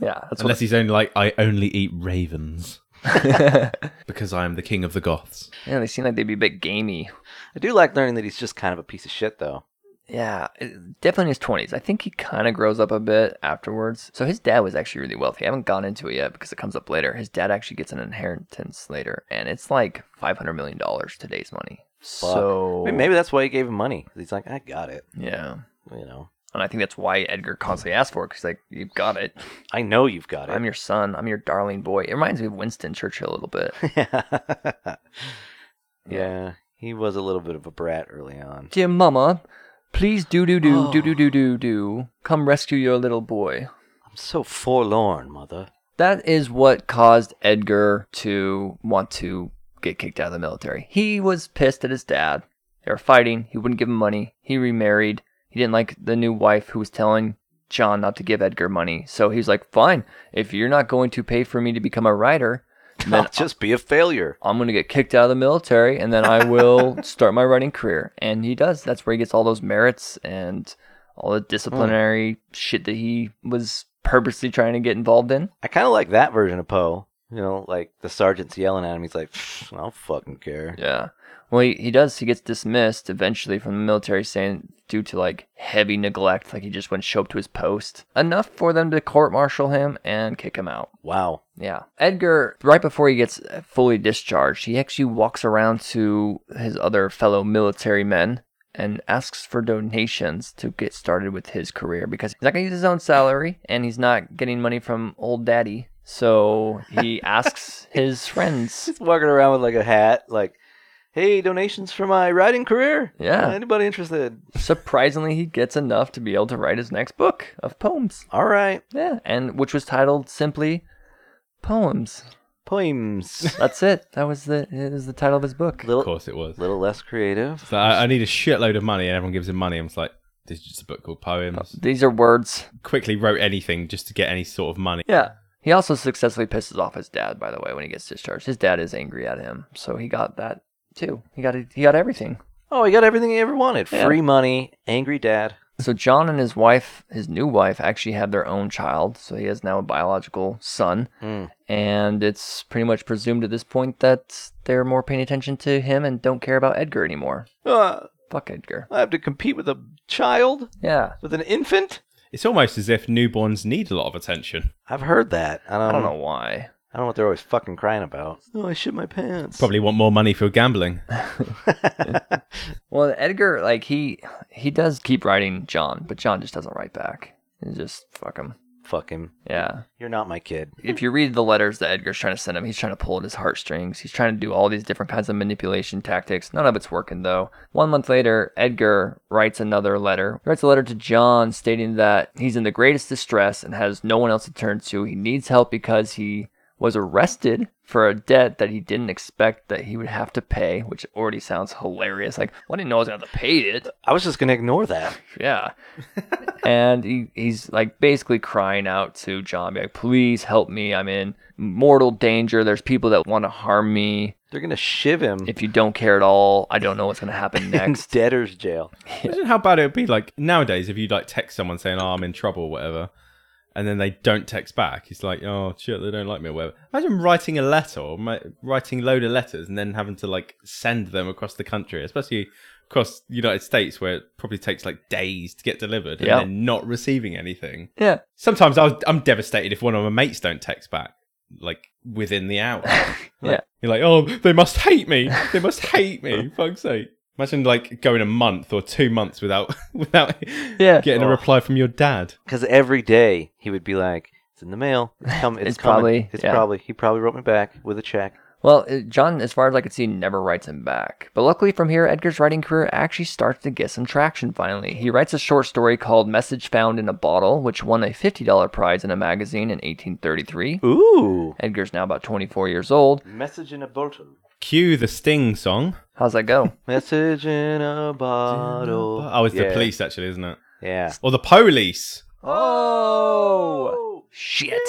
Speaker 2: yeah, that's
Speaker 1: Unless he's only like, I only eat ravens
Speaker 2: what.
Speaker 1: because I am the king of the Goths.
Speaker 2: yeah, they seem like they'd be a bit gamey.
Speaker 3: I do like learning that he's just kind of a piece of shit though.
Speaker 2: Yeah, it- definitely in his twenties. I think he kind of grows up a bit afterwards. So his dad was actually really wealthy. I haven't gone into it yet because it comes up later. His dad actually gets an inheritance later, and it's like five hundred million dollars today's money. So
Speaker 3: I mean, maybe that's why he gave him money. He's like, I got it.
Speaker 2: yeah.
Speaker 3: You know,
Speaker 2: And I think that's why Edgar constantly asks for it because like you've got it.
Speaker 3: I know you've got
Speaker 2: I'm
Speaker 3: it.
Speaker 2: your son. I'm your darling boy. It reminds me of Winston Churchill a little bit.
Speaker 3: yeah. he was a little bit of a brat early on.
Speaker 2: Dear mama, please do do do
Speaker 3: Oh.
Speaker 2: do do do do do come rescue your little boy.
Speaker 3: I'm so forlorn, mother.
Speaker 2: That is what caused Edgar to want to get kicked out of the military. He was pissed at his dad. They were fighting. He wouldn't give him money. He remarried. He didn't like the new wife who was telling John not to give Edgar money. So he was like, fine, if you're not going to pay for me to become a writer, then
Speaker 3: I'll just be a failure.
Speaker 2: I'm going to get kicked out of the military and then I will start my writing career. And he does. That's where he gets all those merits and all the disciplinary shit that he was purposely trying to get involved in.
Speaker 3: I kind of like that version of Poe. You know, like the sergeant's yelling at him. He's like, "Pfft, I don't fucking care.
Speaker 2: Yeah. Well, he, he does. He gets dismissed eventually from the military, saying due to like heavy neglect, like he just wouldn't show up to his post. Enough for them to court martial him and kick him out.
Speaker 3: Wow.
Speaker 2: Yeah. Edgar, right before he gets fully discharged, he actually walks around to his other fellow military men and asks for donations to get started with his career because he's not going to use his own salary and he's not getting money from old daddy. So he asks his friends.
Speaker 3: He's walking around with like a hat, like, hey, donations for my writing career?
Speaker 2: Yeah.
Speaker 3: Anybody interested?
Speaker 2: Surprisingly, he gets enough to be able to write his next book of poems.
Speaker 3: All right.
Speaker 2: Yeah. And which was titled simply Poems.
Speaker 3: Poems.
Speaker 2: That's it. That was the, it was the title of his book.
Speaker 1: Of
Speaker 3: little,
Speaker 1: course it was.
Speaker 3: little less creative.
Speaker 1: So I, I need a shitload of money, and everyone gives him money. I'm just like, this is just a book called Poems.
Speaker 2: These are words
Speaker 1: Quickly wrote anything just to get any sort of money.
Speaker 2: Yeah. He also successfully pisses off his dad, by the way, when he gets discharged. His dad is angry at him, so he got that too. He got he got everything.
Speaker 3: Oh, he got everything he ever wanted.
Speaker 2: Yeah.
Speaker 3: Free money, angry dad.
Speaker 2: So John and his wife, his new wife, actually have their own child. So he has now a biological son,
Speaker 3: Hmm.
Speaker 2: and it's pretty much presumed at this point that they're more paying attention to him and don't care about Edgar anymore.
Speaker 3: Uh,
Speaker 2: Fuck Edgar.
Speaker 3: I have to compete with a child?
Speaker 2: Yeah.
Speaker 3: With an infant?
Speaker 1: It's almost as if newborns need a lot of attention.
Speaker 3: I've heard that. I don't,
Speaker 2: I don't know why.
Speaker 3: I don't know what they're always fucking crying about. Oh, I shit my pants.
Speaker 1: Probably want more money for gambling.
Speaker 2: Well, Edgar, like he he does keep writing John, but John just doesn't write back. He just fuck him.
Speaker 3: Fuck him.
Speaker 2: Yeah.
Speaker 3: You're not my kid.
Speaker 2: if you read the letters that Edgar's trying to send him, he's trying to pull at his heartstrings. He's trying to do all these different kinds of manipulation tactics. None of it's working though. One month later, Edgar writes another letter. He writes a letter to John stating that he's in the greatest distress and has no one else to turn to. He needs help because he was arrested for a debt that he didn't expect that he would have to pay, which already sounds hilarious. Like, well, I didn't know I was gonna have to pay it.
Speaker 3: I was just gonna ignore that.
Speaker 2: Yeah. and he, he's like basically crying out to John, be like, please help me. I'm in mortal danger. There's people that want to harm me.
Speaker 3: They're gonna shiv him
Speaker 2: If you don't care at all, I don't know what's going to happen
Speaker 3: in
Speaker 2: next.
Speaker 3: debtor's jail.
Speaker 1: Imagine how bad it would be. Like nowadays, if you like text someone saying, "Oh, I'm in trouble," or whatever, and then they don't text back. It's like, oh shit, they don't like me or whatever. Imagine writing a letter, or mi- writing a load of letters, and then having to like send them across the country, especially across the United States, where it probably takes like days to get delivered,
Speaker 2: Yeah.
Speaker 1: and then not receiving anything.
Speaker 2: Yeah.
Speaker 1: Sometimes I was, I'm devastated if one of my mates don't text back, like within the hour.
Speaker 2: Yeah.
Speaker 1: You're like, oh, they must hate me. They must hate me. Fuck's sake. Imagine like going a month or two months without without
Speaker 2: Yeah.
Speaker 1: getting a
Speaker 3: Oh.
Speaker 1: reply from your dad.
Speaker 3: Because every day he would be like, "It's in the mail. It's coming. It's,
Speaker 2: It's
Speaker 3: coming.
Speaker 2: probably-
Speaker 3: It's
Speaker 2: yeah.
Speaker 3: probably. He probably wrote me back with a check.
Speaker 2: Well, uh, John, as far as I could see, never writes him back. But luckily from here, Edgar's writing career actually starts to get some traction finally. He writes a short story called Message Found in a Bottle, which won a $50 prize in a magazine in 1833.
Speaker 3: Ooh,
Speaker 2: Edgar's now about 24 years old.
Speaker 3: message in a bottle.
Speaker 1: Cue the Sting song.
Speaker 2: How's that go?
Speaker 3: Message in a bottle.
Speaker 1: Oh, it's
Speaker 3: Yeah,
Speaker 1: the police actually, isn't it?
Speaker 3: Yeah.
Speaker 1: Or the police.
Speaker 2: Oh! Shit.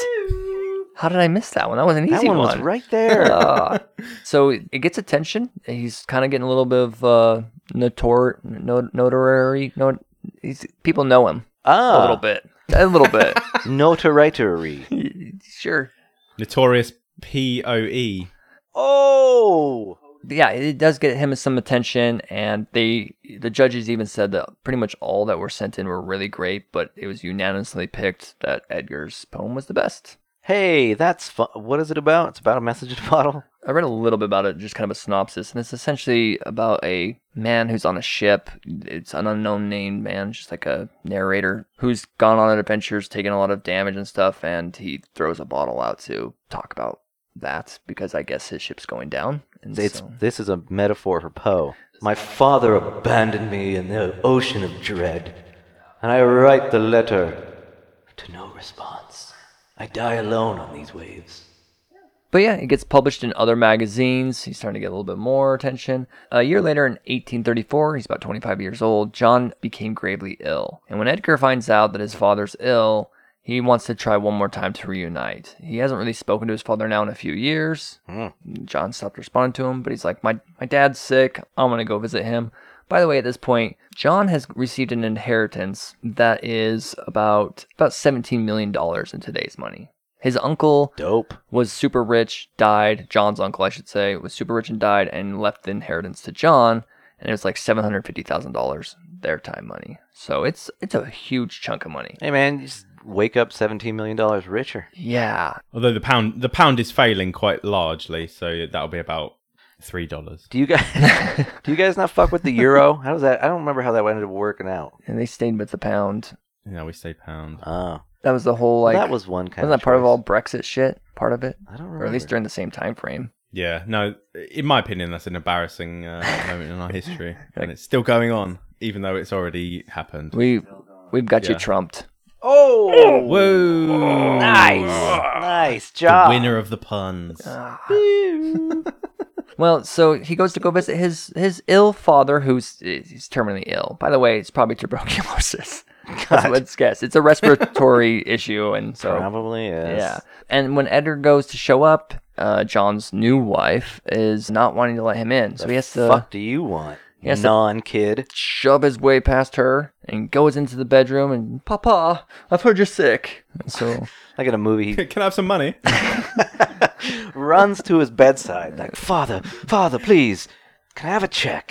Speaker 2: How did I miss that one? That was an easy
Speaker 3: That one was right there.
Speaker 2: Ah. so it gets attention. He's kind of getting a little bit of uh, notor no, notary. No, he's, people know him a little
Speaker 3: ah,
Speaker 2: bit. A little bit.
Speaker 3: notoriety.
Speaker 2: sure.
Speaker 1: Notorious P O E.
Speaker 3: Oh,
Speaker 2: Yeah, it does get him some attention, and they the judges even said that pretty much all that were sent in were really great, but it was unanimously picked that Edgar's poem was the best.
Speaker 3: hey, that's fun. What is it about? It's about a message in a bottle.
Speaker 2: I read a little bit about it, just kind of a synopsis, and it's essentially about a man who's on a ship. It's an unknown named man, just like a narrator who's gone on adventures, taken a lot of damage and stuff, and he throws a bottle out to talk about that because I guess his ship's going down. And
Speaker 3: It's
Speaker 2: so-
Speaker 3: this is a metaphor for Poe. My father abandoned me in the ocean of dread, and I write the letter to no response. I die alone on these waves.
Speaker 2: But yeah, it gets published in other magazines. He's starting to get a little bit more attention. A year later, in 1834, he's about 25 years old, John became gravely ill. And when Edgar finds out that his father's ill, he wants to try one more time to reunite. He hasn't really spoken to his father now in a few years. John stopped responding to him, but he's like, my, my dad's sick. I'm going to go visit him. By the way, at this point, John has received an inheritance that is about about $17 million in today's money. His uncle
Speaker 3: Dope.
Speaker 2: was super rich, died. John's uncle, I should say, was super rich and died, and left the inheritance to John. And it was like seven hundred fifty thousand dollars their time money. So it's it's a huge chunk of money.
Speaker 3: Hey man, you just wake up seventeen million dollars richer.
Speaker 2: Yeah,
Speaker 1: Although the pound the pound is failing quite largely, so that'll be about three dollars.
Speaker 3: Do you guys do you guys not fuck with the euro? How does that? I don't remember how that ended up working out.
Speaker 2: and they stayed with the pound.
Speaker 1: Yeah, we say pound.
Speaker 3: Oh,
Speaker 2: That was the whole
Speaker 3: well,
Speaker 2: Uh, like
Speaker 3: that was one kind.
Speaker 2: wasn't that
Speaker 3: of
Speaker 2: part of
Speaker 3: choice.
Speaker 2: all Brexit shit? Part of it,
Speaker 3: I don't remember.
Speaker 2: or at least during the same time frame.
Speaker 1: Yeah, no, in my opinion, that's an embarrassing uh, moment in our history, and it's still going on, even though it's already happened.
Speaker 2: We we've got you
Speaker 1: Yeah.
Speaker 2: trumped.
Speaker 3: Oh,
Speaker 1: Whoa!
Speaker 3: nice, nice
Speaker 1: The
Speaker 3: job.
Speaker 1: winner of the puns.
Speaker 2: Ah. well, so he goes to go visit his his ill father, who's he's terminally ill. By the way, it's probably tuberculosis. That's what's guess. It's a respiratory issue, and so
Speaker 3: Probably is.
Speaker 2: yeah. And when Edgar goes to show up, uh, John's new wife is not wanting to let him in, so he has to
Speaker 3: fuck do you want?
Speaker 2: He has to-
Speaker 3: Non-kid.
Speaker 2: shove his way past her and goes into the bedroom and Papa, I've heard you're sick. And so
Speaker 3: Like in a movie, he
Speaker 1: Can I have some money?
Speaker 3: runs to his bedside like, "Father, father, please, can I have a check?"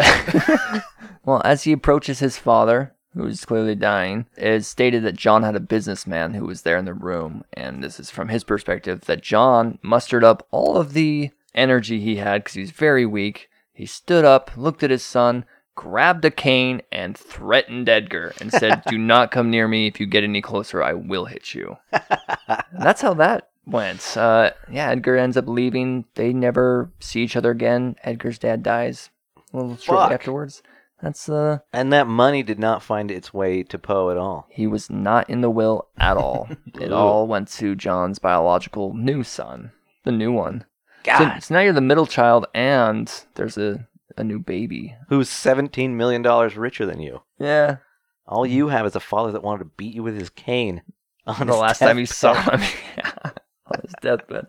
Speaker 2: Well, as he approaches his father, who is clearly dying, it is stated that John had a businessman who was there in the room, and this is from his perspective that John mustered up all of the energy he had because he's very weak. He stood up, looked at his son, grabbed a cane, and threatened Edgar and said, "Do not come near me. If you get any closer, I will hit you." And that's how that went. Uh, yeah, Edgar ends up leaving. They never see each other again. Edgar's dad dies a little shortly
Speaker 3: Fuck.
Speaker 2: afterwards. That's uh
Speaker 3: and that money did not find its way to Poe at all.
Speaker 2: he was not in the will at all. it
Speaker 3: Ooh.
Speaker 2: all went to John's biological new son, the new one. So,
Speaker 3: God,
Speaker 2: so now you're the middle child and there's a, a new baby.
Speaker 3: who's seventeen million dollars richer than you?
Speaker 2: Yeah.
Speaker 3: All you have is a father that wanted to beat you with his cane. On
Speaker 2: the
Speaker 3: his
Speaker 2: last time you saw
Speaker 3: deathbed.
Speaker 2: him on his deathbed.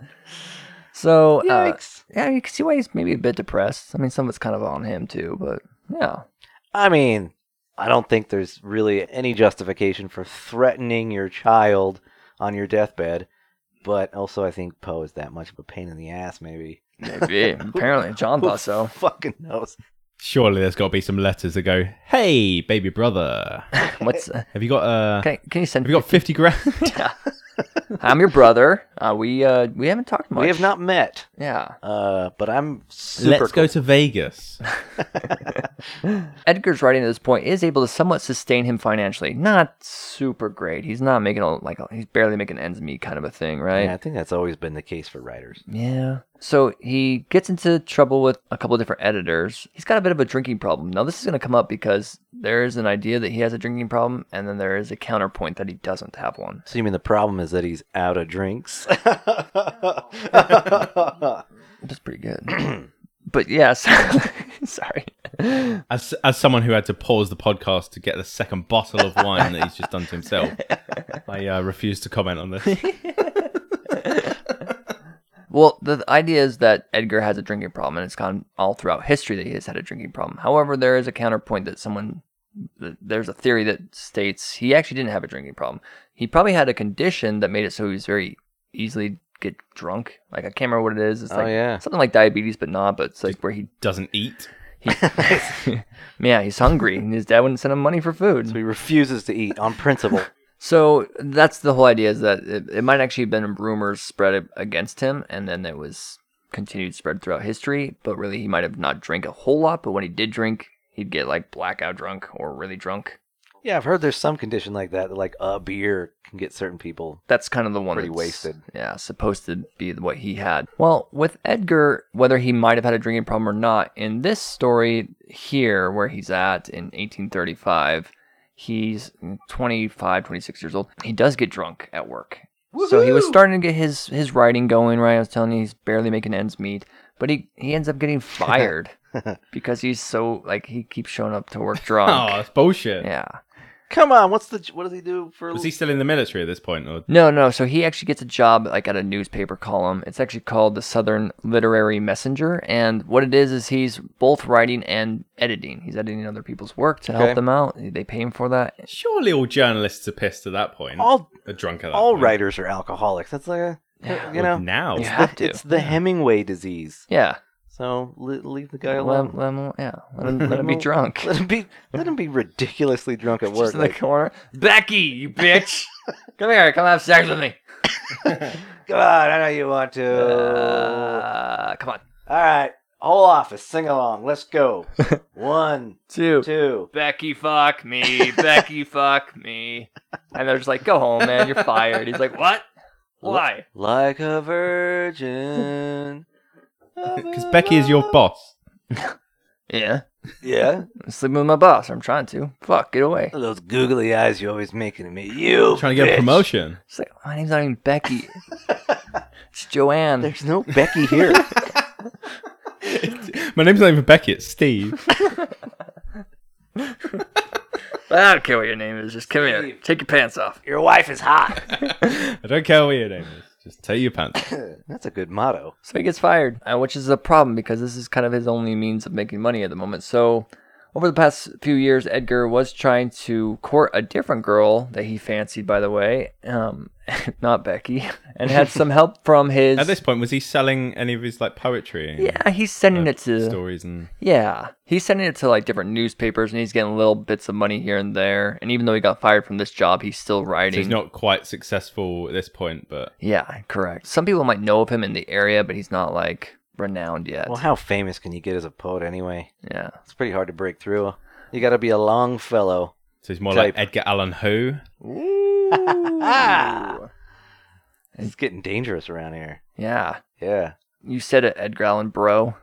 Speaker 2: So uh,
Speaker 3: Yikes.
Speaker 2: yeah, you can see why he's maybe a bit depressed. I mean some of it's kind of on him too, but yeah.
Speaker 3: I mean, I don't think there's really any justification for threatening your child on your deathbed. But also, I think Poe is that much of a pain in the ass. Maybe
Speaker 2: Maybe. Apparently, John
Speaker 3: Who
Speaker 2: thought so.
Speaker 3: Fucking knows.
Speaker 1: Surely there's got to be some letters that go, "Hey, baby brother,
Speaker 2: What's
Speaker 1: have you got uh,
Speaker 2: can, can you send?
Speaker 1: have you got fifty grand?"
Speaker 2: I'm your brother. Uh, we uh, we haven't talked much.
Speaker 3: We have not met,
Speaker 2: Yeah.
Speaker 3: uh, but I'm super.
Speaker 1: Let's go to Vegas.
Speaker 2: Edgar's writing at this point is able to somewhat sustain him financially. Not super great. He's not making a like he's barely making ends meet kind of a thing, right?
Speaker 3: Yeah, I think that's always been the case for writers.
Speaker 2: Yeah. So he gets into trouble with a couple different editors. He's got a bit of a drinking problem. Now, this is going to come up because there is an idea that he has a drinking problem, and then there is a counterpoint that he doesn't have one.
Speaker 3: So you mean the problem is that he's out of drinks? Oh,
Speaker 2: That's pretty good. but yes, sorry.
Speaker 1: As as someone who had to pause the podcast to get the second bottle of wine that he's just done to himself, I uh, refuse to comment on this.
Speaker 2: Well, the the idea is that Edgar has a drinking problem, and it's gone all throughout history that he has had a drinking problem. However, there is a counterpoint that someone, th- there's a theory that states he actually didn't have a drinking problem. He probably had a condition that made it so he was very easily get drunk. Like I can't remember what it is. It's
Speaker 3: Oh,
Speaker 2: like
Speaker 3: yeah.
Speaker 2: something like diabetes, but not. But it's like where he,
Speaker 1: Doesn't eat.
Speaker 2: he yeah, he's hungry, and his dad wouldn't send him money for food.
Speaker 3: so he refuses to eat on principle.
Speaker 2: So that's the whole idea is that it, it might actually have been rumors spread against him, and then it was continued spread throughout history. But really, he might have not drank a whole lot. But when he did drink, he'd get like blackout drunk or really drunk.
Speaker 3: Yeah, I've heard there's some condition like that, that like a beer can get certain people.
Speaker 2: That's kind of the one
Speaker 3: Pretty
Speaker 2: that's,
Speaker 3: wasted.
Speaker 2: Yeah, supposed to be what he had. Well, with Edgar, whether he might have had a drinking problem or not, in this story here, where he's at in 1835, he's 25, 26 years old. He does get drunk at work. So he was starting to get his his writing going, right? I was telling you, he's barely making ends meet. But he, he ends up getting fired because he's so like he keeps showing up to work
Speaker 1: Oh,
Speaker 2: drunk.
Speaker 1: that's bullshit.
Speaker 2: yeah.
Speaker 3: Come on, what's the what does he do for?
Speaker 1: Was he still in the military at this point? Or
Speaker 2: No, no. So he actually gets a job like at a newspaper column. It's actually called the Southern Literary Messenger, and what it is is he's both writing and editing. He's editing other people's work to
Speaker 3: Okay.
Speaker 2: help them out. They pay him for that.
Speaker 1: surely all journalists are pissed at that point.
Speaker 3: all
Speaker 1: are drunk at that
Speaker 3: all
Speaker 1: point.
Speaker 3: writers are alcoholics. That's like a
Speaker 2: Yeah.
Speaker 3: you know
Speaker 1: now.
Speaker 2: You
Speaker 3: it's
Speaker 2: have
Speaker 3: the,
Speaker 2: to.
Speaker 3: it's the Hemingway disease.
Speaker 2: Yeah.
Speaker 3: So le- leave the guy
Speaker 2: Let,
Speaker 3: alone.
Speaker 2: let him, yeah. Let him, let him be
Speaker 3: Well,
Speaker 2: drunk.
Speaker 3: Let him be let him be ridiculously drunk at work.
Speaker 2: Just in the
Speaker 3: like,
Speaker 2: corner. Becky, you bitch. come here. Come have sex with me.
Speaker 3: God, I know you want to.
Speaker 2: Uh, come on.
Speaker 3: All right, whole office sing along. Let's go. One,
Speaker 2: Two.
Speaker 3: two.
Speaker 2: Becky, fuck me. Becky, fuck me. And they're just like, go home, man. You're fired. He's like, what? Why?
Speaker 3: Like a virgin.
Speaker 1: Because Becky is your boss.
Speaker 2: Yeah.
Speaker 3: Yeah.
Speaker 2: I'm sleeping with my boss. I'm trying to. Fuck, get away.
Speaker 3: Those googly eyes you always making at me. You
Speaker 1: Trying to get a
Speaker 3: bitch.
Speaker 1: promotion.
Speaker 2: It's like, my name's not even Becky. it's Joanne.
Speaker 3: There's no Becky here.
Speaker 1: My name's not even Becky, it's Steve.
Speaker 2: I don't care what your name is. Just come here.
Speaker 3: Steve.
Speaker 2: Take your pants off.
Speaker 3: your wife is hot.
Speaker 1: I don't care what your name is. Just take your pants. off.
Speaker 3: That's a good motto.
Speaker 2: So he gets fired, uh, which is a problem because this is kind of his only means of making money at the moment. So, over the past few years, Edgar was trying to court a different girl that he fancied, by the way, um, not Becky, and had some help from his.
Speaker 1: At this point, was he selling any of his like poetry? and
Speaker 2: yeah, he's
Speaker 1: uh,
Speaker 2: sending it to.
Speaker 1: Stories and
Speaker 2: Yeah, he's sending it to like different newspapers, and he's getting little bits of money here and there. And even though he got fired from this job, he's still
Speaker 1: so
Speaker 2: writing.
Speaker 1: he's not quite successful at this point, but
Speaker 2: yeah, correct. Some people might know of him in the area, but he's not like renowned yet.
Speaker 3: Well, how famous can you get as a poet anyway?
Speaker 2: Yeah.
Speaker 3: It's pretty hard to break through. You got to be a long fellow.
Speaker 1: so he's more
Speaker 3: Type.
Speaker 1: like Edgar Allan Poe.
Speaker 3: Ah. It's getting dangerous around here.
Speaker 2: Yeah.
Speaker 3: Yeah.
Speaker 2: You said it, Edgar Allan Bro.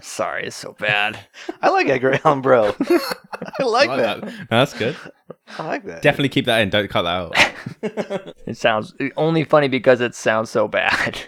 Speaker 2: Sorry, it's so bad.
Speaker 3: I like Edgar Allan Bro. I like, that.
Speaker 1: No, that's good.
Speaker 3: I like that.
Speaker 1: Definitely keep that in. Don't cut that out.
Speaker 2: It sounds only funny because it sounds so bad.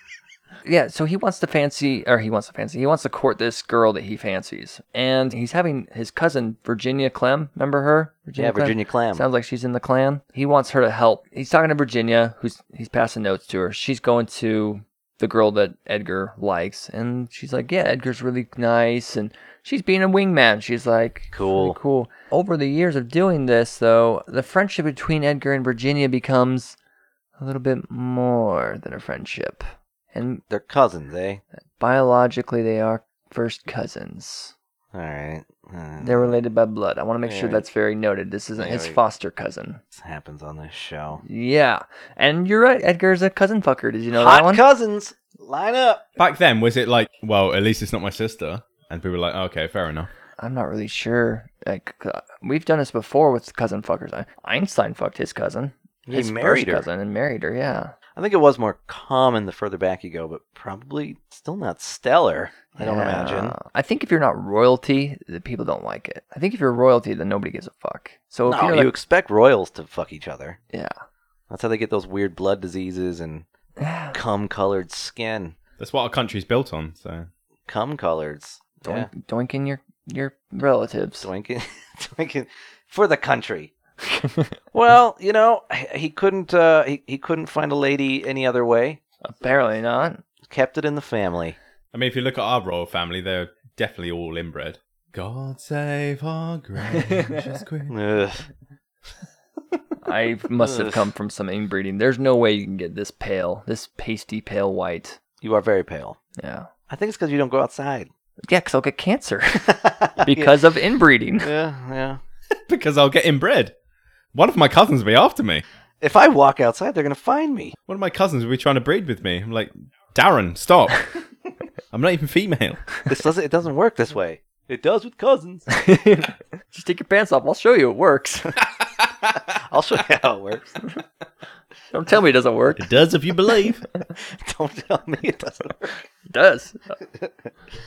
Speaker 2: yeah, so he wants to fancy, or he wants to fancy, he wants to court this girl that he fancies. And he's having his cousin, Virginia Clem, remember her?
Speaker 3: yeah,
Speaker 2: Clem?
Speaker 3: Virginia Clam.
Speaker 2: Sounds like she's in the clan. He wants her to help. He's talking to Virginia, who's he's passing notes to her. She's going to the girl that Edgar likes, and she's like, "Yeah, Edgar's really nice," and she's being a wingman. She's like,
Speaker 3: Cool.
Speaker 2: "Pretty cool." Over the years of doing this, though, the friendship between Edgar and Virginia becomes a little bit more than a friendship, and
Speaker 3: They're cousins, eh?
Speaker 2: biologically, they are first cousins.
Speaker 3: All right. Uh,
Speaker 2: They're related by blood. I want to make sure
Speaker 3: Alright.
Speaker 2: that's very noted. This isn't his
Speaker 3: Alright.
Speaker 2: foster cousin.
Speaker 3: this happens on this show.
Speaker 2: Yeah, and you're right. Edgar's a cousin fucker. Did you know that
Speaker 3: Hot
Speaker 2: one?
Speaker 3: cousins, line up.
Speaker 1: Back then, was it like, well, at least it's not my sister? And people were like, "Oh, okay, fair enough.
Speaker 2: I'm not really sure. Like, uh, we've done this before with cousin fuckers. I- Einstein fucked his cousin.
Speaker 3: He
Speaker 2: his first
Speaker 3: married her.
Speaker 2: cousin and married her. Yeah.
Speaker 3: I think it was more common the further back you go, but probably still not stellar. I don't
Speaker 2: Yeah.
Speaker 3: imagine.
Speaker 2: I think if you're not royalty, the people don't like it. I think if you're royalty, then nobody gives a fuck. So if
Speaker 3: no,
Speaker 2: you're
Speaker 3: you
Speaker 2: like,
Speaker 3: expect royals to fuck each other.
Speaker 2: yeah,
Speaker 3: That's how they get those weird blood diseases and
Speaker 2: yeah,
Speaker 3: cum colored skin.
Speaker 1: That's what our country's built on. So
Speaker 3: Cum coloreds. Yeah.
Speaker 2: doink, doinking your your relatives.
Speaker 3: Doinking. Doinking. For the country. well, you know, he- he couldn't uh, he, he couldn't find a lady any other way.
Speaker 2: Apparently not.
Speaker 3: Kept it in the family.
Speaker 1: I mean, if you look at our royal family, they're definitely all inbred. God save our gracious queen.
Speaker 3: Ugh.
Speaker 2: I must have
Speaker 3: Ugh.
Speaker 2: come from some inbreeding. There's no way you can get this pale, this pasty pale white.
Speaker 3: You are very pale.
Speaker 2: Yeah.
Speaker 3: I think it's because you don't go outside.
Speaker 2: Yeah, because I'll get cancer because of inbreeding.
Speaker 3: yeah, yeah, yeah.
Speaker 1: because I'll get inbred. One of my cousins will be after me.
Speaker 3: If I walk outside, they're gonna find me.
Speaker 1: One of my cousins will be trying to breed with me. I'm like, Darren, stop. I'm not even female.
Speaker 3: This doesn't. It doesn't work this way. It does with cousins.
Speaker 2: Just take your pants off. I'll show you it works.
Speaker 3: I'll show you how it works.
Speaker 2: Don't tell me it doesn't work.
Speaker 1: It does if you believe.
Speaker 3: Don't tell me it doesn't work.
Speaker 2: It does.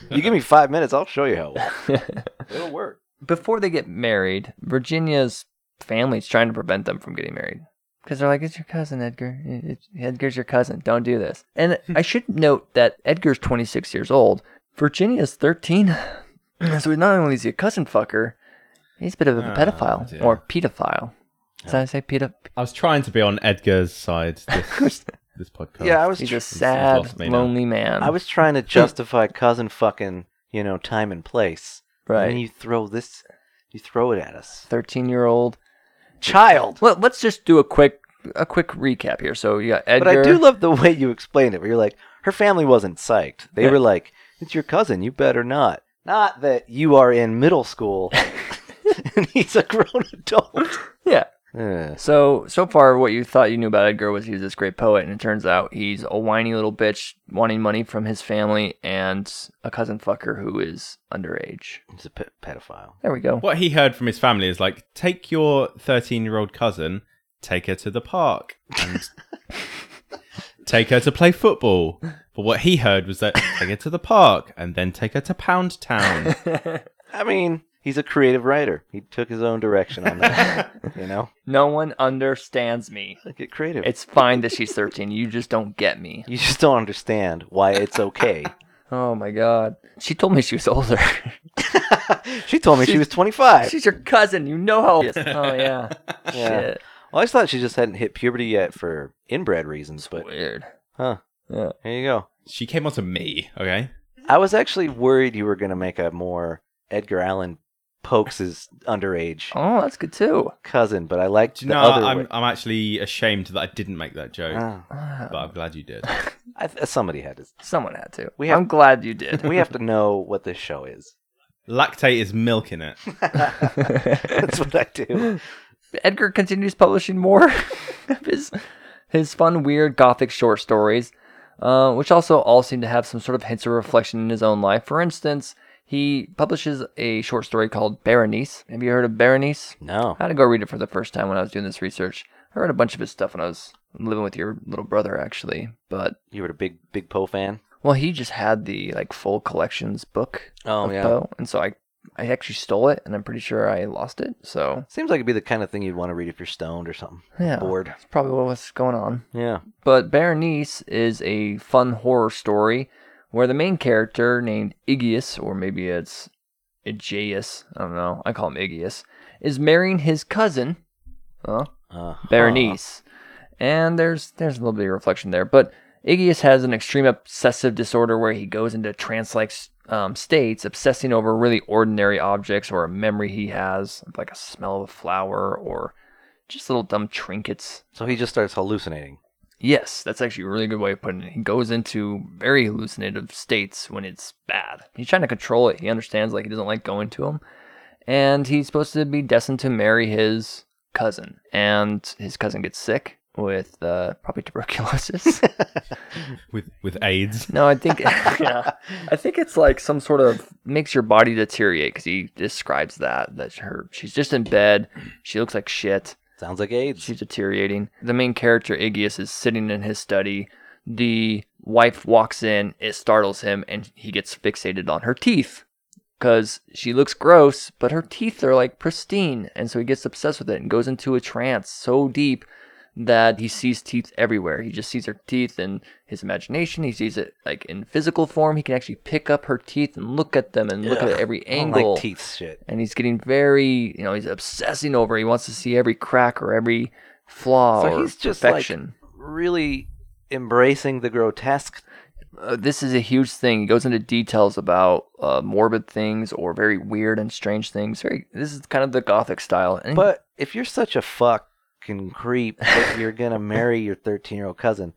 Speaker 3: You give me five minutes, I'll show you how it works. It'll work.
Speaker 2: Before they get married, Virginia's family's trying to prevent them from getting married. Because they're like, it's your cousin, Edgar. It- it- Edgar's your cousin. Don't do this. And I should note that Edgar's 26 years old. Virginia's 13. so he- not only is he a cousin fucker, he's a bit of a
Speaker 1: Ah,
Speaker 2: pedophile
Speaker 1: dear.
Speaker 2: or pedophile. Did I say pedo?
Speaker 1: I was trying to be on Edgar's side this, this podcast.
Speaker 3: Yeah, I was.
Speaker 2: He's
Speaker 3: Tr-
Speaker 2: a
Speaker 1: lost
Speaker 2: sad,
Speaker 1: me now.
Speaker 2: lonely man.
Speaker 3: I was trying to justify cousin fucking. You know, time and place.
Speaker 2: right.
Speaker 3: And you throw this. You throw it at us.
Speaker 2: 13 year old.
Speaker 3: Child.
Speaker 2: Well, let's just do a quick a quick recap here. So you got Edgar.
Speaker 3: But I do love the way you explained it. Where you're like, her family wasn't psyched. They
Speaker 2: Yeah.
Speaker 3: were like, "It's your cousin. You better not." Not that you are in middle school and he's a grown adult.
Speaker 2: yeah.
Speaker 3: Ugh.
Speaker 2: So so far, what you thought you knew about Edgar was he was this great poet, and it turns out he's a whiny little bitch wanting money from his family and a cousin fucker who is underage.
Speaker 3: He's a pe- pedophile.
Speaker 2: There we go.
Speaker 1: What he heard from his family is like, take your 13 year old cousin, take her to the park, and take her to play football. But what he heard was that take her to the park and then take her to Pound Town.
Speaker 3: I mean, he's a creative writer. He took his own direction on that. you know,
Speaker 2: No one understands me.
Speaker 3: get creative.
Speaker 2: It's fine that she's 13. You just don't get me.
Speaker 3: you just don't understand why it's okay.
Speaker 2: Oh my god. She told me she was older.
Speaker 3: she told me she was 25.
Speaker 2: she's your cousin. You know how. Oh yeah.
Speaker 3: Yeah.
Speaker 2: Shit.
Speaker 3: Well, I just thought she just hadn't hit puberty yet for inbred reasons, but
Speaker 2: Weird.
Speaker 3: huh?
Speaker 2: Yeah.
Speaker 3: Here you go.
Speaker 1: she came on to me, okay?
Speaker 3: I was actually worried you were going to make a more Edgar Allan pokes his underage
Speaker 2: Oh, that's good too.
Speaker 3: cousin, but I liked
Speaker 1: Do
Speaker 3: the
Speaker 1: you know,
Speaker 3: other
Speaker 1: I'm,
Speaker 3: way.
Speaker 1: I'm actually ashamed that I didn't make that joke,
Speaker 3: Ah,
Speaker 2: Ah,
Speaker 1: but I'm glad you did.
Speaker 3: I th- somebody had to.
Speaker 2: Someone had to.
Speaker 3: We have-
Speaker 2: I'm glad you did.
Speaker 3: We have to know what this show is.
Speaker 1: Lactate is milk in it.
Speaker 3: That's what I do.
Speaker 2: Edgar continues publishing more of his his fun, weird gothic short stories, uh, which also all seem to have some sort of hints or reflection in his own life. For instance, he publishes a short story called Berenice. Have you heard of Berenice?
Speaker 3: No.
Speaker 2: I had to go read it for the first time when I was doing this research. I read a bunch of his stuff when I was living with your little brother, actually. But
Speaker 3: You were a big, big Poe fan?
Speaker 2: well, he just had the like full collections book
Speaker 3: Oh,
Speaker 2: of
Speaker 3: yeah.
Speaker 2: Poe, and so I I actually stole it, and I'm pretty sure I lost it. So
Speaker 3: Seems like it'd be the kind of thing you'd want to read if you're stoned or something.
Speaker 2: yeah,
Speaker 3: Bored.
Speaker 2: that's probably what was going on.
Speaker 3: Yeah.
Speaker 2: But Berenice is a fun horror story where the main character named Igius, or maybe it's Aegeus, I don't know, I call him Igius, is marrying his cousin, uh,
Speaker 3: Uh,
Speaker 2: Berenice. And there's there's a little bit of reflection there, but Iggyus has an extreme obsessive disorder where he goes into trance-like um, states, obsessing over really ordinary objects or a memory he has, like a smell of a flower or just little dumb trinkets.
Speaker 3: So he just starts hallucinating.
Speaker 2: Yes, that's actually a really good way of putting it. He goes into very hallucinative states when it's bad. He's trying to control it. He understands like he doesn't like going to them, and he's supposed to be destined to marry his cousin. And his cousin gets sick with uh, probably tuberculosis.
Speaker 1: with with AIDS.
Speaker 2: no, I think yeah, I think it's like some sort of makes your body deteriorate because he describes that that her she's just in bed. She looks like shit.
Speaker 3: Sounds like AIDS.
Speaker 2: She's deteriorating. The main character, Iggyus, is sitting in his study. The wife walks in, it startles him, and he gets fixated on her teeth because she looks gross, but her teeth are like pristine. And so he gets obsessed with it and goes into a trance so deep that he sees teeth everywhere. He just sees her teeth in his imagination. He sees it like in physical form. He can actually pick up her teeth and look at them and look
Speaker 3: Ugh,
Speaker 2: at every
Speaker 3: I don't
Speaker 2: angle
Speaker 3: Oh, like teeth shit.
Speaker 2: and he's getting very you know he's obsessing over it. he wants to see every crack or every flaw
Speaker 3: So
Speaker 2: or
Speaker 3: he's just, like,
Speaker 2: perfection
Speaker 3: Really embracing the grotesque.
Speaker 2: uh, this is a huge thing he goes into details about uh, morbid things or very weird and strange things very this is kind of the gothic style and
Speaker 3: But if you're such a fucking creep that you're gonna marry your 13 year old cousin,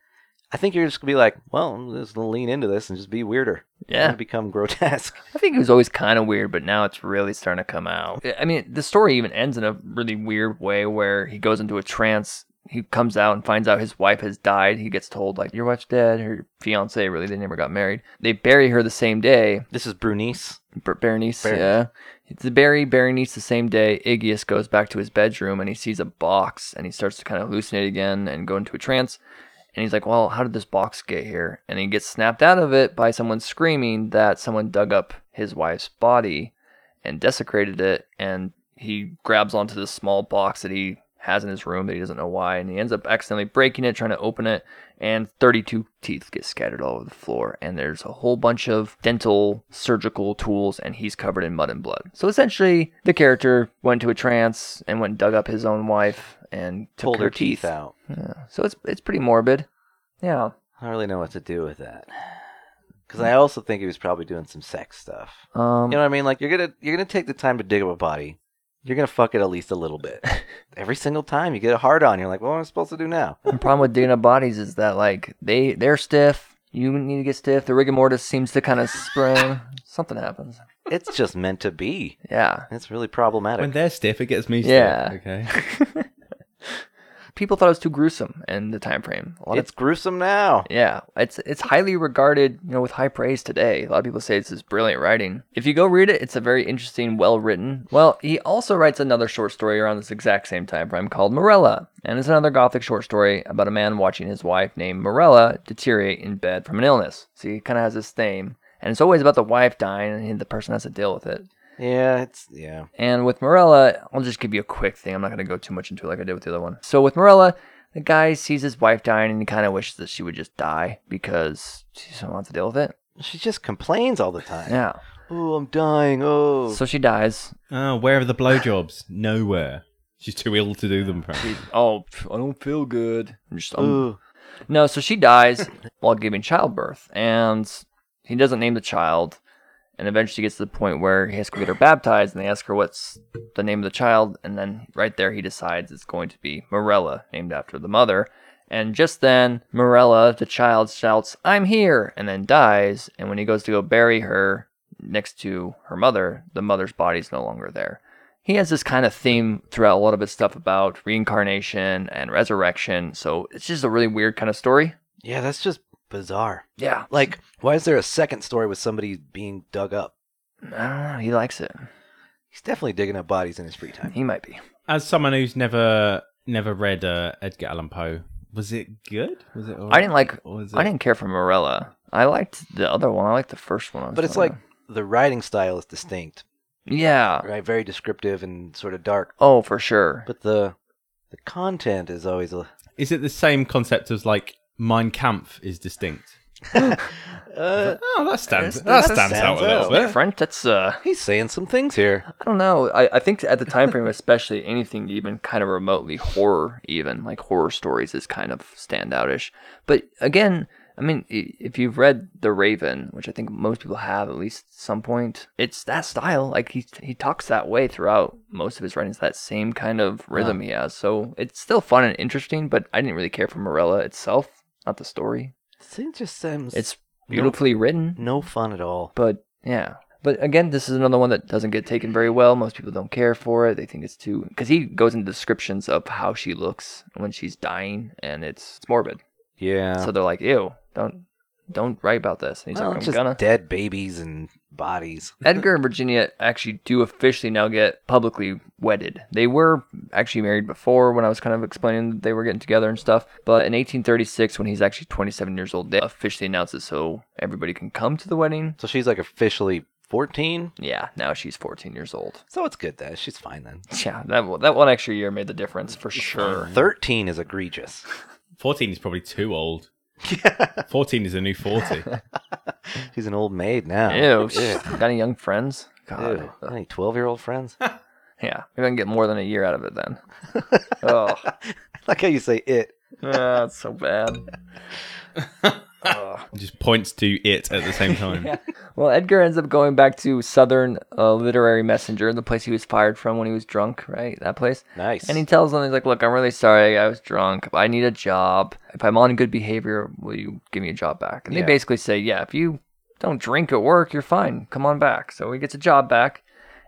Speaker 3: I think you're just gonna be like, well, I'm just gonna lean into this and just be weirder. I'm
Speaker 2: yeah
Speaker 3: gonna become grotesque.
Speaker 2: i think it was always kind of weird but now it's really starting to come out i mean the story even ends in a really weird way where he goes into a trance he comes out and finds out his wife has died. He gets told like your wife's dead. Her fiance really they never got married. They bury her the same day,
Speaker 3: This is Brunice.
Speaker 2: Ber- Berenice,
Speaker 3: Berenice.
Speaker 2: yeah. It's the Barry Berenice the same day. Iggyus goes back to his bedroom and he sees a box and he starts to kind of hallucinate again and go into a trance. And he's like, Well, how did this box get here? And he gets snapped out of it by someone screaming that someone dug up his wife's body and desecrated it. And he grabs onto this small box that he has in his room that he doesn't know why. And he ends up accidentally breaking it, trying to open it. And 32 teeth get scattered all over the floor. And there's a whole bunch of dental surgical tools. And he's covered in mud and blood. So essentially, the character went to a trance and went and dug up his own wife and took
Speaker 3: Pulled her teeth out.
Speaker 2: yeah. So it's it's pretty morbid. Yeah.
Speaker 3: I don't really know what to do with that. Because
Speaker 2: Mm.
Speaker 3: I also think he was probably doing some sex stuff.
Speaker 2: Um
Speaker 3: You know what I mean? Like you're gonna you're gonna take the time to dig up a body. You're gonna fuck it at least a little bit. Every single time you get a hard on, you're like, well, what am I supposed to do now?
Speaker 2: the problem with digging up bodies is that like they they're stiff. You need to get stiff. The rigor mortis seems to kind of spring. Something happens.
Speaker 3: It's just meant to be.
Speaker 2: Yeah.
Speaker 3: It's really problematic.
Speaker 1: When they're stiff, it gets me stiff.
Speaker 2: Yeah.
Speaker 1: Okay.
Speaker 2: People thought it was too gruesome in the time frame. A lot
Speaker 3: it's gruesome now.
Speaker 2: of yeah, it's it's highly regarded, you know, with high praise today. A lot of people say it's this brilliant writing. If you go read it, it's a very interesting, well written. Well, he also writes another short story around this exact same time frame called Morella, and it's another gothic short story about a man watching his wife named Morella deteriorate in bed from an illness. So he kind of has this theme, and it's always about the wife dying, and the person has to deal with it.
Speaker 3: Yeah, it's yeah.
Speaker 2: And with Morella, I'll just give you a quick thing. I'm not going to go too much into it like I did with the other one. So with Morella, the guy sees his wife dying and he kind of wishes that she would just die because she doesn't want to deal with it.
Speaker 3: She just complains all the time.
Speaker 2: Yeah.
Speaker 3: Oh, I'm dying. Oh,
Speaker 2: So she dies.
Speaker 1: Uh, where are the blowjobs? Nowhere. She's too ill to do them. Perhaps.
Speaker 2: Oh, pff, I don't feel good. I'm just, I'm-
Speaker 3: Ooh.
Speaker 2: No, so she dies while giving childbirth, and he doesn't name the child. And eventually gets to the point where he has to get her baptized, and they ask her what's the name of the child, and then right there he decides it's going to be Morella, named after the mother. And just then, Morella, the child, shouts, I'm here, and then dies. And when he goes to go bury her next to her mother, the mother's body's no longer there. He has this kind of theme throughout a lot of his stuff about reincarnation and resurrection. So it's just a really weird kind of story.
Speaker 3: yeah, that's just bizarre.
Speaker 2: Yeah.
Speaker 3: Like, why is there a second story with somebody being dug up?
Speaker 2: I don't know. He likes it.
Speaker 3: He's definitely digging up bodies in his free time.
Speaker 2: He might be.
Speaker 1: As someone who's never never read uh, Edgar Allan Poe, was it good? Was it? all
Speaker 2: I didn't like.
Speaker 1: or was
Speaker 2: I didn't care for Morella. I liked the other one. I liked the first one. I was
Speaker 3: But it's
Speaker 2: telling
Speaker 3: like the writing style is distinct,
Speaker 2: you. yeah.
Speaker 3: right? Very descriptive and sort of dark.
Speaker 2: Oh, for sure.
Speaker 3: But the the content is always a.
Speaker 1: Is it the same concept as like Mein Kampf is distinct?
Speaker 3: Uh,
Speaker 1: Oh, that stands.
Speaker 2: Yes,
Speaker 1: That
Speaker 2: that
Speaker 1: stands out
Speaker 3: stands
Speaker 1: a little
Speaker 3: out.
Speaker 1: bit.
Speaker 2: French. That's uh.
Speaker 3: he's saying some things here.
Speaker 2: I don't know. I, I think at the time frame, especially anything even kind of remotely horror, even like horror stories, is kind of standoutish. But again, I mean, i- if you've read The Raven, which I think most people have at least at some point, it's that style. Like he he talks that way throughout most of his writings, that same kind of rhythm he has. So it's still fun and interesting, but I didn't really care for Morella itself, not the story.
Speaker 3: This thing just sounds
Speaker 2: It's beautifully written,
Speaker 3: no fun at all.
Speaker 2: but yeah. But again, this is another one that doesn't get taken very well. Most people don't care for it. They think it's too because he goes into descriptions of how she looks when she's dying, and it's, it's morbid.
Speaker 3: Yeah.
Speaker 2: So they're like, "Ew, don't don't write about this." And he's
Speaker 3: well,
Speaker 2: like,
Speaker 3: it's
Speaker 2: "I'm
Speaker 3: just
Speaker 2: gonna."
Speaker 3: dead babies and bodies.
Speaker 2: Edgar and Virginia actually do officially now get publicly wedded. They were actually married before when I was kind of explaining that they were getting together and stuff. But in 1836, when he's actually 27 years old, they officially announce it so everybody can come to the wedding.
Speaker 3: So she's like officially 14.
Speaker 2: Yeah, now she's 14 years old.
Speaker 3: So it's good then. She's fine then.
Speaker 2: Yeah, that one- that one extra year made the difference for sure.
Speaker 3: 13 is egregious.
Speaker 1: 14 is probably too old.
Speaker 3: yeah.
Speaker 1: 14 is a new 40.
Speaker 3: She's an old maid now.
Speaker 2: Ew, got any young friends? God.
Speaker 3: Ew. Any 12 year old friends?
Speaker 2: Yeah, maybe I can get more than a year out of it then. oh,
Speaker 3: I like how you say it.
Speaker 2: that's Ah, so bad. Ugh.
Speaker 1: Just points to it at the same time.
Speaker 2: Yeah. Well, Edgar ends up going back to Southern uh, Literary Messenger, the place he was fired from when he was drunk, right? That place.
Speaker 3: Nice.
Speaker 2: And he tells them, he's like, look, I'm really sorry. I was drunk. I need a job. If I'm on good behavior, will you give me a job back? And they
Speaker 3: Yeah.
Speaker 2: basically say, yeah, if you don't drink at work, you're fine. Come on back. So he gets a job back.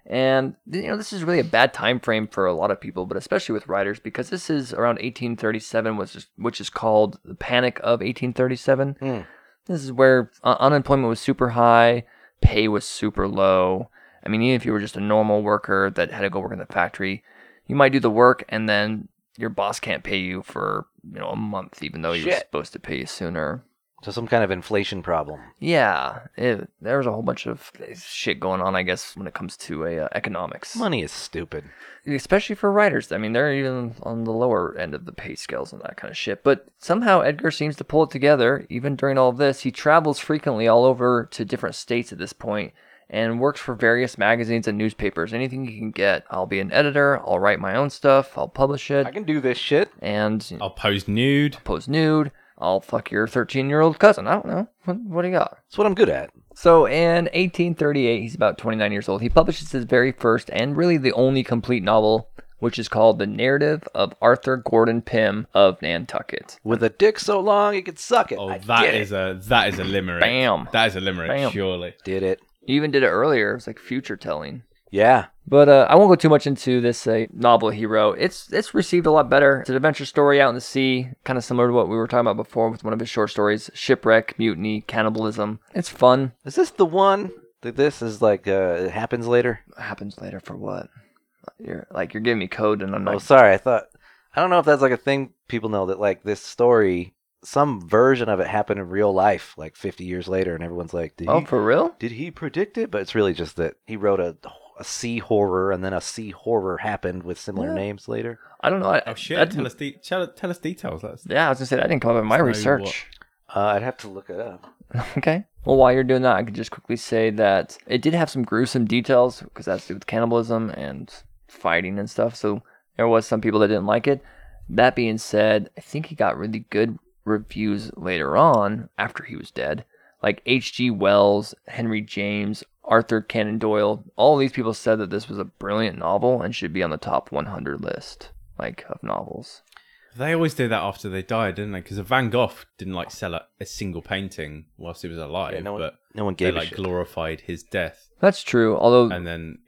Speaker 2: And you know this is really a bad time frame for a lot of people, but especially with writers, because this is around 1837, which is, which is called the Panic of 1837.
Speaker 3: Hmm.
Speaker 2: This is where uh, unemployment was super high, pay was super low. I mean, even if you were just a normal worker that had to go work in the factory, you might do the work and then your boss can't pay you for you know a month, even though you're
Speaker 3: Shit.
Speaker 2: supposed to pay you sooner.
Speaker 3: so some kind of inflation problem.
Speaker 2: Yeah, it, there was a whole bunch of shit going on, I guess, when it comes to a, uh, economics,
Speaker 3: Money is stupid.
Speaker 2: especially for writers. I mean, they're even on the lower end of the pay scales and that kind of shit. But somehow Edgar seems to pull it together, even during all this. He travels frequently all over to different states at this point and works for various magazines and newspapers. Anything he can get. I'll be an editor, I'll write my own stuff, I'll publish it,
Speaker 3: I can do this shit.
Speaker 2: and
Speaker 1: I'll pose nude.
Speaker 2: pose nude. I'll fuck your 13 year old cousin. I don't know. What, what do you got?
Speaker 3: That's what I'm good at.
Speaker 2: So in 1838, he's about 29 years old. He publishes his very first and really the only complete novel, which is called The Narrative of Arthur Gordon Pym of Nantucket.
Speaker 3: With a dick so long, you could suck it.
Speaker 1: Oh,
Speaker 3: I
Speaker 1: that
Speaker 3: did
Speaker 1: is a that is a limerick.
Speaker 2: Bam.
Speaker 1: That is a limerick,
Speaker 2: Bam.
Speaker 1: surely.
Speaker 3: it. Did it.
Speaker 2: You even did it earlier. It's like future telling.
Speaker 3: Yeah.
Speaker 2: But uh, I won't go too much into this uh, novel he wrote. It's it's received a lot better. It's an adventure story out in the sea, kind of similar to what we were talking about before with one of his short stories, shipwreck, mutiny, cannibalism. It's fun.
Speaker 3: Is this the one that this is like, uh, it happens later?
Speaker 2: happens later for what? You're like you're giving me code, and I'm
Speaker 3: Oh,
Speaker 2: not.
Speaker 3: sorry. I thought, I don't know if that's like a thing people know that like this story, some version of it happened in real life like 50 years later, and everyone's like, did,
Speaker 2: Oh,
Speaker 3: he,
Speaker 2: for real?
Speaker 3: did he predict it? But it's really just that he wrote a, a sea horror, and then a sea horror happened with similar
Speaker 2: Yeah.
Speaker 3: names later.
Speaker 2: I don't know. I,
Speaker 1: Oh
Speaker 2: that
Speaker 1: shit!
Speaker 2: didn't-
Speaker 1: Tell us, de- tell, tell us details. That's
Speaker 2: Yeah, I was gonna say that didn't come up in my
Speaker 1: So
Speaker 2: research.
Speaker 3: Uh, I'd have to look it up.
Speaker 2: Okay. Well, while you're doing that, I could just quickly say that it did have some gruesome details because that's to do with cannibalism and fighting and stuff. So there was some people that didn't like it. That being said, I think he got really good reviews later on after he was dead. Like H.G. Wells, Henry James, Arthur Conan Doyle, all these people said that this was a brilliant novel and should be on the top 100 list, like of novels.
Speaker 1: They always did that after they died, didn't they? Because Van Gogh didn't like sell a, a single painting whilst he was alive,
Speaker 3: Yeah, no one-
Speaker 1: but
Speaker 3: No one
Speaker 1: they
Speaker 3: gave a
Speaker 1: like
Speaker 3: shit.
Speaker 1: glorified his death.
Speaker 2: That's true. Although
Speaker 1: And then,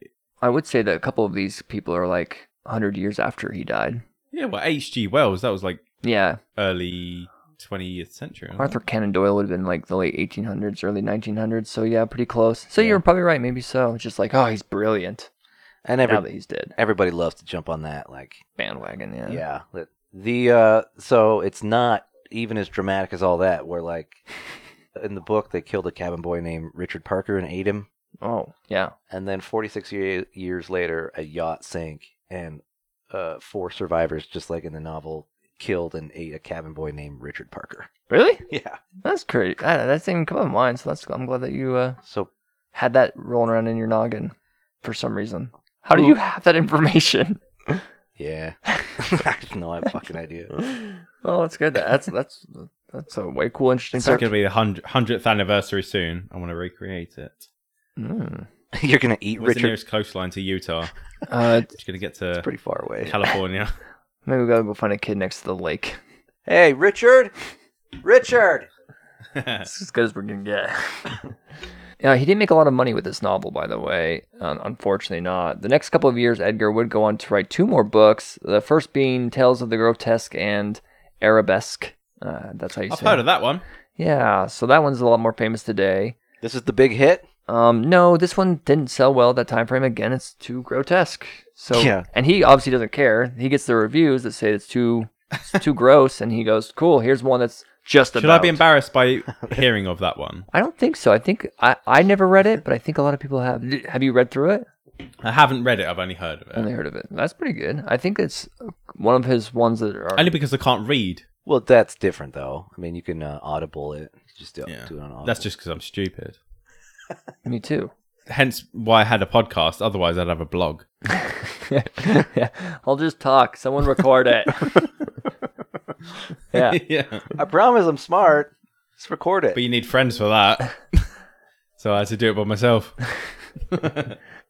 Speaker 2: I would say that a couple of these people are like 100 years after he died.
Speaker 1: yeah, well, H.G. Wells, that was like
Speaker 2: Yeah,
Speaker 1: early 20th century. wasn't
Speaker 2: Arthur Conan Doyle would have been like the late 1800s, early 1900s. So yeah, pretty close. So
Speaker 1: Yeah.
Speaker 2: you're probably right. Maybe so. It's just like, oh, he's brilliant.
Speaker 3: and
Speaker 2: now
Speaker 3: every,
Speaker 2: that he's dead,
Speaker 3: everybody loves to jump on that. Like,
Speaker 2: bandwagon. Yeah.
Speaker 3: yeah. The- The uh, so it's not even as dramatic as all that. Where like in the book they killed a cabin boy named Richard Parker and ate him.
Speaker 2: Oh yeah.
Speaker 3: and then 46 ye- years later a yacht sank and uh, four survivors just like in the novel killed and ate a cabin boy named richard parker
Speaker 2: Really?
Speaker 3: yeah
Speaker 2: That's crazy. I, that didn't even come up in mine. So that's. I'm glad that you uh,
Speaker 3: so
Speaker 2: had that rolling around in your noggin for some reason. How do you have that information?
Speaker 3: yeah i have no fucking idea
Speaker 2: well, that's good. That's that's That's a way cool, interesting.
Speaker 1: It's going
Speaker 2: fact.
Speaker 1: to be the hundred- 100th anniversary soon. I want to recreate it.
Speaker 2: Mm.
Speaker 3: You're gonna eat
Speaker 1: What's the
Speaker 3: Richard.
Speaker 1: nearest coastline to Utah?
Speaker 2: Uh, it's
Speaker 1: Just going to get to
Speaker 2: pretty far away.
Speaker 1: California.
Speaker 2: Maybe we gotta go find a kid next to the lake.
Speaker 3: Hey, Richard! Richard!
Speaker 2: It's as good as we're gonna get. yeah, he didn't make a lot of money with this novel, by the way. Um, unfortunately, not. The next couple of years, Edgar would go on to write two more books. The first being Tales of the Grotesque and Arabesque. Uh, that's how you
Speaker 1: I've
Speaker 2: say.
Speaker 1: heard
Speaker 2: it.
Speaker 1: of that one.
Speaker 2: Yeah, so that one's a lot more famous today.
Speaker 3: This is the big hit.
Speaker 2: Um, no, this one didn't sell well at that time frame. Again, it's too grotesque. So
Speaker 3: Yeah.
Speaker 2: and he obviously doesn't care. He gets the reviews that say it's too it's too gross, and he goes, "Cool, here's one that's just
Speaker 1: Should
Speaker 2: about."
Speaker 1: I be embarrassed by hearing of that one?
Speaker 2: I don't think so. I think I, I never read it, but I think a lot of people have. D- Have you read through it?
Speaker 1: I haven't read it. I've only heard of it.
Speaker 2: Only heard of it. That's pretty good. I think it's one of his ones that are.
Speaker 1: Only because I can't read.
Speaker 3: Well, that's different though. I mean, you can uh, audible it. Just do,
Speaker 1: Yeah.
Speaker 3: do it on
Speaker 2: Oh,
Speaker 3: audible.
Speaker 1: That's just because I'm stupid.
Speaker 2: Me too.
Speaker 1: Hence why I had a podcast. Otherwise, I'd have a blog.
Speaker 2: yeah. I'll just talk. Someone record it. yeah.
Speaker 1: yeah.
Speaker 3: I promise I'm smart. Just record it.
Speaker 1: But you need friends for that. so I had to do it by myself.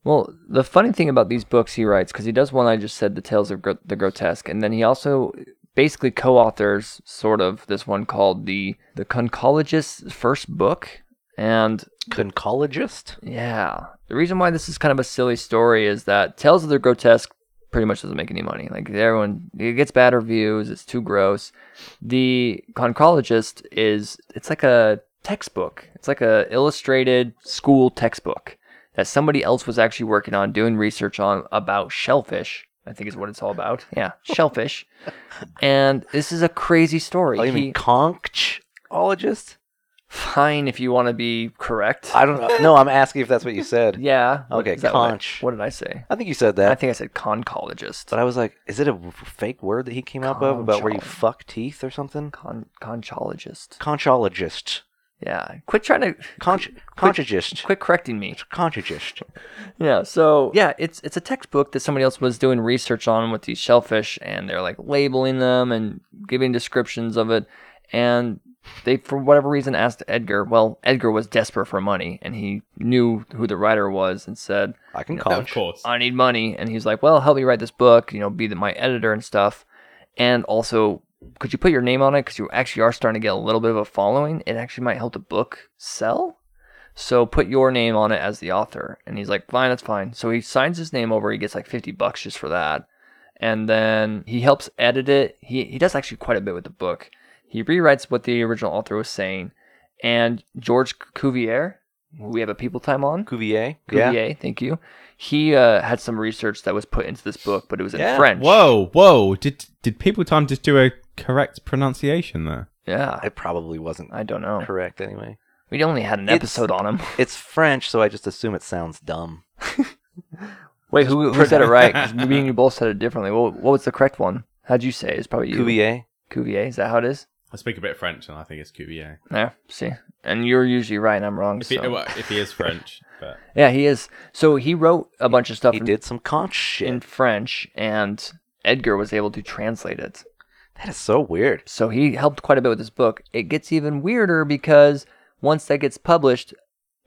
Speaker 2: Well, the funny thing about these books he writes, because he does one I just said, The Tales of Gro- the Grotesque, and then he also basically co authors sort of this one called The, the Conchologist's First Book. And
Speaker 3: Concologist?
Speaker 2: Yeah. The reason why this is kind of a silly story is that Tales of the Grotesque pretty much doesn't make any money. Like everyone it gets bad reviews, it's too gross. The Conchologist is it's like a textbook. It's like a illustrated school textbook that somebody else was actually working on doing research on about shellfish. I think is what it's all about. Yeah, shellfish. and this is a crazy story.
Speaker 3: Oh, you
Speaker 2: He-
Speaker 3: mean conchologist?
Speaker 2: fine if you want to be correct.
Speaker 3: I don't know. No, I'm asking if that's what you said.
Speaker 2: yeah. what-
Speaker 3: Okay,
Speaker 2: is that what I-
Speaker 3: conch.
Speaker 2: What did I say?
Speaker 3: I think you said that.
Speaker 2: I think I said conchologist.
Speaker 3: but I was like, is it a w- fake word that he came up with about where you
Speaker 2: Conchol-
Speaker 3: fuck teeth or something?
Speaker 2: Con- conchologist.
Speaker 3: Conchologist.
Speaker 2: Yeah. Quit trying to
Speaker 3: Conch- conchologist.
Speaker 2: quit correcting me.
Speaker 3: Conchologist.
Speaker 2: Yeah. So yeah, it's it's a textbook that somebody else was doing research on with these shellfish, and they're like labeling them and giving descriptions of it, and they for whatever reason asked Edgar. Well, Edgar was desperate for money, and he knew who the writer was, and said,
Speaker 3: I can
Speaker 1: of
Speaker 3: conch.
Speaker 1: course.
Speaker 2: I need money. And he's like, well, help me write this book, you know, be the, my editor and stuff. And also, could you put your name on it? Because you actually are starting to get a little bit of a following. It actually might help the book sell. So put your name on it as the author. And he's like, fine, that's fine. So he signs his name over. He gets like 50 bucks just for that. And then he helps edit it. He, he does actually quite a bit with the book. He rewrites what the original author was saying. And George Cuvier, who we have a People Time on,
Speaker 3: Cuvier. Yeah.
Speaker 2: Cuvier, thank you. He uh, had some research that was put into this book, but it was in
Speaker 3: Yeah.
Speaker 2: French.
Speaker 1: Whoa, whoa. Did did people time just do a correct pronunciation there?
Speaker 2: Yeah,
Speaker 3: It probably wasn't
Speaker 2: I don't know.
Speaker 3: correct anyway.
Speaker 2: We only had an
Speaker 3: It's-
Speaker 2: episode on him.
Speaker 3: It's French, so I just assume it sounds dumb.
Speaker 2: Wait, who, who said it right? 'Cause me and you both said it differently. What, what was the correct one? How'd you say? it? It's probably you.
Speaker 3: Cuvier.
Speaker 2: Cuvier, is that how it is?
Speaker 1: I speak a bit of French and I think it's Cuvier.
Speaker 2: Yeah. See, and you're usually right, and I'm wrong.
Speaker 1: If he,
Speaker 2: so-
Speaker 1: well, if he is French. But
Speaker 2: yeah, he is. So he wrote a bunch of stuff
Speaker 3: He
Speaker 2: in,
Speaker 3: did some conch shit.
Speaker 2: in French, and Edgar was able to translate it.
Speaker 3: that is so weird.
Speaker 2: So he helped quite a bit with this book. It gets even weirder because once that gets published,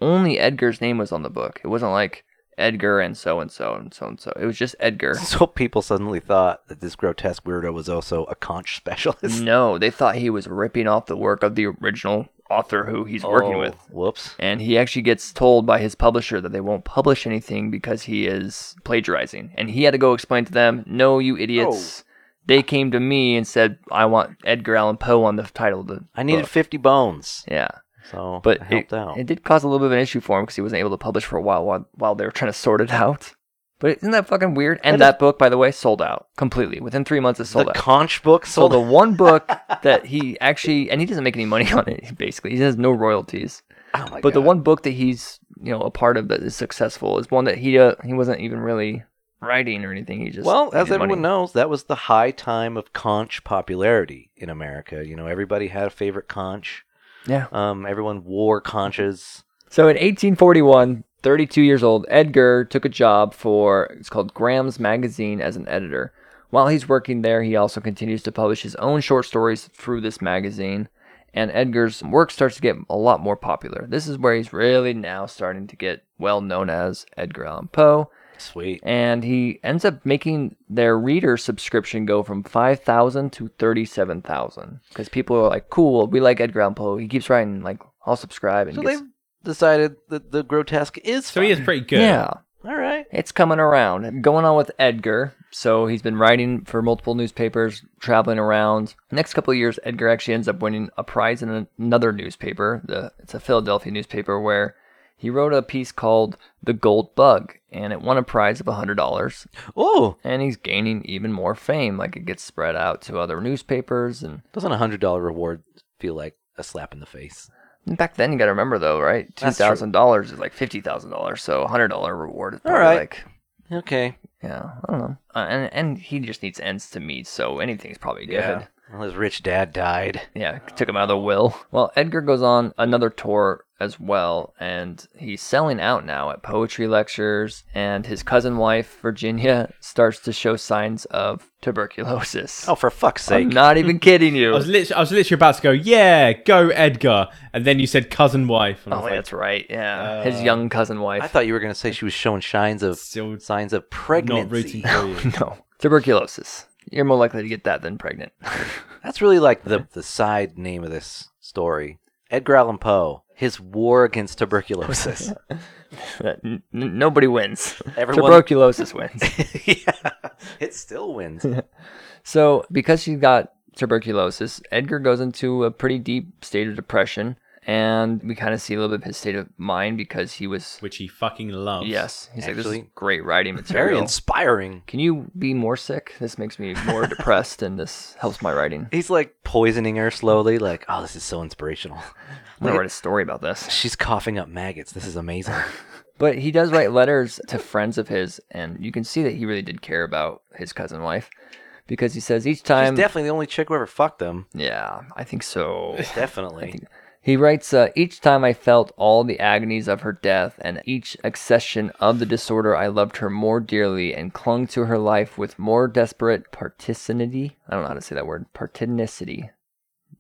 Speaker 2: only Edgar's name was on the book. It wasn't like Edgar and so and so and so and so. It was just Edgar.
Speaker 3: So people suddenly thought that this grotesque weirdo was also a conch specialist.
Speaker 2: No, they thought he was ripping off the work of the original author who he's working
Speaker 3: Oh,
Speaker 2: with.
Speaker 3: Whoops.
Speaker 2: And he actually gets told by his publisher that they won't publish anything because he is plagiarizing. And he had to go explain to them, no, you idiots.
Speaker 3: Oh.
Speaker 2: They came to me and said, I want Edgar Allan Poe on the title of the
Speaker 3: I needed
Speaker 2: book."
Speaker 3: 50 bones.
Speaker 2: Yeah.
Speaker 3: So
Speaker 2: but
Speaker 3: I
Speaker 2: it,
Speaker 3: helped out.
Speaker 2: it did cause a little bit of an issue for him because he wasn't able to publish for a while while, while they were trying to sort it out. But isn't that fucking weird? And
Speaker 3: That
Speaker 2: that book, by the way, sold out completely within three months. It sold
Speaker 3: the
Speaker 2: out.
Speaker 3: conch book
Speaker 2: so
Speaker 3: sold
Speaker 2: the one book that he actually and he doesn't make any money on it. Basically, he has no royalties.
Speaker 3: Oh my
Speaker 2: but the
Speaker 3: God.
Speaker 2: one book that he's you know a part of that is successful is one that he uh, he wasn't even really writing or anything. He just
Speaker 3: Well, as
Speaker 2: made
Speaker 3: everyone
Speaker 2: money.
Speaker 3: knows, that was the high time of conch popularity in America. You know, everybody had a favorite conch.
Speaker 2: yeah.
Speaker 3: Um, everyone wore conches.
Speaker 2: So in 1841, 32 years old, Edgar took a job for it's called Graham's Magazine as an editor. While he's working there, he also continues to publish his own short stories through this magazine. and Edgar's work starts to get a lot more popular. This is where he's really now starting to get well known as Edgar Allan Poe,
Speaker 3: Sweet.
Speaker 2: and he ends up making their reader subscription go from 5,000 to 37,000 because people are like, "Cool, we like Edgar Allan Poe. He keeps writing like I'll subscribe and
Speaker 3: So
Speaker 2: gets-
Speaker 3: they've decided that the grotesque is
Speaker 1: So he is
Speaker 3: fun.
Speaker 1: pretty good.
Speaker 2: yeah,
Speaker 3: All right.
Speaker 2: it's coming around. Going on with Edgar. So he's been writing for multiple newspapers, traveling around. Next couple of years, Edgar actually ends up winning a prize in an- another newspaper. The, it's a Philadelphia newspaper where he wrote a piece called The Gold Bug, and it won a prize of $100.
Speaker 3: Oh,
Speaker 2: And he's gaining even more fame. Like it gets spread out to other newspapers. And
Speaker 3: doesn't a hundred dollar reward feel like a slap in the face?
Speaker 2: back then, you got to remember though, right?
Speaker 3: That's true.
Speaker 2: $2,000 is like $50,000. So $100 reward is
Speaker 3: All
Speaker 2: probably
Speaker 3: right.
Speaker 2: like
Speaker 3: Okay.
Speaker 2: Yeah, I don't know. Uh, and and he just needs ends to meet, so anything's probably good. Yeah.
Speaker 3: Well, his rich dad died.
Speaker 2: took him out of the will. Well, Edgar goes on another tour as well, and he's selling out now at poetry lectures, and his cousin wife, Virginia, starts to show signs of tuberculosis.
Speaker 3: Oh, for fuck's
Speaker 2: I'm
Speaker 3: sake!
Speaker 2: not even kidding you.
Speaker 1: I was, literally, I was literally about to go, yeah, go Edgar. And then you said cousin wife. And I
Speaker 2: Oh,
Speaker 1: was like,
Speaker 2: that's right. Yeah, his
Speaker 1: Uh,
Speaker 2: young cousin wife.
Speaker 3: I thought you were gonna say she was showing signs of
Speaker 1: still
Speaker 3: signs of
Speaker 1: not
Speaker 3: pregnancy.
Speaker 1: rooting for you.
Speaker 2: no, tuberculosis. You're more likely to get that than pregnant.
Speaker 3: That's really like the the side name of this story. Edgar Allan Poe, his war against tuberculosis.
Speaker 2: N- n- nobody wins.
Speaker 3: Everyone-
Speaker 2: Tuberculosis wins.
Speaker 3: yeah, it still wins.
Speaker 2: So, because she got tuberculosis, Edgar goes into a pretty deep state of depression, and we kind of see a little bit of his state of mind because he was.
Speaker 1: Which he fucking loves.
Speaker 2: Yes, he's like, this is
Speaker 3: Actually,
Speaker 2: great writing
Speaker 3: Very
Speaker 2: material.
Speaker 3: inspiring.
Speaker 2: Can you be more sick? This makes me more depressed, and this helps my writing.
Speaker 3: He's like poisoning her slowly. Like, oh, this is so inspirational.
Speaker 2: I'm gonna write a story about this.
Speaker 3: She's coughing up maggots. This is amazing.
Speaker 2: But he does write letters to friends of his, and you can see that he really did care about his cousin wife, because he says each
Speaker 3: She's
Speaker 2: time.
Speaker 3: definitely the only chick who ever fucked him.
Speaker 2: yeah, I think so.
Speaker 3: Definitely.
Speaker 2: think- He writes, uh, each time I felt all the agonies of her death and each accession of the disorder, I loved her more dearly and clung to her life with more desperate partisanity. I don't know how to say that word. Partinicity.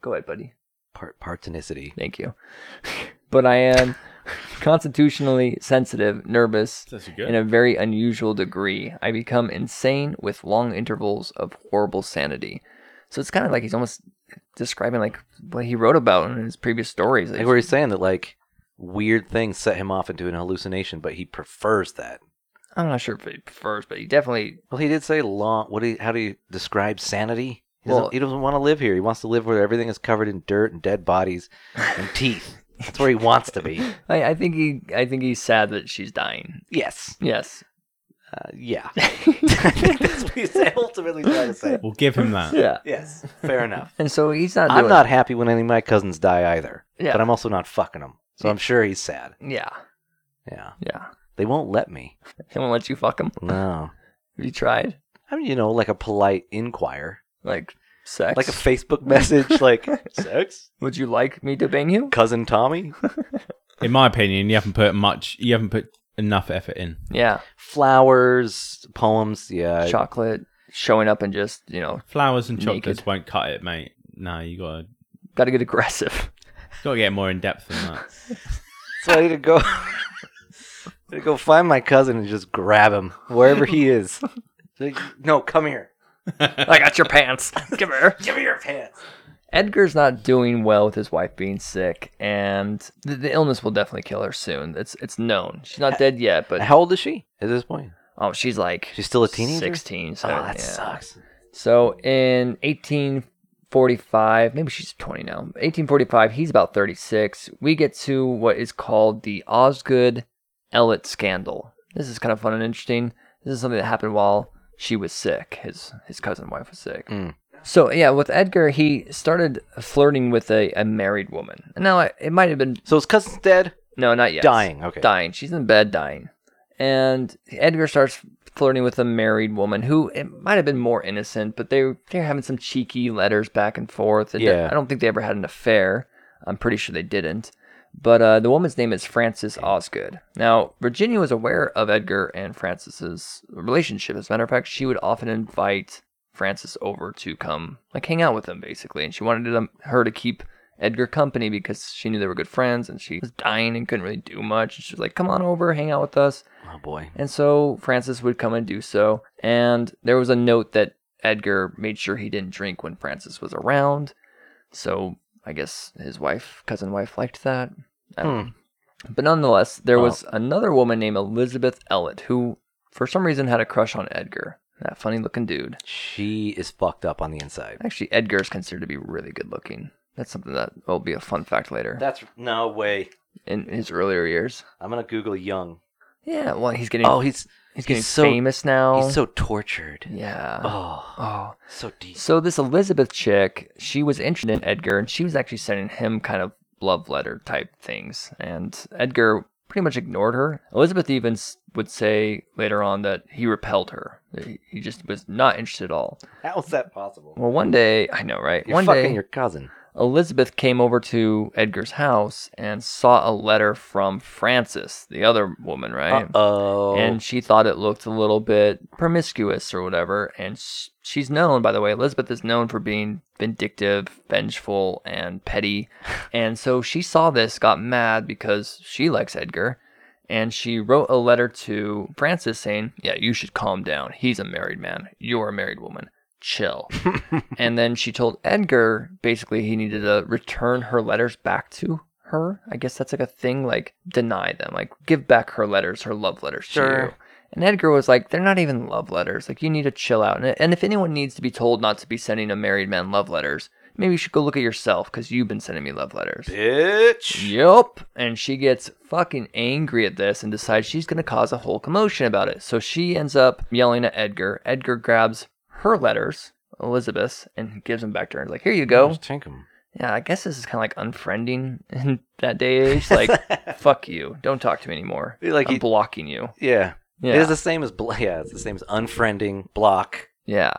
Speaker 2: Go ahead, buddy.
Speaker 3: Part partinicity.
Speaker 2: Thank you. but I am constitutionally sensitive, nervous,
Speaker 1: That's
Speaker 2: in
Speaker 1: good.
Speaker 2: a very unusual degree. I become insane with long intervals of horrible sanity. So it's kind of like he's almost describing like what he wrote about in his previous stories.
Speaker 3: Like where he's saying that like weird things set him off into an hallucination, but he prefers that.
Speaker 2: I'm not sure if he prefers, but he definitely
Speaker 3: Well, he did say long. What do you, how do you describe sanity? He doesn't,
Speaker 2: Well-
Speaker 3: he doesn't want to live here. He wants to live where everything is covered in dirt and dead bodies and teeth. That's where he wants to be.
Speaker 2: I, I think he I think he's sad that she's dying.
Speaker 3: Yes.
Speaker 2: Yes.
Speaker 3: Uh, yeah. I think that's what he's ultimately trying to say.
Speaker 1: We'll give him that.
Speaker 2: Yeah.
Speaker 3: Yes. Fair enough.
Speaker 2: And so he's not doing
Speaker 3: I'm not happy when any of my cousins die either.
Speaker 2: Yeah.
Speaker 3: But I'm also not fucking them. So I'm sure he's sad.
Speaker 2: Yeah.
Speaker 3: Yeah.
Speaker 2: Yeah.
Speaker 3: They won't let me.
Speaker 2: He won't let you fuck him.
Speaker 3: No.
Speaker 2: Have you tried?
Speaker 3: I mean, you know, like a polite inquire,
Speaker 2: Like sex?
Speaker 3: like a Facebook message, like sex,
Speaker 2: Would you like me to bang you?
Speaker 3: cousin Tommy,
Speaker 1: In my opinion, you haven't put much, you haven't put enough effort in.
Speaker 2: Yeah.
Speaker 3: flowers, poems. Yeah,
Speaker 2: Chocolate showing up and just, you know,
Speaker 1: Flowers and
Speaker 2: Naked.
Speaker 1: chocolates won't cut it, mate. No, you gotta
Speaker 2: gotta get aggressive.
Speaker 1: gotta get more in depth than that.
Speaker 3: so I need to go. I need to go find my cousin and just grab him wherever he is. Like, no, come here.
Speaker 2: I got your pants. Come here.
Speaker 3: Give me your pants.
Speaker 2: Edgar's not doing well with his wife being sick, and the, the illness will definitely kill her soon. It's it's known. She's not dead yet, but
Speaker 3: How old is she at this point?
Speaker 2: oh, she's like
Speaker 3: She's still a teenager.
Speaker 2: 16.
Speaker 3: Oh,
Speaker 2: 17,
Speaker 3: that
Speaker 2: yeah.
Speaker 3: sucks.
Speaker 2: So in 1845, maybe she's 20 now. 1845, he's about 36. We get to what is called the Osgood Ellet scandal. This is kind of fun and interesting. This is something that happened while she was sick. His his cousin wife was sick.
Speaker 3: Mm.
Speaker 2: So yeah, with Edgar, he started flirting with a, a married woman. And now it might have been
Speaker 3: So his cousin's dead,
Speaker 2: no, not yet.
Speaker 3: dying. Okay.
Speaker 2: Dying. She's in bed dying. And Edgar starts flirting with a married woman who it might have been more innocent, but they they're having some cheeky letters back and forth. And
Speaker 3: Yeah.
Speaker 2: I don't think they ever had an affair. I'm pretty sure they didn't. But uh, the woman's name is Frances Osgood. Now Virginia was aware of Edgar and Frances's relationship. As a matter of fact, she would often invite Frances over to come like hang out with them basically, and she wanted them um, her to keep Edgar company because she knew they were good friends and she was dying and couldn't really do much. And she was like, come on over, hang out with us.
Speaker 3: Oh boy.
Speaker 2: And so Francis would come and do so. And there was a note that Edgar made sure he didn't drink when Francis was around. So I guess his wife, cousin wife, liked that. I don't
Speaker 3: Hmm.
Speaker 2: But nonetheless, there
Speaker 3: Oh.
Speaker 2: was another woman named Elizabeth Ellett who, for some reason, had a crush on Edgar. That funny looking dude.
Speaker 3: She is fucked up on the inside.
Speaker 2: Actually, Edgar is considered to be really good looking. That's something that will be a fun fact later
Speaker 3: That's no way.
Speaker 2: in his earlier years.
Speaker 3: I'm gonna Google Young.
Speaker 2: Yeah, well, he's getting
Speaker 3: Oh, he's
Speaker 2: he's getting
Speaker 3: so-
Speaker 2: famous now.
Speaker 3: he's so tortured.
Speaker 2: yeah.
Speaker 3: Oh,
Speaker 2: oh,
Speaker 3: so deep.
Speaker 2: So this Elizabeth chick, she was interested in Edgar, and she was actually sending him kind of love letter type things. And Edgar pretty much ignored her. Elizabeth even s- would say later on that he repelled her. that he- He just was not interested at all.
Speaker 3: How is that possible?
Speaker 2: Well, one day, I know, right?
Speaker 3: You're
Speaker 2: one
Speaker 3: fucking
Speaker 2: day,
Speaker 3: your cousin.
Speaker 2: Elizabeth came over to Edgar's house and saw a letter from Frances, the other woman, right?
Speaker 3: oh.
Speaker 2: and she thought it looked a little bit promiscuous or whatever. And sh- she's known, by the way, Elizabeth is known for being vindictive, vengeful, and petty. And so she saw this, got mad because she likes Edgar. And she wrote a letter to Francis saying, Yeah, you should calm down. He's a married man. You're a married woman. Chill. and then she told Edgar basically he needed to return her letters back to her. I guess that's like a thing, like deny them, like give back her letters, her love letters to you.
Speaker 3: Sure.
Speaker 2: And Edgar was like, they're not even love letters. Like, you need to chill out. And, and if anyone needs to be told not to be sending a married man love letters, maybe you should go look at yourself because you've been sending me love letters.
Speaker 3: bitch.
Speaker 2: Yup. And she gets fucking angry at this and decides she's going to cause a whole commotion about it. So she ends up yelling at Edgar. Edgar grabs her letters, Elizabeth's, and gives them back to her. Like, here you go.
Speaker 3: Just take him.
Speaker 2: Yeah, I guess this is kind of like unfriending in that day and age. Like, fuck you. Don't talk to me anymore.
Speaker 3: Like
Speaker 2: I'm
Speaker 3: he-
Speaker 2: blocking you.
Speaker 3: Yeah.
Speaker 2: Yeah.
Speaker 3: It is the same as bl- yeah. It's the same as unfriending block.
Speaker 2: yeah.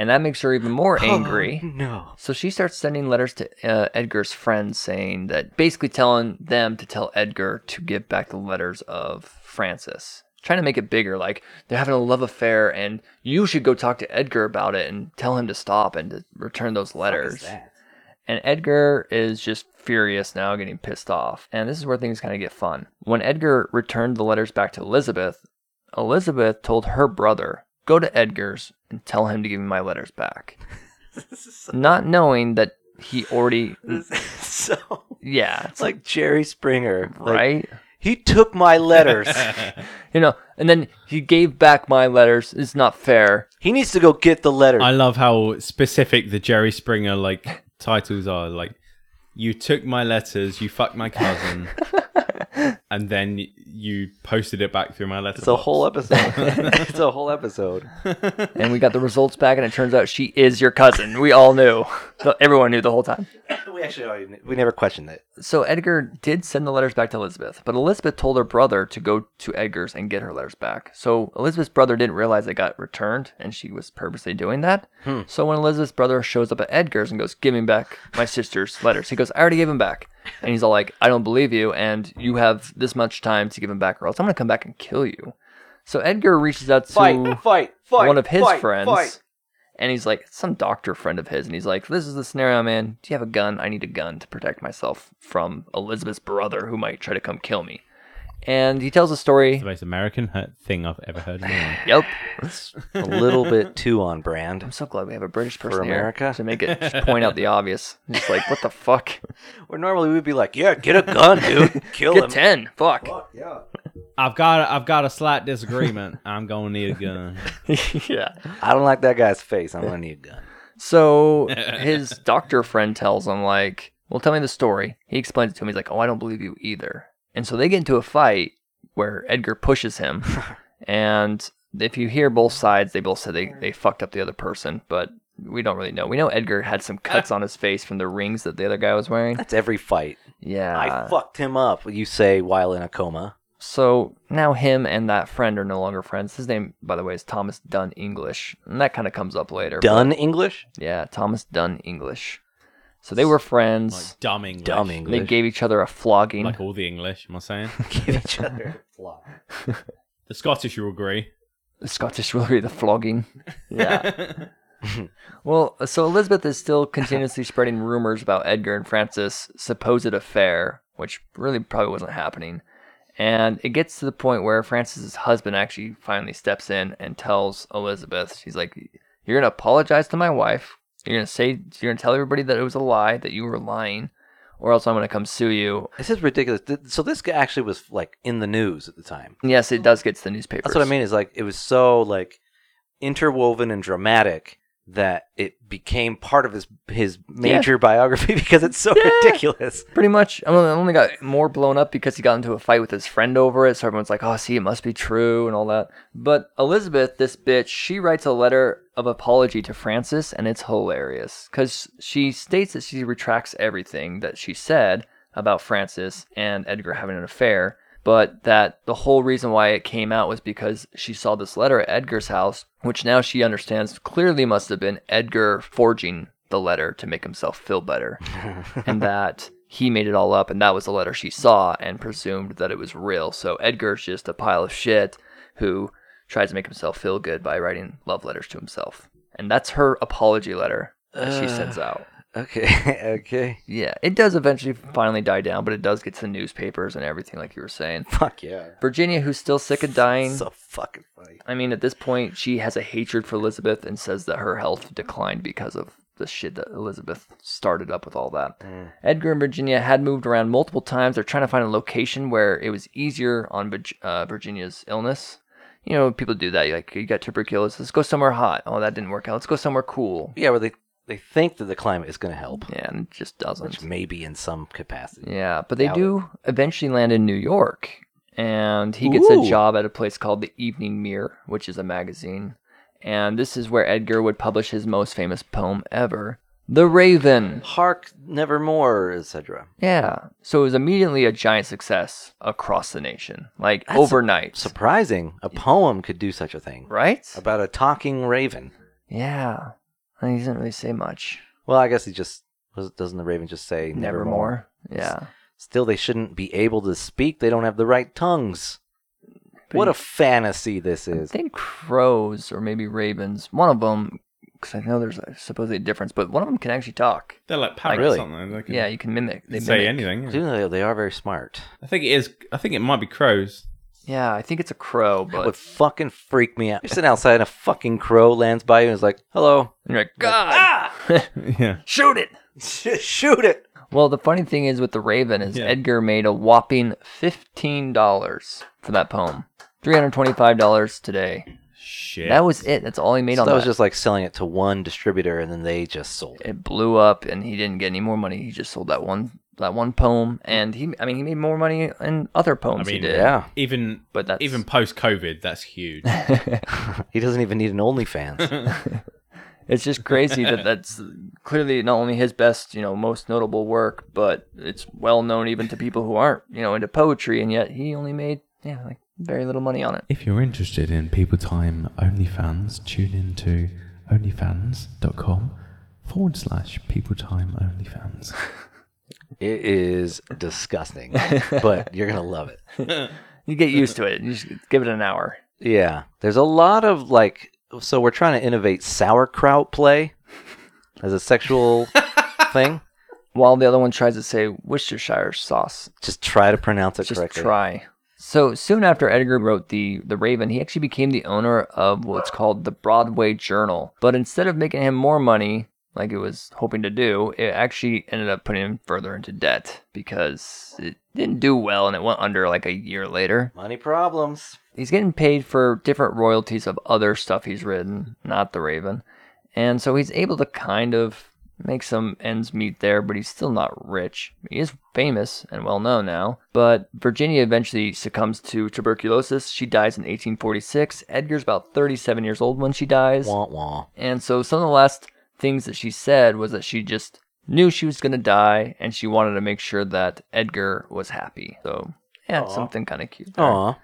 Speaker 2: And that makes her even more angry.
Speaker 3: Oh, no.
Speaker 2: So she starts sending letters to uh, Edgar's friends saying that basically telling them to tell Edgar to give back the letters of Francis. Trying to make it bigger, like they're having a love affair and you should go talk to Edgar about it and tell him to stop and to return those letters. And Edgar is just furious now, getting pissed off. And this is where things kind of get fun. When Edgar returned the letters back to Elizabeth, Elizabeth told her brother, Go to Edgar's and tell him to give me my letters back
Speaker 3: This is so.
Speaker 2: not knowing that he already
Speaker 3: This is so
Speaker 2: yeah
Speaker 3: it's like Jerry Springer. Like,
Speaker 2: right
Speaker 3: He took my letters.
Speaker 2: you know and then he gave back my letters it's not fair
Speaker 3: he needs to go get the letters.
Speaker 1: I love how specific the Jerry Springer like titles are. Like, you took my letters, you fucked my cousin, and then you posted it back through my letters.
Speaker 3: It's a whole episode. it's a whole episode.
Speaker 2: and we got the results back and it turns out she is your cousin we all knew So everyone knew the whole time
Speaker 3: We actually already, we never questioned it.
Speaker 2: so edgar did send the letters back to elizabeth but elizabeth told her brother to go to edgar's and get her letters back so elizabeth's brother didn't realize they got returned and she was purposely doing that
Speaker 3: Hmm.
Speaker 2: so when elizabeth's brother shows up at edgar's and goes give me back my sister's letters he goes i already gave him back and he's all like i don't believe you and you have this much time to give him back or else i'm gonna come back and kill you so edgar reaches out to
Speaker 3: fight, fight.
Speaker 2: one of his
Speaker 3: fight,
Speaker 2: friends.
Speaker 3: fight.
Speaker 2: And he's like, some doctor friend of his. And he's like, this is the scenario, man. Do you have a gun? I need a gun to protect myself from Elizabeth's brother who might try to come kill me. And he tells a
Speaker 1: the
Speaker 2: story.
Speaker 1: most American he- thing I've ever heard. In my life.
Speaker 2: Yep.
Speaker 3: A little bit too on brand.
Speaker 2: I'm so glad we have a British person here
Speaker 3: America?
Speaker 2: to make it just point out the obvious. Just like, what the fuck?
Speaker 3: Where normally we'd be like, yeah, get a gun, dude. Kill
Speaker 2: Get
Speaker 3: him.
Speaker 2: 10. Fuck.
Speaker 3: Fuck, yeah.
Speaker 1: I've got I've got a slight disagreement. I'm gonna need a gun.
Speaker 2: yeah.
Speaker 3: I don't like that guy's face. I'm gonna need a gun.
Speaker 2: So his doctor friend tells him, like, well, tell me the story. He explains it to him. He's like, oh, I don't believe you either. And so they get into a fight where Edgar pushes him. and if you hear both sides, they both said they, they fucked up the other person, but we don't really know. We know Edgar had some cuts on his face from the rings that the other guy was wearing.
Speaker 3: That's every fight.
Speaker 2: Yeah.
Speaker 3: I fucked him up. You say while in a coma.
Speaker 2: So now him and that friend are no longer friends. His name, by the way, is Thomas Dunn English. And that kind of comes up later. but-
Speaker 3: Done English.
Speaker 2: Yeah, Thomas Dunn English. So they were
Speaker 1: Like
Speaker 2: friends.
Speaker 1: dumb English.
Speaker 3: Dumb English.
Speaker 2: They gave each other a flogging.
Speaker 1: Like all the English, am I saying?
Speaker 3: Give each other a flop.
Speaker 1: the Scottish, you'll agree.
Speaker 2: The Scottish will be the flogging. Yeah. Well, so Elizabeth is still continuously spreading rumors about Edgar and Francis' supposed affair, which really probably wasn't happening. And it gets to the point where Francis's husband actually finally steps in and tells Elizabeth, she's like, "You're gonna apologize to my wife. You're gonna say you're gonna tell everybody that it was a lie, that you were lying, or else I'm gonna come sue you."
Speaker 3: This is ridiculous. Th- So this guy actually was like in the news at the time.
Speaker 2: Yes, it does get to the newspapers.
Speaker 3: That's what I mean. Is like it was so like interwoven and dramatic that it became part of his his major biography because it's so
Speaker 2: Yeah.
Speaker 3: ridiculous.
Speaker 2: Pretty much. I only- I only got more blown up because he got into a fight with his friend over it. So everyone's like, oh, see, it must be true and all that. But Elizabeth, this bitch, she writes a letter of apology to Francis, and it's hilarious because she states that she retracts everything that she said about Francis and Edgar having an affair, but that the whole reason why it came out was because she saw this letter at Edgar's house, which now she understands clearly must have been Edgar forging the letter to make himself feel better and that he made it all up and that was the letter she saw and presumed that it was real. So Edgar's just a pile of shit who tries to make himself feel good by writing love letters to himself. And that's her apology letter that she sends out.
Speaker 3: okay, okay,
Speaker 2: Yeah, it does eventually finally die down, but it does get to the newspapers and everything like you were saying.
Speaker 3: fuck yeah.
Speaker 2: Virginia, who's still sick of dying,
Speaker 3: So fucking funny.
Speaker 2: I mean, at this point, she has a hatred for Elizabeth and says that her health declined because of the shit that Elizabeth started up with all that.
Speaker 3: Mm.
Speaker 2: Edgar and Virginia had moved around multiple times. They're trying to find a location where it was easier on Virg- uh, Virginia's illness. You know, people do that. You're like, you got tuberculosis. Let's go somewhere hot. Oh, that didn't work out. Let's go somewhere cool.
Speaker 3: Yeah, where they they think that the climate is going to help,
Speaker 2: Yeah, and it just doesn't.
Speaker 3: which maybe in some capacity.
Speaker 2: Yeah, but they
Speaker 3: Doubt
Speaker 2: do eventually land in New York, and he gets
Speaker 3: Ooh.
Speaker 2: a job at a place called the Evening Mirror, which is a magazine. And this is where Edgar would publish his most famous poem ever, The Raven.
Speaker 3: Hark, nevermore, etc.
Speaker 2: Yeah. So it was immediately a giant success across the nation, like
Speaker 3: That's
Speaker 2: overnight.
Speaker 3: Surprising, a poem could do such a thing
Speaker 2: right?
Speaker 3: about a talking raven.
Speaker 2: Yeah. And he doesn't really say much.
Speaker 3: Well, I guess he just was- doesn't the raven just say
Speaker 2: Nevermore.
Speaker 3: nevermore?
Speaker 2: Yeah.
Speaker 3: Still, they shouldn't be able to speak. They don't have the right tongues.
Speaker 2: But
Speaker 3: what
Speaker 2: he-
Speaker 3: a fantasy this
Speaker 2: I
Speaker 3: is.
Speaker 2: think crows or maybe ravens. One of them, because I know there's a, supposedly a difference, but one of them can actually talk.
Speaker 1: They're like parrots,
Speaker 3: really?
Speaker 1: aren't they? They can
Speaker 2: Yeah, you can mimic. They
Speaker 1: say
Speaker 2: mimic.
Speaker 1: anything. yeah.
Speaker 3: They they are very smart.
Speaker 1: I think it is. I think it might be crows.
Speaker 2: Yeah, I think it's a crow,
Speaker 3: That
Speaker 2: but
Speaker 3: would fucking freak me out. You're sitting outside and a fucking crow lands by you and is like, hello.
Speaker 2: and you're like, God,
Speaker 1: yeah.
Speaker 2: shoot it.
Speaker 3: Shoot it.
Speaker 2: Well, the funny thing is with the Raven is
Speaker 1: Yeah.
Speaker 2: Edgar made a whopping fifteen dollars for that poem. Three hundred twenty-five dollars today.
Speaker 1: Shit.
Speaker 2: That was it. That's all he made
Speaker 3: So
Speaker 2: on
Speaker 3: that
Speaker 2: that.
Speaker 3: was just like selling it to one distributor and then they just sold it.
Speaker 2: it blew up, and he didn't get any more money. He just sold that one that one poem, and he I mean he made more money in other poems
Speaker 1: mean,
Speaker 2: he did.
Speaker 3: Yeah.
Speaker 1: even
Speaker 2: But that's
Speaker 1: even post COVID. That's huge.
Speaker 3: He doesn't even need an OnlyFans.
Speaker 2: It's just crazy that that's clearly not only his best, you know, most notable work, but it's well known even to people who aren't, you know, into poetry, and yet he only made yeah, like very little money on it.
Speaker 1: If you're interested in People Time OnlyFans, tune in to onlyfans.com forward slash People Time OnlyFans.
Speaker 3: it is disgusting, but you're going to love it.
Speaker 2: You get used to it. You just give it an hour.
Speaker 3: Yeah. There's a lot of like, so we're trying to innovate sauerkraut play as a sexual thing.
Speaker 2: While the other one tries to say Worcestershire sauce.
Speaker 3: Just try to pronounce it
Speaker 2: Just
Speaker 3: correctly.
Speaker 2: try. So soon after Edgar wrote the the Raven, he actually became the owner of what's called the Broadway Journal. But instead of making him more money, like it was hoping to do, it actually ended up putting him further into debt because it didn't do well and it went under like a year later.
Speaker 3: Money problems.
Speaker 2: He's getting paid for different royalties of other stuff he's written, not the Raven. And so he's able to kind of make some ends meet there, but he's still not rich. He is famous and well known now, but Virginia eventually succumbs to tuberculosis. She dies in 1846. Edgar's about 37 years old when she dies.
Speaker 3: Wah wah.
Speaker 2: And so some of the last things that she said was that she just knew she was going to die and she wanted to make sure that Edgar was happy. So, yeah,
Speaker 3: Aw.
Speaker 2: something kind of cute. there.
Speaker 3: Aw.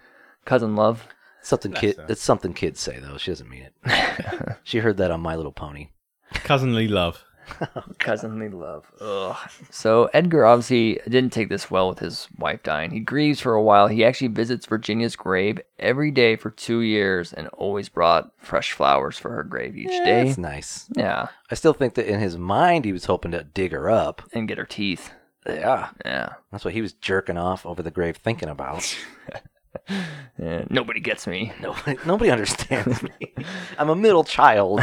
Speaker 2: Cousin love.
Speaker 3: Something kid.
Speaker 1: her.
Speaker 3: It's something kids say though. She doesn't mean it. she heard that on My Little Pony.
Speaker 1: Cousinly love.
Speaker 2: cousinly love. Ugh. So Edgar obviously didn't take this well with his wife dying. He grieves for a while. He actually visits Virginia's grave every day for two years and always brought fresh flowers for her grave each
Speaker 3: Yeah,
Speaker 2: day.
Speaker 3: That's nice.
Speaker 2: Yeah,
Speaker 3: I still think that in his mind he was hoping to dig her up.
Speaker 2: and get her teeth.
Speaker 3: Yeah.
Speaker 2: Yeah.
Speaker 3: That's what he was jerking off over the grave thinking about.
Speaker 2: yeah. Nobody gets me.
Speaker 3: nobody, nobody understands me. I'm a middle child.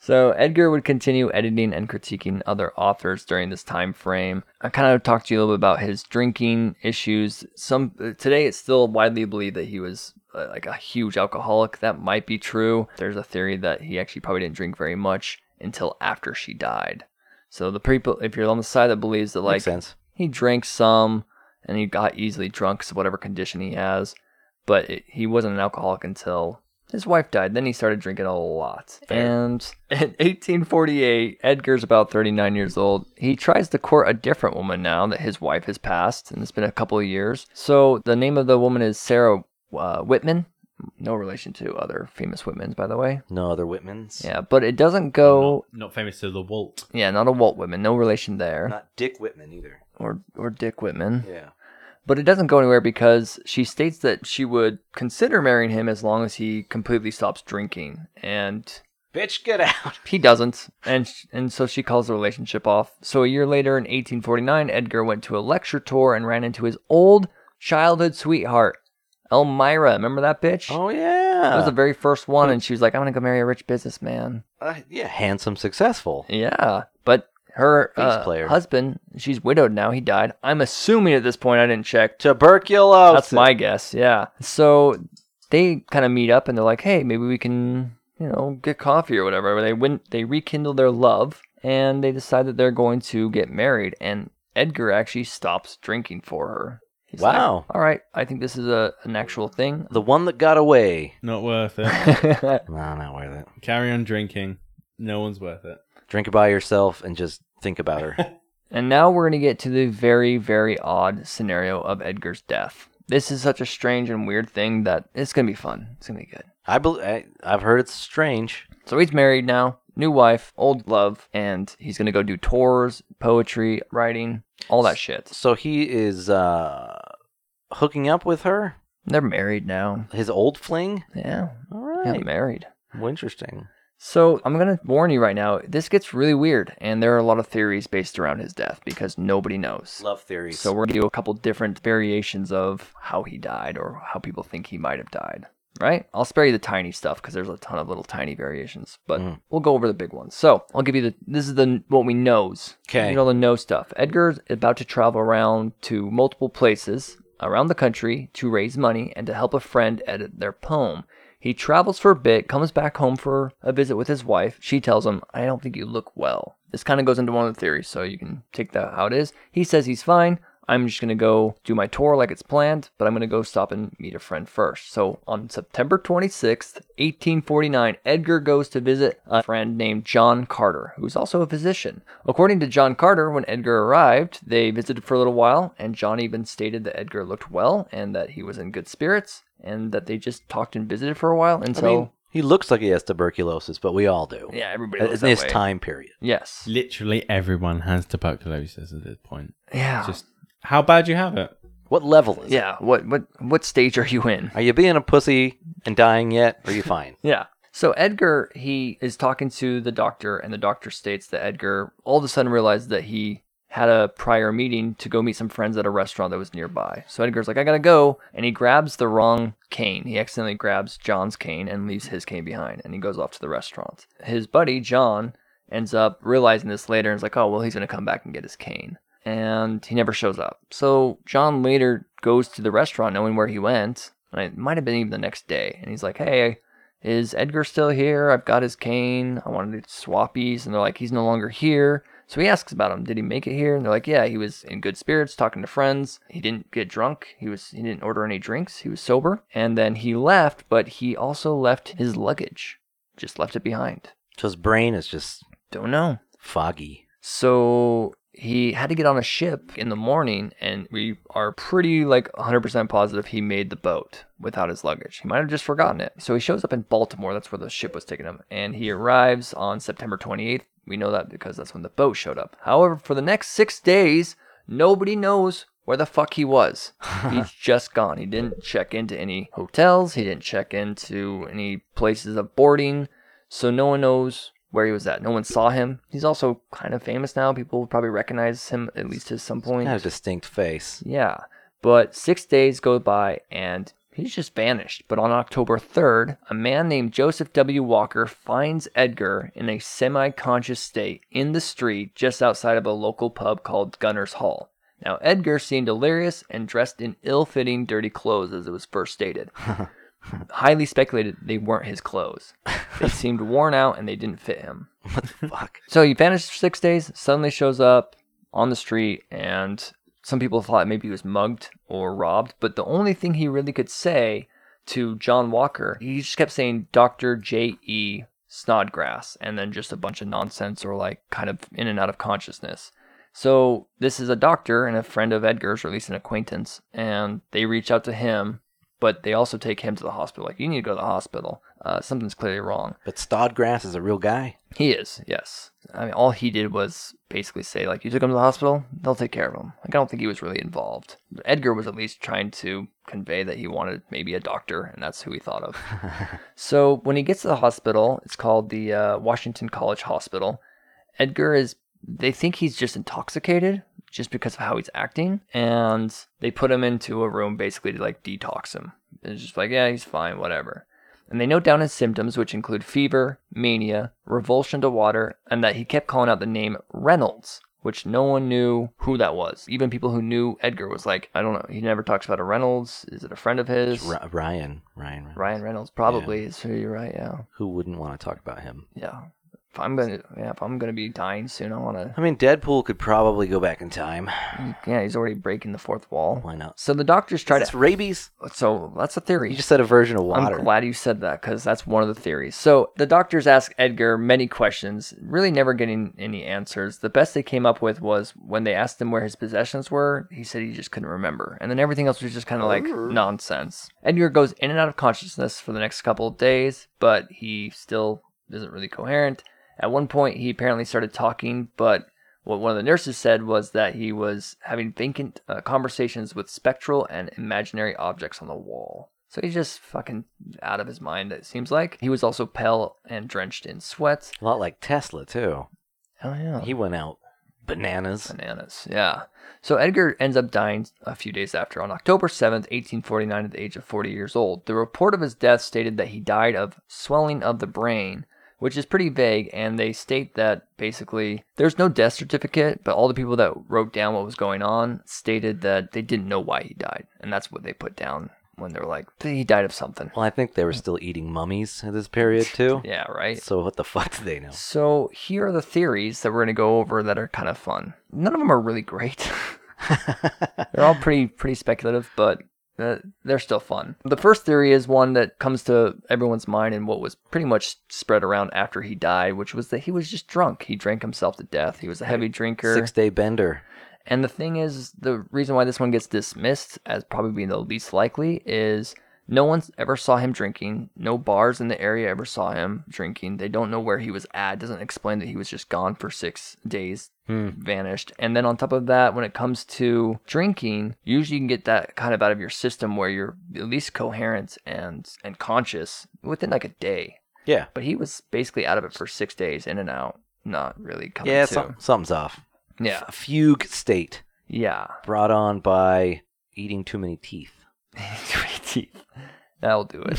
Speaker 2: So Edgar would continue editing and critiquing other authors during this time frame. I kind of talked to you a little bit about his drinking issues. Some uh, today it's still widely believed that he was uh, like a huge alcoholic. That might be true. There's a theory that he actually probably didn't drink very much until after she died. So the people, if you're on the side that believes that like
Speaker 3: Makes sense.
Speaker 2: he drank some and he got easily drunk so whatever condition he has but it, he wasn't an alcoholic until his wife died then he started drinking a lot and in 1848 edgar's about 39 years old he tries to court a different woman now that his wife has passed and it's been a couple of years so the name of the woman is sarah uh, whitman no relation to other famous whitmans by the way
Speaker 3: No other Whitmans.
Speaker 2: yeah but it doesn't go
Speaker 1: Not, not famous to the Walt.
Speaker 2: yeah not a walt whitman no relation there
Speaker 3: Not Dick Whitman either.
Speaker 2: or or dick whitman
Speaker 3: Yeah.
Speaker 2: But it doesn't go anywhere because she states that she would consider marrying him as long as he completely stops drinking. And
Speaker 3: Bitch, get out.
Speaker 2: he doesn't. And, and so she calls the relationship off. So a year later in 1849, Edgar went to a lecture tour and ran into his old childhood sweetheart, Elmira. Remember that bitch?
Speaker 3: Oh
Speaker 2: That was
Speaker 3: yeah.
Speaker 2: the very first one. And she was like, I'm going to go marry a rich businessman.
Speaker 3: Uh, yeah, handsome, successful.
Speaker 2: Yeah. But her
Speaker 3: Bass
Speaker 2: uh,
Speaker 3: player.
Speaker 2: husband, she's widowed now. He died. I'm assuming at this point, I didn't check,
Speaker 3: Tuberculosis.
Speaker 2: That's my guess. Yeah. So they kind of meet up and they're like, "Hey, maybe we can, you know, get coffee or whatever." They win. They rekindle their love and they decide that they're going to get married. And Edgar actually stops drinking for her. He's like,
Speaker 3: Wow.
Speaker 2: All right, I think this is a an actual thing.
Speaker 3: The one that got away.
Speaker 1: Not worth it.
Speaker 3: No, not worth it.
Speaker 1: Carry on drinking. No one's worth it.
Speaker 3: Drink it by yourself and just think about her.
Speaker 2: And now we're going to get to the very, very odd scenario of Edgar's death. This is such a strange and weird thing that it's going to be fun. It's going to be good.
Speaker 3: I, bel I I've heard it's strange.
Speaker 2: So he's married now, new wife, old love, and he's gonna go do tours, poetry, writing, all that shit.
Speaker 3: So he is uh, hooking up with her,
Speaker 2: They're married now.
Speaker 3: his old fling.
Speaker 2: Yeah,
Speaker 3: All
Speaker 2: yeah,
Speaker 3: right.
Speaker 2: married.
Speaker 3: Well, interesting.
Speaker 2: So I'm gonna warn you right now. This gets really weird, and there are a lot of theories based around his death because nobody knows.
Speaker 3: Love theories.
Speaker 2: So
Speaker 3: So
Speaker 2: we're gonna do a couple different variations of how he died or how people think he might have died. Right? I'll spare you the tiny stuff because there's a ton of little tiny variations, but
Speaker 3: Mm.
Speaker 2: we'll go over the big ones. So I'll give you the this is the what we knows.
Speaker 3: 'Kay.
Speaker 2: You know the know stuff. Edgar's about to travel around to multiple places around the country to raise money and to help a friend edit their poem. He travels for a bit, comes back home for a visit with his wife. She tells him, I don't think you look well. This kind of goes into one of the theories, so you can take that how it is. He says he's fine. I'm just going to go do my tour like it's planned, but I'm going to go stop and meet a friend first. So on September 26th, 1849, Edgar goes to visit a friend named John Carter, who's also a physician. According to John Carter, when Edgar arrived, they visited for a little while, and John even stated that Edgar looked well and that he was in good spirits and that they just talked and visited for a while
Speaker 3: I
Speaker 2: until
Speaker 3: mean, he looks like he has tuberculosis, but we all do.
Speaker 2: yeah, everybody
Speaker 3: uh, In
Speaker 2: looks that
Speaker 3: this
Speaker 2: way.
Speaker 3: time period.
Speaker 2: Yes.
Speaker 1: Literally everyone has tuberculosis at this point.
Speaker 2: Yeah.
Speaker 1: Just how bad you have it.
Speaker 3: What level is it?
Speaker 2: yeah. What what what stage are you in?
Speaker 3: Are you being a pussy and dying yet? Or are you fine?
Speaker 2: Yeah. So Edgar, he is talking to the doctor, and the doctor states that Edgar all of a sudden realized that he had a prior meeting to go meet some friends at a restaurant that was nearby. So Edgar's like, I gotta go. And he grabs the wrong cane. He accidentally grabs John's cane and leaves his cane behind, and he goes off to the restaurant. His buddy, John, ends up realizing this later and is like, oh, well, he's gonna come back and get his cane. And he never shows up. So John later goes to the restaurant knowing where he went. And it might have been even the next day. And he's like, hey, is Edgar still here? I've got his cane. I wanted to swappies. And they're like, he's no longer here. So he asks about him. Did he make it here? And they're like, yeah, he was in good spirits, talking to friends. He didn't get drunk. He was he didn't order any drinks. He was sober. And then he left, but he also left his luggage. Just left it behind.
Speaker 3: So his brain is just
Speaker 2: Don't know.
Speaker 3: foggy.
Speaker 2: So he had to get on a ship in the morning, and we are pretty like 100% positive he made the boat without his luggage. He might have just forgotten it. So he shows up in Baltimore. That's where the ship was taking him. And he arrives on September 28th, We know that because that's when the boat showed up. However, for the next six days, nobody knows where the fuck he was. He's just gone. He didn't check into any hotels, he didn't check into any places of boarding, so no one knows where he was at. No one saw him. He's also kind of famous now. People will probably recognize him at least at some point.
Speaker 3: Had a distinct face.
Speaker 2: Yeah. But six days go by and he's just vanished. But on October 3rd, a man named Joseph W. Walker finds Edgar in a semi conscious state in the street just outside of a local pub called Gunner's Hall. Now, Edgar seemed delirious and dressed in ill fitting, dirty clothes as it was first stated. Highly speculated they weren't his clothes. They seemed worn out and they didn't fit him.
Speaker 3: What the fuck?
Speaker 2: So he vanished for six days, suddenly shows up on the street, and some people thought maybe he was mugged or robbed. But the only thing he really could say to John Walker, he just kept saying Dr. J.E. Snodgrass, and then just a bunch of nonsense or like kind of in and out of consciousness. So this is a doctor and a friend of Edgar's, or at least an acquaintance, and they reach out to him, but they also take him to the hospital. Like, you need to go to the hospital. Uh, something's clearly wrong.
Speaker 3: But Stodgrass is a real guy.
Speaker 2: He is, yes. I mean, all he did was basically say, like, you took him to the hospital, they'll take care of him. Like, I don't think he was really involved. Edgar was at least trying to convey that he wanted maybe a doctor, and that's who he thought of. so when he gets to the hospital, it's called the uh, Washington College Hospital. Edgar is, they think he's just intoxicated just because of how he's acting, and they put him into a room basically to, like, detox him. It's just like, yeah, he's fine, whatever and they note down his symptoms, which include fever, mania, revulsion to water, and that he kept calling out the name Reynolds, which no one knew who that was. Even people who knew Edgar was like, I don't know, he never talks about a Reynolds. Is it a friend of his?
Speaker 3: It's Ri- Ryan. Ryan. Reynolds.
Speaker 2: Ryan Reynolds, probably is who you're right. Yeah,
Speaker 3: Who wouldn't want to talk about him?
Speaker 2: yeah. If I'm gonna, yeah, if I'm gonna be dying soon, I wanna.
Speaker 3: I mean, Deadpool could probably go back in time.
Speaker 2: Yeah, he's already breaking the fourth wall.
Speaker 3: Why not?
Speaker 2: So the doctors try
Speaker 3: It's
Speaker 2: to.
Speaker 3: rabies.
Speaker 2: So that's a theory.
Speaker 3: You just said a version of water.
Speaker 2: I'm glad you said that because that's one of the theories. So the doctors asked Edgar many questions, really never getting any answers. The best they came up with was when they asked him where his possessions were, he said he just couldn't remember. And then everything else was just kind of like nonsense. Edgar goes in and out of consciousness for the next couple of days, but he still isn't really coherent. At one point, he apparently started talking, but what one of the nurses said was that he was having vacant uh, conversations with spectral and imaginary objects on the wall. So he's just fucking out of his mind, it seems like. He was also pale and drenched in sweat.
Speaker 3: A lot like Tesla too.
Speaker 2: Hell yeah.
Speaker 3: He went out bananas.
Speaker 2: Bananas, yeah. So Edgar ends up dying a few days after, on October 7th, 1849, at the age of 40 years old. The report of his death stated that he died of swelling of the brain, which is pretty vague, and they state that basically there's no death certificate, but all the people that wrote down what was going on stated that they didn't know why he died, and that's what they put down when they were like, he died of something.
Speaker 3: Well, I think they were still eating mummies at this period too.
Speaker 2: Yeah, right?
Speaker 3: So what the fuck do they know?
Speaker 2: So here are the theories that we're going to go over that are kind of fun. None of them are really great. they're all pretty pretty speculative, but uh, they're still fun. The first theory is one that comes to everyone's mind and what was pretty much spread around after he died, which was that he was just drunk. He drank himself to death. He was a heavy drinker.
Speaker 3: Six day bender.
Speaker 2: And the thing is, the reason why this one gets dismissed as probably being the least likely is no one ever saw him drinking. No bars in the area ever saw him drinking. They don't know where he was at. Doesn't explain that he was just gone for six days,
Speaker 3: Hmm.
Speaker 2: vanished. And then on top of that, when it comes to drinking, usually you can get that kind of out of your system where you're at least coherent and and conscious within like a day.
Speaker 3: Yeah.
Speaker 2: But he was basically out of it for six days, in and out, not really coming
Speaker 3: Yeah,
Speaker 2: to.
Speaker 3: some, something's off.
Speaker 2: yeah,
Speaker 3: A fugue state
Speaker 2: yeah.
Speaker 3: brought on by eating too many teeth.
Speaker 2: Three teeth. That'll do it.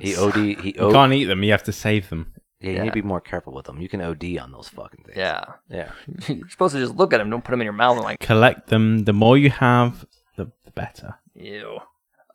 Speaker 3: He OD. He
Speaker 1: You
Speaker 3: OD.
Speaker 1: can't eat them. You have to save them.
Speaker 3: Yeah, you
Speaker 2: Yeah.
Speaker 3: need to be more careful with them. You can OD on those fucking things.
Speaker 2: Yeah.
Speaker 3: Yeah.
Speaker 2: You're supposed to just look at them, don't put them in your mouth and like,
Speaker 1: Collect them. The more you have, the, the better.
Speaker 2: ew.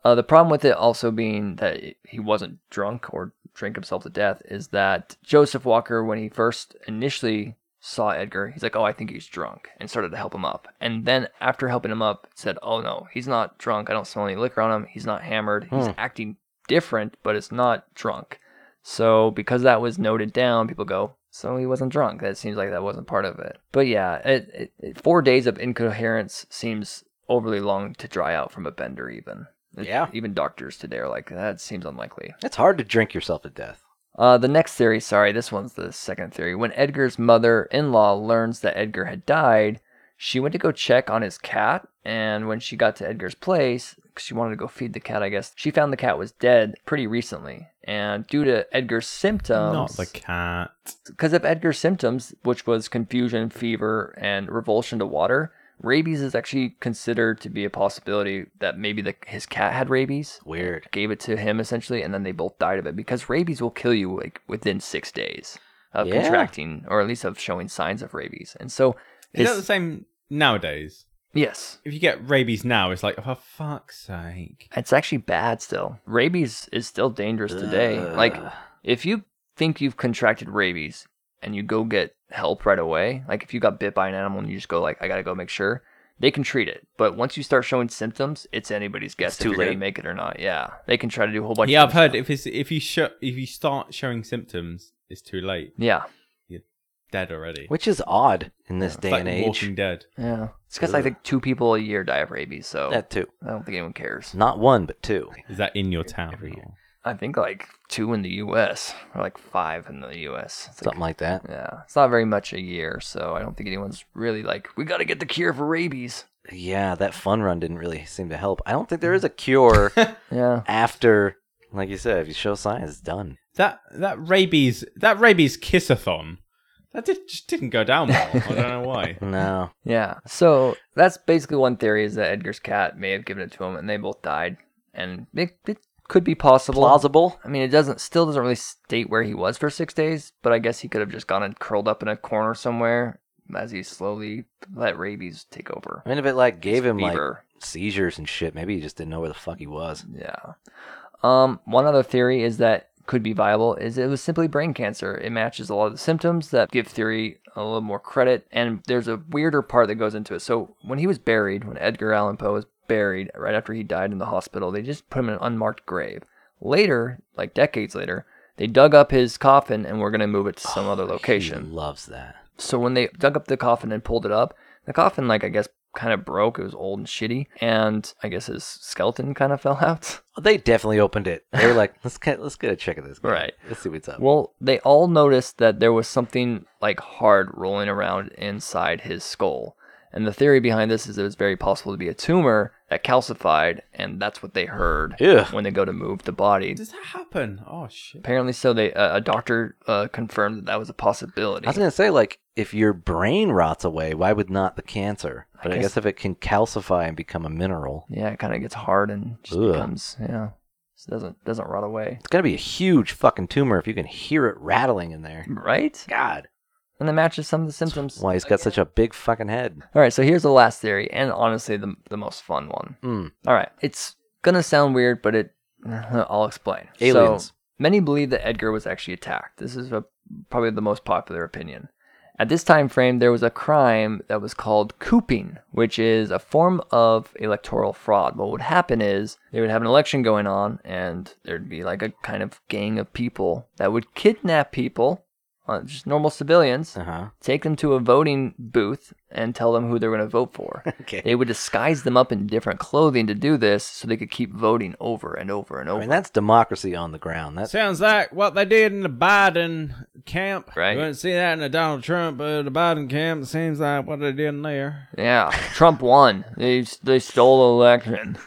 Speaker 2: Uh, the problem with it also being that he wasn't drunk or drank himself to death is that Joseph Walker, when he first initially saw Edgar, he's like, oh, I think he's drunk, and started to help him up. And then after helping him up, said, oh no, he's not drunk. I don't smell any liquor on him. He's not hammered. He's acting different, but it's not drunk. So because that was noted down, people go, so he wasn't drunk. That seems like that wasn't part of it. But yeah, it, it, it- four days of incoherence seems overly long to dry out from a bender, even. It-
Speaker 3: Yeah.
Speaker 2: Even doctors today are like, that seems unlikely.
Speaker 3: It's hard to drink yourself to death.
Speaker 2: Uh, the next theory, sorry, this one's the second theory. When Edgar's mother in law learns that Edgar had died, she went to go check on his cat. And when she got to Edgar's place, 'cause she wanted to go feed the cat, I guess, she found the cat was dead pretty recently. And due to Edgar's symptoms,
Speaker 1: Not the cat.
Speaker 2: because of Edgar's symptoms, which was confusion, fever, and revulsion to water, rabies is actually considered to be a possibility that maybe the, his cat had rabies,
Speaker 3: Weird.
Speaker 2: gave it to him essentially, and then they both died of it because rabies will kill you like within six days of
Speaker 3: Yeah.
Speaker 2: contracting or at least of showing signs of rabies. And so,
Speaker 1: Is that
Speaker 2: his-
Speaker 1: the same nowadays?
Speaker 2: yes,
Speaker 1: If you get rabies now, it's like, oh, for fuck's sake.
Speaker 2: it's actually bad still. Rabies is still dangerous today. Like
Speaker 3: Ugh.
Speaker 2: if you think you've contracted rabies and you go get help right away, like if you got bit by an animal and you just go like, I gotta go make sure, they can treat it. But once you start showing symptoms, it's anybody's guess if
Speaker 3: too
Speaker 2: you're gonna
Speaker 3: late.
Speaker 2: make it or not. Yeah, they can try to do a whole bunch.
Speaker 1: yeah,
Speaker 2: of
Speaker 1: I've heard
Speaker 2: different
Speaker 1: if it's if you show if you start showing symptoms, it's too late.
Speaker 2: stuff.
Speaker 1: Dead already.
Speaker 3: Which is odd in this
Speaker 1: It's
Speaker 3: day
Speaker 1: like
Speaker 3: and age.
Speaker 1: Walking Dead.
Speaker 2: Yeah, yeah. It's because like
Speaker 3: Ugh.
Speaker 2: two people a year die of rabies, so
Speaker 3: That too.
Speaker 2: I don't think anyone cares.
Speaker 3: Not one, but two.
Speaker 1: Is that in your town?
Speaker 3: Every year.
Speaker 2: I think like two in the U.S. or like five in the U.S. It's like,
Speaker 3: Something like that.
Speaker 2: yeah, it's not very much a year, so I don't think anyone's really like, we gotta get the cure for rabies.
Speaker 3: Yeah, that fun run didn't really seem to help. I don't think there is a cure
Speaker 2: Yeah.
Speaker 3: after, like you said, if you show signs, it's done.
Speaker 1: That that rabies that rabies kissathon. That did, just didn't go down well. I don't know why.
Speaker 3: No.
Speaker 2: Yeah. So that's basically one theory is that Edgar's cat may have given it to him, and they both died, and it, it could be possible.
Speaker 3: Plausible.
Speaker 2: I mean, it doesn't still doesn't really state where he was for six days, but I guess he could have just gone and curled up in a corner somewhere as he slowly let rabies take over.
Speaker 3: I mean, if it like gave
Speaker 2: His
Speaker 3: him like
Speaker 2: fever.
Speaker 3: seizures and shit, maybe he just didn't know where the fuck he was.
Speaker 2: Yeah. Um, one other theory is that could be viable is it was simply brain cancer. It matches a lot of the symptoms that give theory a little more credit, and there's a weirder part that goes into it. So when he was buried, when Edgar Allan Poe was buried, right after he died in the hospital, they just put him in an unmarked grave. Later, like decades later, they dug up his coffin and were gonna move it to some other location.
Speaker 3: He loves that.
Speaker 2: So when they dug up the coffin and pulled it up, the coffin, like I guess, kind of broke. It was old and shitty, and I guess his skeleton kind of fell out.
Speaker 3: They definitely opened it. They were like, let's get let's get a check of this. Guy.
Speaker 2: Right.
Speaker 3: Let's see what's up.
Speaker 2: Well, they all noticed that there was something like hard rolling around inside his skull. And the theory behind this is it was very possible to be a tumor that calcified, and that's what they heard
Speaker 3: Ugh.
Speaker 2: when they go to move the body.
Speaker 1: Does that happen? Oh shit.
Speaker 2: Apparently, so they uh, a doctor uh, confirmed that that was a possibility.
Speaker 3: I was gonna say like, if your brain rots away, why would not the cancer? But I guess,
Speaker 2: guess-
Speaker 3: if it can calcify and become a mineral,
Speaker 2: yeah, it kind of gets hard and just
Speaker 3: Ugh.
Speaker 2: becomes yeah, just doesn't doesn't rot away,
Speaker 3: it's gonna be a huge fucking tumor if you can hear it rattling in there.
Speaker 2: right?
Speaker 3: God,
Speaker 2: And it matches some of the symptoms.
Speaker 3: why he's got such a big fucking head?
Speaker 2: All right, so here's the last theory, and honestly, the the most fun one.
Speaker 3: Mm.
Speaker 2: All right. It's going to sound weird, but it I'll explain. So,
Speaker 3: Aliens.
Speaker 2: many believe that Edgar was actually attacked. This is a, probably the most popular opinion. At this time frame, there was a crime that was called cooping, which is a form of electoral fraud. What would happen is they would have an election going on, and there'd be like a kind of gang of people that would kidnap people, uh, just normal civilians,
Speaker 3: Uh huh.
Speaker 2: take them to a voting booth, and tell them who they're going to vote for.
Speaker 3: Okay.
Speaker 2: They would disguise them up in different clothing to do this so they could keep voting over and over and
Speaker 3: I
Speaker 2: over.
Speaker 3: mean, that's democracy on the ground. That's
Speaker 1: Sounds like what they did in the Biden camp.
Speaker 2: Right.
Speaker 1: You wouldn't see that in the Donald Trump, but the Biden camp seems like what they did in there.
Speaker 2: yeah, Trump won. They they stole the election.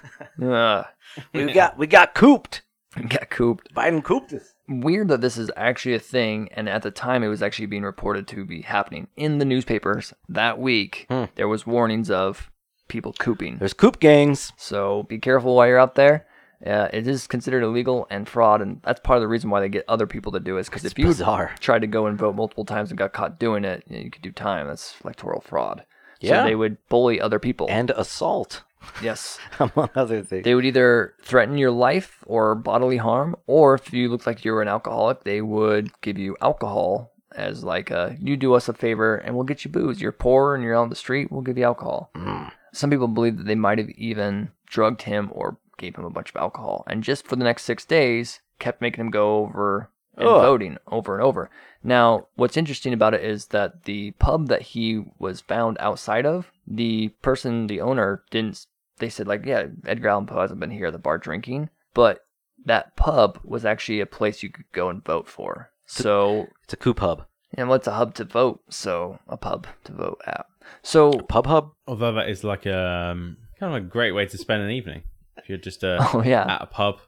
Speaker 2: Ugh.
Speaker 3: we got we got cooped.
Speaker 2: Got cooped.
Speaker 3: Biden cooped us.
Speaker 2: Weird that this is actually a thing, and at the time it was actually being reported to be happening in the newspapers that week.
Speaker 3: Hmm.
Speaker 2: There was warnings of people cooping.
Speaker 3: There's coop gangs.
Speaker 2: So be careful while you're out there. Uh, it is considered illegal and fraud, and that's part of the reason why they get other people to do it. Because
Speaker 3: It's
Speaker 2: if you
Speaker 3: bizarre.
Speaker 2: tried to go and vote multiple times and got caught doing it, you could do time. That's electoral fraud.
Speaker 3: Yeah.
Speaker 2: So they would bully other people.
Speaker 3: and assault,
Speaker 2: yes.
Speaker 3: among other things.
Speaker 2: They would either threaten your life or bodily harm, or if you looked like you were an alcoholic, they would give you alcohol as like a you do us a favor and we'll get you booze. You're poor and you're on the street, we'll give you alcohol.
Speaker 3: Mm.
Speaker 2: Some people believe that they might have even drugged him or gave him a bunch of alcohol. And just for the next six days, kept making him go over and
Speaker 3: Ugh.
Speaker 2: voting over and over. Now, what's interesting about it is that the pub that he was found outside of, the person, the owner, didn't. They said, like, yeah, Edgar Allan Poe hasn't been here at the bar drinking, but that pub was actually a place you could go and vote for. So,
Speaker 3: It's a coup hub.
Speaker 2: and what's a hub to vote? So, a pub to vote at. So,
Speaker 3: Pub hub?
Speaker 1: Although that is like um, kind of a great way to spend an evening if you're just uh,
Speaker 2: oh yeah,
Speaker 1: at a pub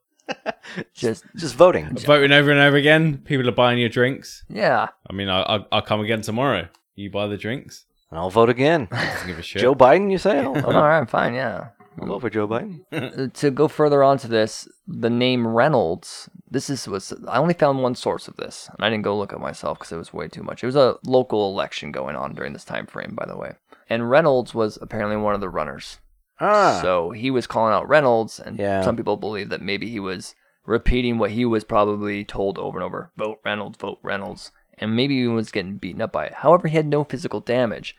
Speaker 2: just
Speaker 3: Just voting.
Speaker 1: voting over and over again. People are buying your drinks.
Speaker 2: yeah,
Speaker 1: I mean, I, I, I'll come again tomorrow. You buy the drinks.
Speaker 3: And I'll vote again.
Speaker 1: Don't give a shit.
Speaker 3: Joe Biden, you say? I'll,
Speaker 2: Oh, all right, fine, yeah.
Speaker 3: I'll vote for Joe Biden.
Speaker 2: Uh, to go further on to this, the name Reynolds. This is was I only found one source of this, and I didn't go look at myself because it was way too much. It was a local election going on during this time frame, by the way. And Reynolds was apparently one of the runners,
Speaker 3: Ah.
Speaker 2: so he was calling out Reynolds, and
Speaker 3: Yeah.
Speaker 2: some people believe that maybe he was repeating what he was probably told over and over: vote Reynolds, vote Reynolds, and maybe he was getting beaten up by it. However, he had no physical damage.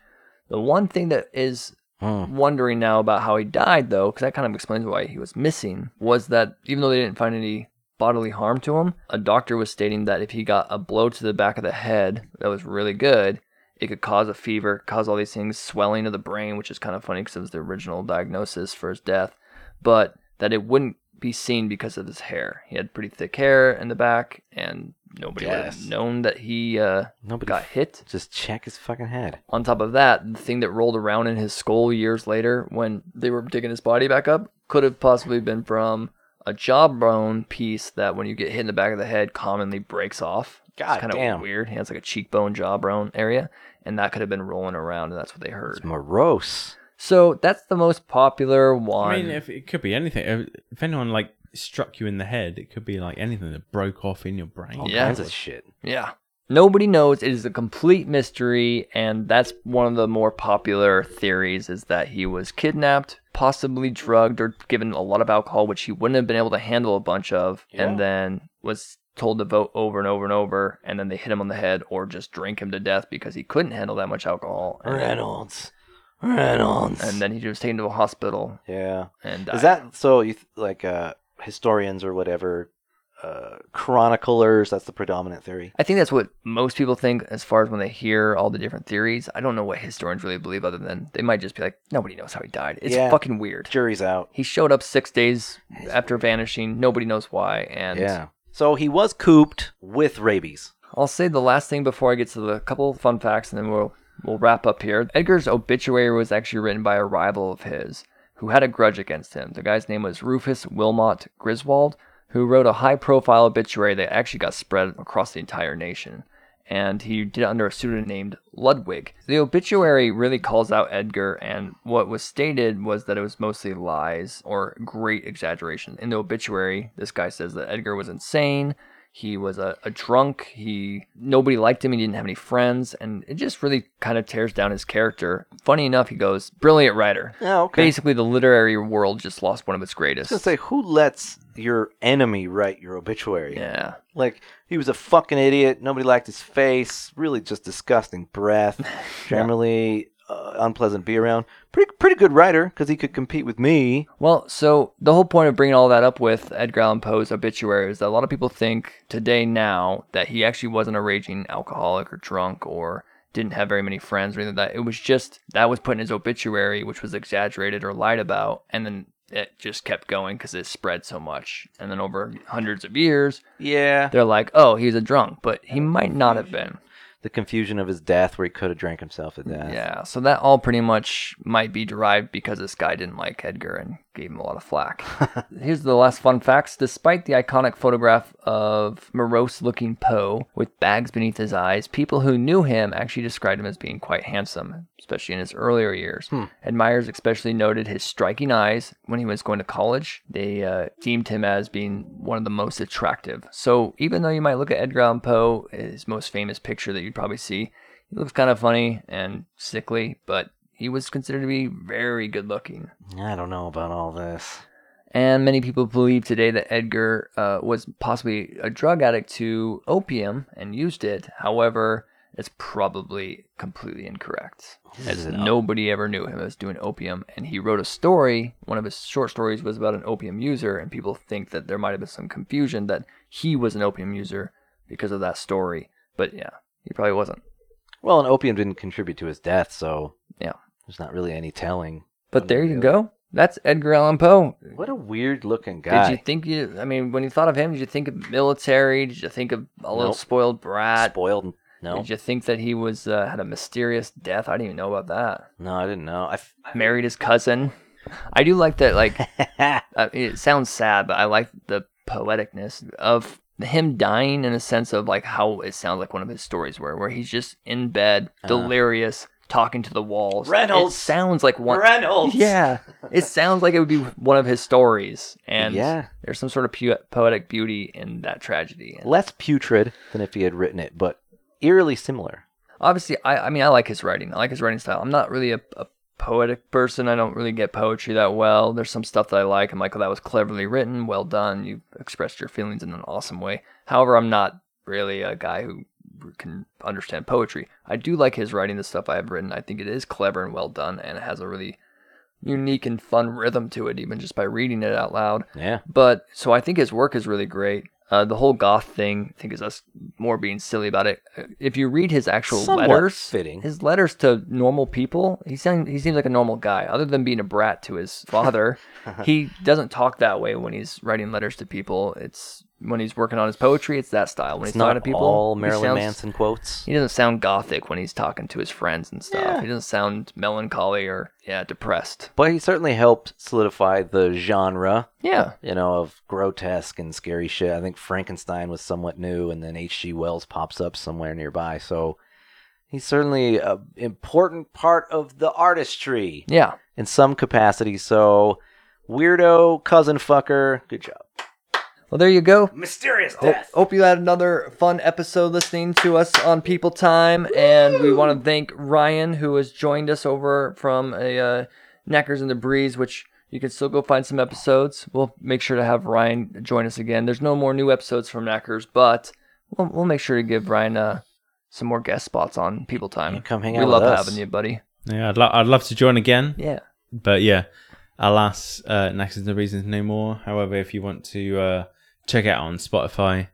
Speaker 2: The one thing that is
Speaker 3: Hmm.
Speaker 2: wondering now about how he died, though, because that kind of explains why he was missing, was that even though they didn't find any bodily harm to him, a doctor was stating that if he got a blow to the back of the head that was really good, it could cause a fever, cause all these things, swelling of the brain, which is kind of funny because it was the original diagnosis for his death, but that it wouldn't be seen because of his hair. He had pretty thick hair in the back, and nobody would
Speaker 3: Yes.
Speaker 2: have known that he uh,
Speaker 3: Nobody
Speaker 2: got hit.
Speaker 3: Just check his fucking head.
Speaker 2: On top of that, the thing that rolled around in his skull years later when they were digging his body back up could have possibly been from a jawbone piece that when you get hit in the back of the head commonly breaks off.
Speaker 3: God
Speaker 2: it's kind
Speaker 3: damn.
Speaker 2: of weird. He has like a cheekbone jawbone area, and that could have been rolling around, and that's what they
Speaker 3: It's
Speaker 2: heard.
Speaker 3: morose.
Speaker 2: So that's the most popular one.
Speaker 1: I mean, if it could be anything. If, if anyone like struck you in the head, it could be like anything that broke off in your brain.
Speaker 3: All
Speaker 2: Yeah.
Speaker 3: kinds of shit.
Speaker 2: Yeah. Nobody knows. It is a complete mystery, and that's one of the more popular theories is that he was kidnapped, possibly drugged, or given a lot of alcohol, which he wouldn't have been able to handle a bunch of,
Speaker 3: Yeah.
Speaker 2: and then was told to vote over and over and over, and then they hit him on the head or just drank him to death because he couldn't handle that much alcohol. And,
Speaker 3: Reynolds. Reynolds.
Speaker 2: and then he was taken to a hospital
Speaker 3: yeah.
Speaker 2: and
Speaker 3: Is
Speaker 2: died.
Speaker 3: that so? You th- like uh, historians or whatever, uh, chroniclers? That's the predominant theory.
Speaker 2: I think that's what most people think as far as when they hear all the different theories. I don't know what historians really believe other than they might just be like, nobody knows how he died. It's
Speaker 3: Yeah.
Speaker 2: fucking weird.
Speaker 3: Jury's out.
Speaker 2: He showed up six days after vanishing. Nobody knows why. And
Speaker 3: yeah. So he was cooped with rabies.
Speaker 2: I'll say the last thing before I get to the couple of fun facts, and then we'll we'll wrap up here. Edgar's obituary was actually written by a rival of his who had a grudge against him. The guy's name was Rufus Wilmot Griswold, who wrote a high-profile obituary that actually got spread across the entire nation. And he did it under a pseudonym named Ludwig. The obituary really calls out Edgar, and what was stated was that it was mostly lies or great exaggeration. In the obituary, this guy says that Edgar was insane, he was a, a drunk he nobody liked him he didn't have any friends and it just really kind of tears down his character funny enough he goes brilliant writer
Speaker 3: Yeah. Okay.
Speaker 2: basically the literary world just lost one of its
Speaker 3: I
Speaker 2: greatest
Speaker 3: was gonna say, who lets your enemy write your obituary?
Speaker 2: yeah
Speaker 3: Like he was a fucking idiot. Nobody liked his face. Really, just disgusting breath. Generally uh, unpleasant to be around. Pretty, pretty good writer because he could compete with me.
Speaker 2: Well, so the whole point of bringing all that up with Edgar Allan Poe's obituary is that a lot of people think today now that he actually wasn't a raging alcoholic or drunk or didn't have very many friends or anything like that. It was just that was put in his obituary, which was exaggerated or lied about, and then it just kept going because it spread so much. And then over hundreds of years,
Speaker 3: Yeah.
Speaker 2: they're like, "Oh, he's a drunk," but he might not have been.
Speaker 3: The confusion of his death, where he could have drank himself to death.
Speaker 2: Yeah, so that all pretty much might be derived because this guy didn't like Edgar and gave him a lot of flack. Here's the last fun facts. Despite the iconic photograph of morose looking Poe with bags beneath his eyes, people who knew him actually described him as being quite handsome, especially in his earlier years. Admirers especially noted his striking eyes when he was going to college. They uh, deemed him as being one of the most attractive. So even though you might look at Edgar Allan Poe, his most famous picture that you'd probably see, he looks kind of funny and sickly, but he was considered to be very good looking.
Speaker 3: I don't know about all this.
Speaker 2: And many people believe today that Edgar uh, was possibly a drug addict to opium and used it. However, it's probably completely incorrect. As
Speaker 3: Is it-
Speaker 2: nobody ever knew him as doing opium. And he wrote a story. One of his short stories was about an opium user. And people think that there might have been some confusion that he was an opium user because of that story. But yeah, he probably wasn't.
Speaker 3: Well, and opium didn't contribute to his death, so
Speaker 2: Yeah.
Speaker 3: there's not really any telling.
Speaker 2: But there you go. That's Edgar Allan Poe.
Speaker 3: What a weird looking
Speaker 2: Mm. Did you
Speaker 3: guy.
Speaker 2: think you? I mean, when you thought of him, did you think of military? Did you think of a little
Speaker 3: Nope.
Speaker 2: spoiled brat?
Speaker 3: Spoiled? No,
Speaker 2: Did you think that he was uh, had a mysterious death? I didn't even know about that.
Speaker 3: no, I didn't know. I f-
Speaker 2: Married his cousin. I do like that. Like I mean, it sounds sad, but I like the poeticness of him dying in a sense of like how it sounds like one of his stories were, where he's just in bed,
Speaker 3: Uh-huh.
Speaker 2: delirious, talking to the walls.
Speaker 3: Reynolds!
Speaker 2: It sounds like one.
Speaker 3: Reynolds.
Speaker 2: Yeah, it sounds like it would be one of his stories, and
Speaker 3: yeah,
Speaker 2: there's some sort of pu- poetic beauty in that tragedy. And
Speaker 3: less putrid than if he had written it, but eerily similar.
Speaker 2: obviously, I, I mean, I like his writing. I like his writing style. I'm not really a, a poetic person. I don't really get poetry that well. There's some stuff that I like. I'm like, oh, that was cleverly written. Well done. You expressed your feelings in an awesome way. However, I'm not really a guy who can understand poetry. I do like his writing, the stuff I have written. I think it is clever and well done, and it has a really unique and fun rhythm to it, even just by reading it out loud.
Speaker 3: Yeah,
Speaker 2: But so I think his work is really great. Uh, the whole goth thing, I think, is us more being silly about it. Uh, If you read his actual
Speaker 3: Somewhat
Speaker 2: letters,
Speaker 3: fitting.
Speaker 2: his letters to normal people, he sounds he seems like a normal guy. Other than being a brat to his father, he doesn't talk that way when he's writing letters to people. It's when he's working on his poetry, it's that style. When
Speaker 3: it's
Speaker 2: he's talking to
Speaker 3: not
Speaker 2: people,
Speaker 3: all
Speaker 2: he
Speaker 3: Marilyn
Speaker 2: sounds-
Speaker 3: Manson quotes.
Speaker 2: He doesn't sound gothic when he's talking to his friends and stuff.
Speaker 3: Yeah.
Speaker 2: He doesn't sound melancholy or yeah depressed.
Speaker 3: But he certainly helped solidify the genre,
Speaker 2: Yeah,
Speaker 3: you know, of grotesque and scary shit. I think Frankenstein was somewhat new, and then H.G. Wells pops up somewhere nearby. So he's certainly an important part of the artistry
Speaker 2: yeah.
Speaker 3: in some capacity. So, weirdo cousin fucker, good job.
Speaker 2: Well, there you go.
Speaker 3: Mysterious
Speaker 2: Hope, hope you had another fun episode listening to us on People Time, and we want to thank Ryan who has joined us over from a uh, Knackers in the Breeze, which you can still go find some episodes. We'll make sure to have Ryan join us again. There's no more new episodes from Knackers, but we'll, we'll make sure to give Ryan uh, some more guest spots on People Time.
Speaker 3: Come hang
Speaker 2: We
Speaker 3: out
Speaker 2: love
Speaker 3: with us.
Speaker 2: having you, buddy.
Speaker 1: Yeah, I'd, lo- I'd love to join again.
Speaker 2: Yeah,
Speaker 1: But yeah, alas, uh, Nax is no reason no more. However, if you want to uh, check it out on Spotify,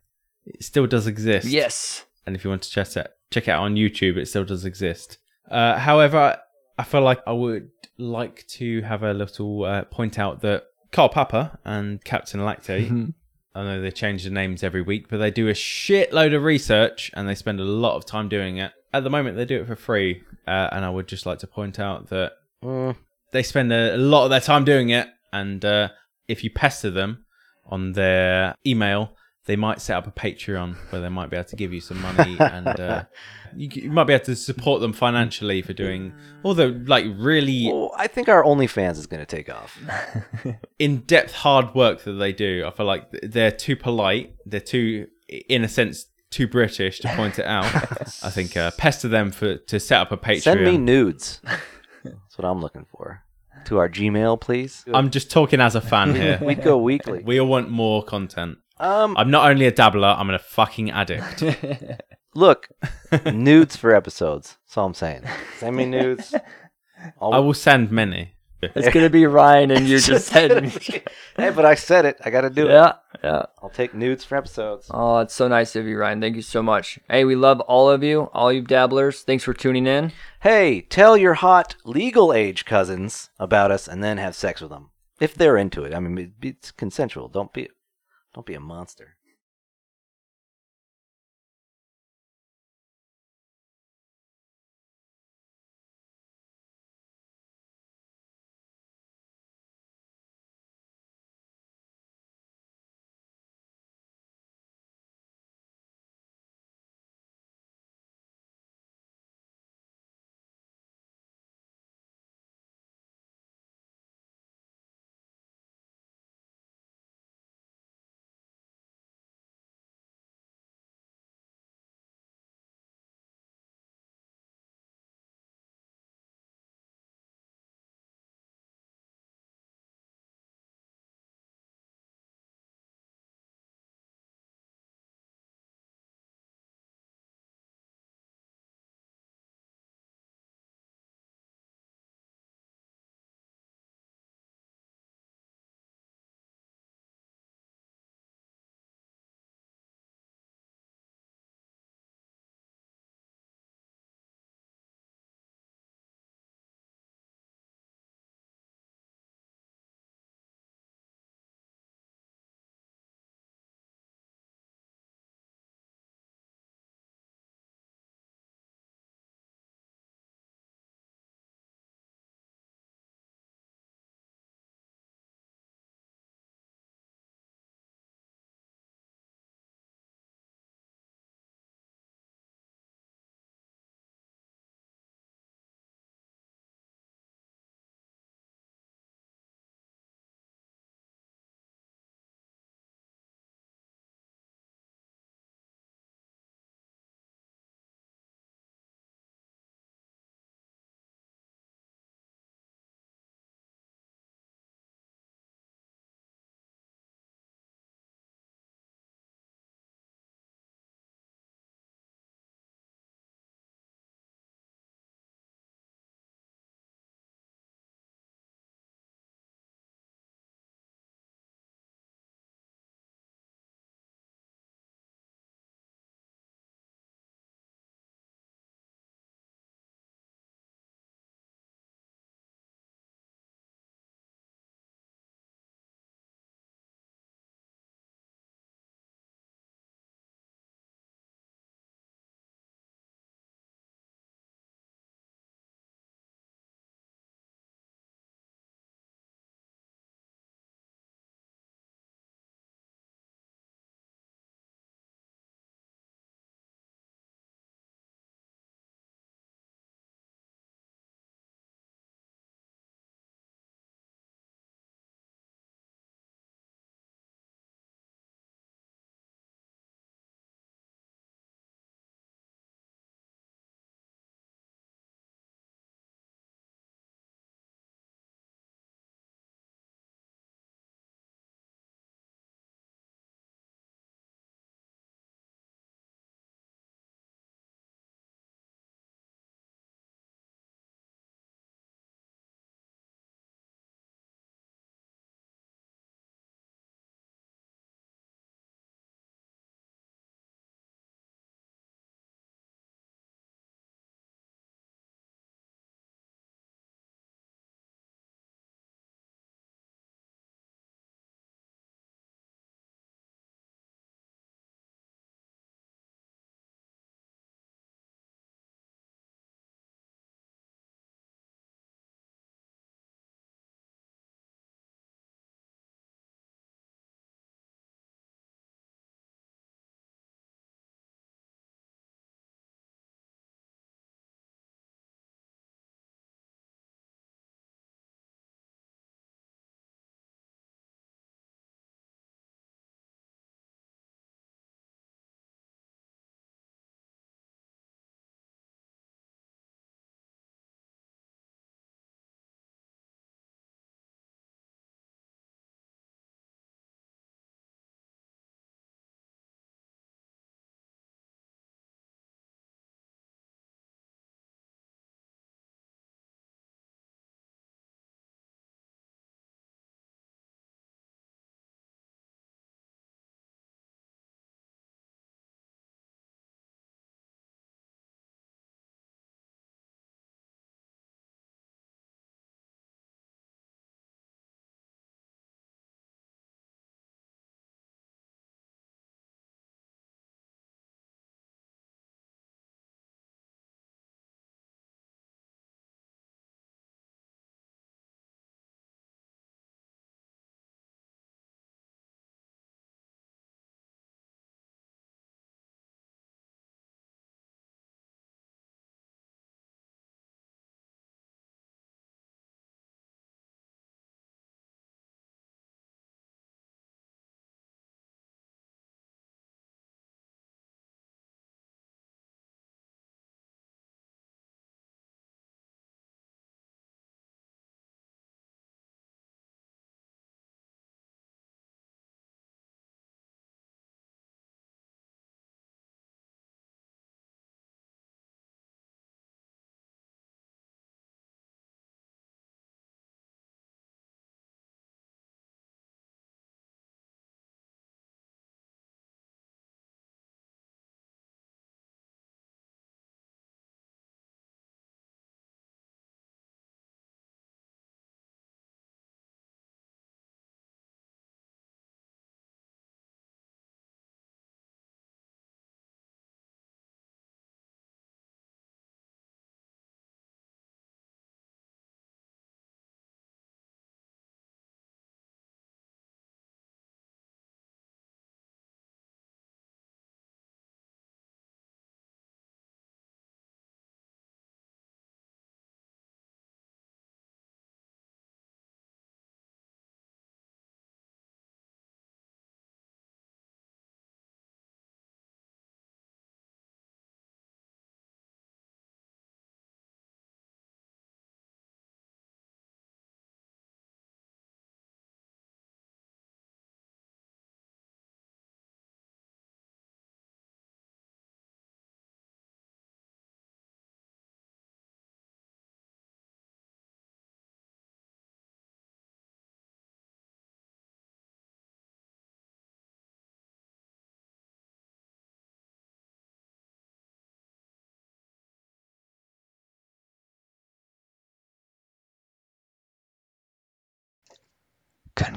Speaker 1: it still does exist.
Speaker 2: yes,
Speaker 1: And if you want to check it, check it out on YouTube, it still does exist. Uh, however, I- I feel like I would like to have a little uh, point out that Carl Papa and Captain Lactate I know they change the names every week, but they do a shitload of research and they spend a lot of time doing it. At the moment, they do it for free, uh, and I would just like to point out that
Speaker 3: Mm,
Speaker 1: they spend a, a lot of their time doing it. And uh, if you pester them on their email, they might set up a Patreon where they might be able to give you some money, and uh, you, c- you might be able to support them financially for doing all the like really
Speaker 3: well, Oh, I think our OnlyFans is going to take off.
Speaker 1: in-depth hard work that they do. I feel like th- they're too polite. They're too, in a sense, too British to point it out. I think uh, pester them for to set up a Patreon.
Speaker 3: Send me nudes. That's what I'm looking for. To our Gmail, please.
Speaker 1: I'm just talking as a fan here.
Speaker 3: We'd go weekly.
Speaker 1: we all want more content.
Speaker 3: Um,
Speaker 1: I'm not only a dabbler. I'm a fucking addict.
Speaker 3: look, nudes for episodes. That's all I'm saying. Send me nudes. I'll-
Speaker 1: I will send many.
Speaker 2: it's gonna be Ryan, and you're just heading.
Speaker 3: hey, but I said it. I got to do it.
Speaker 2: yeah, yeah.
Speaker 3: I'll take nudes for episodes.
Speaker 2: Oh, it's so nice of you, Ryan. Thank you so much. Hey, we love all of you, all you dabblers. Thanks for tuning in.
Speaker 3: Hey, tell your hot legal age cousins about us, and then have sex with them if they're into it. I mean, it- it's consensual. Don't be, don't be a monster.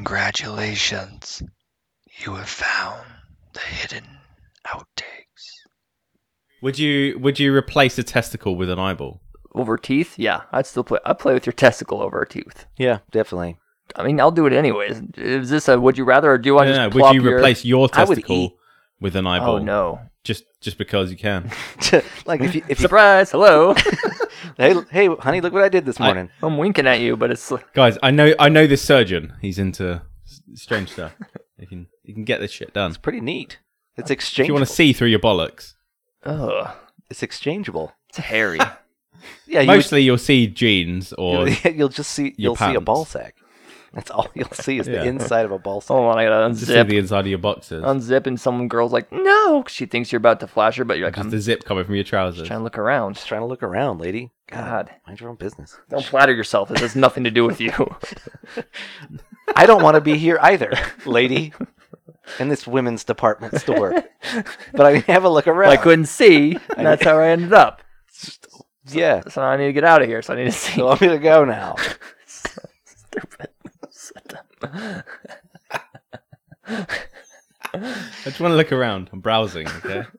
Speaker 2: Congratulations. You have found the hidden outtakes.
Speaker 1: Would you would you replace a testicle with an eyeball?
Speaker 2: Over teeth? Yeah, I'd still play. I'd play with your testicle over a tooth.
Speaker 3: Yeah, definitely.
Speaker 2: I mean, I'll do it anyways. Is this a would you rather or do I
Speaker 1: No,
Speaker 2: just
Speaker 1: no,
Speaker 2: plop
Speaker 1: Would you
Speaker 2: your-
Speaker 1: replace your
Speaker 3: I would eat-
Speaker 1: testicle with an eyeball?
Speaker 2: Oh no!
Speaker 1: Just just because you can.
Speaker 3: like if you, if you,
Speaker 2: Surprise! Hello.
Speaker 3: hey hey honey, look what I did this
Speaker 1: I-
Speaker 3: morning.
Speaker 2: I'm winking at you, but it's
Speaker 1: Guys, I know I know this surgeon. He's into s- strange stuff. He can he can get this shit done.
Speaker 3: it's pretty neat. It's
Speaker 1: If you
Speaker 3: exchangeable.
Speaker 1: want to see through your bollocks,
Speaker 2: ugh,
Speaker 3: it's exchangeable.
Speaker 2: it's hairy.
Speaker 3: Yeah, you would-
Speaker 1: mostly you'll see jeans or
Speaker 3: you'll, you'll just see you'll see a
Speaker 1: pants.
Speaker 3: ball sack. That's all you'll see is
Speaker 1: Yeah.
Speaker 3: the inside of a ball sack.
Speaker 2: Hold on, I gotta
Speaker 1: just see
Speaker 2: unzip.
Speaker 1: the inside of your boxers.
Speaker 2: Unzip, and some girl's like, "No," 'cause she thinks you're about to flash her, but you're like,
Speaker 1: Just
Speaker 2: "I'm
Speaker 1: the zip coming from your
Speaker 2: just
Speaker 1: trousers.
Speaker 2: trying to look around."
Speaker 1: Oh.
Speaker 3: Just trying to look around, lady.
Speaker 2: God,
Speaker 3: mind your own business.
Speaker 2: don't flatter yourself. This has nothing to do with you.
Speaker 3: I don't want to be here either, lady, in this women's department store. But I can have a look around.
Speaker 2: I couldn't see, and that's how I ended up.
Speaker 3: yeah.
Speaker 2: So now I need to get out of here. So I need to see.
Speaker 3: So I'm gonna go now.
Speaker 2: Stupid. Sit down.
Speaker 1: I just want to look around. I'm browsing. Okay.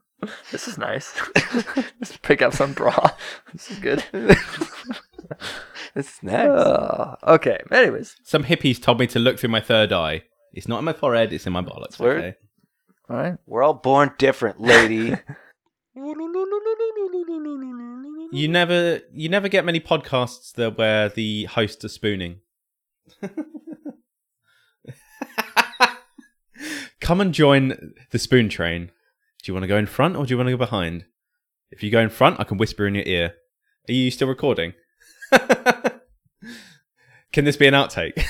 Speaker 2: This is nice. Just pick up some bra. This is good.
Speaker 3: This is nice.
Speaker 2: Uh, okay. Anyways,
Speaker 1: Some hippies told me to look through my third eye. It's not in my forehead. It's in my bollocks.
Speaker 3: Word.
Speaker 1: Okay.
Speaker 2: all right.
Speaker 3: We're all born different, lady.
Speaker 1: You never you never get many podcasts that where the hosts are spooning. Come and join the spoon train. Do you want to go in front or do you want to go behind? If you go in front, I can whisper in your ear. Are you still recording? can this be an outtake?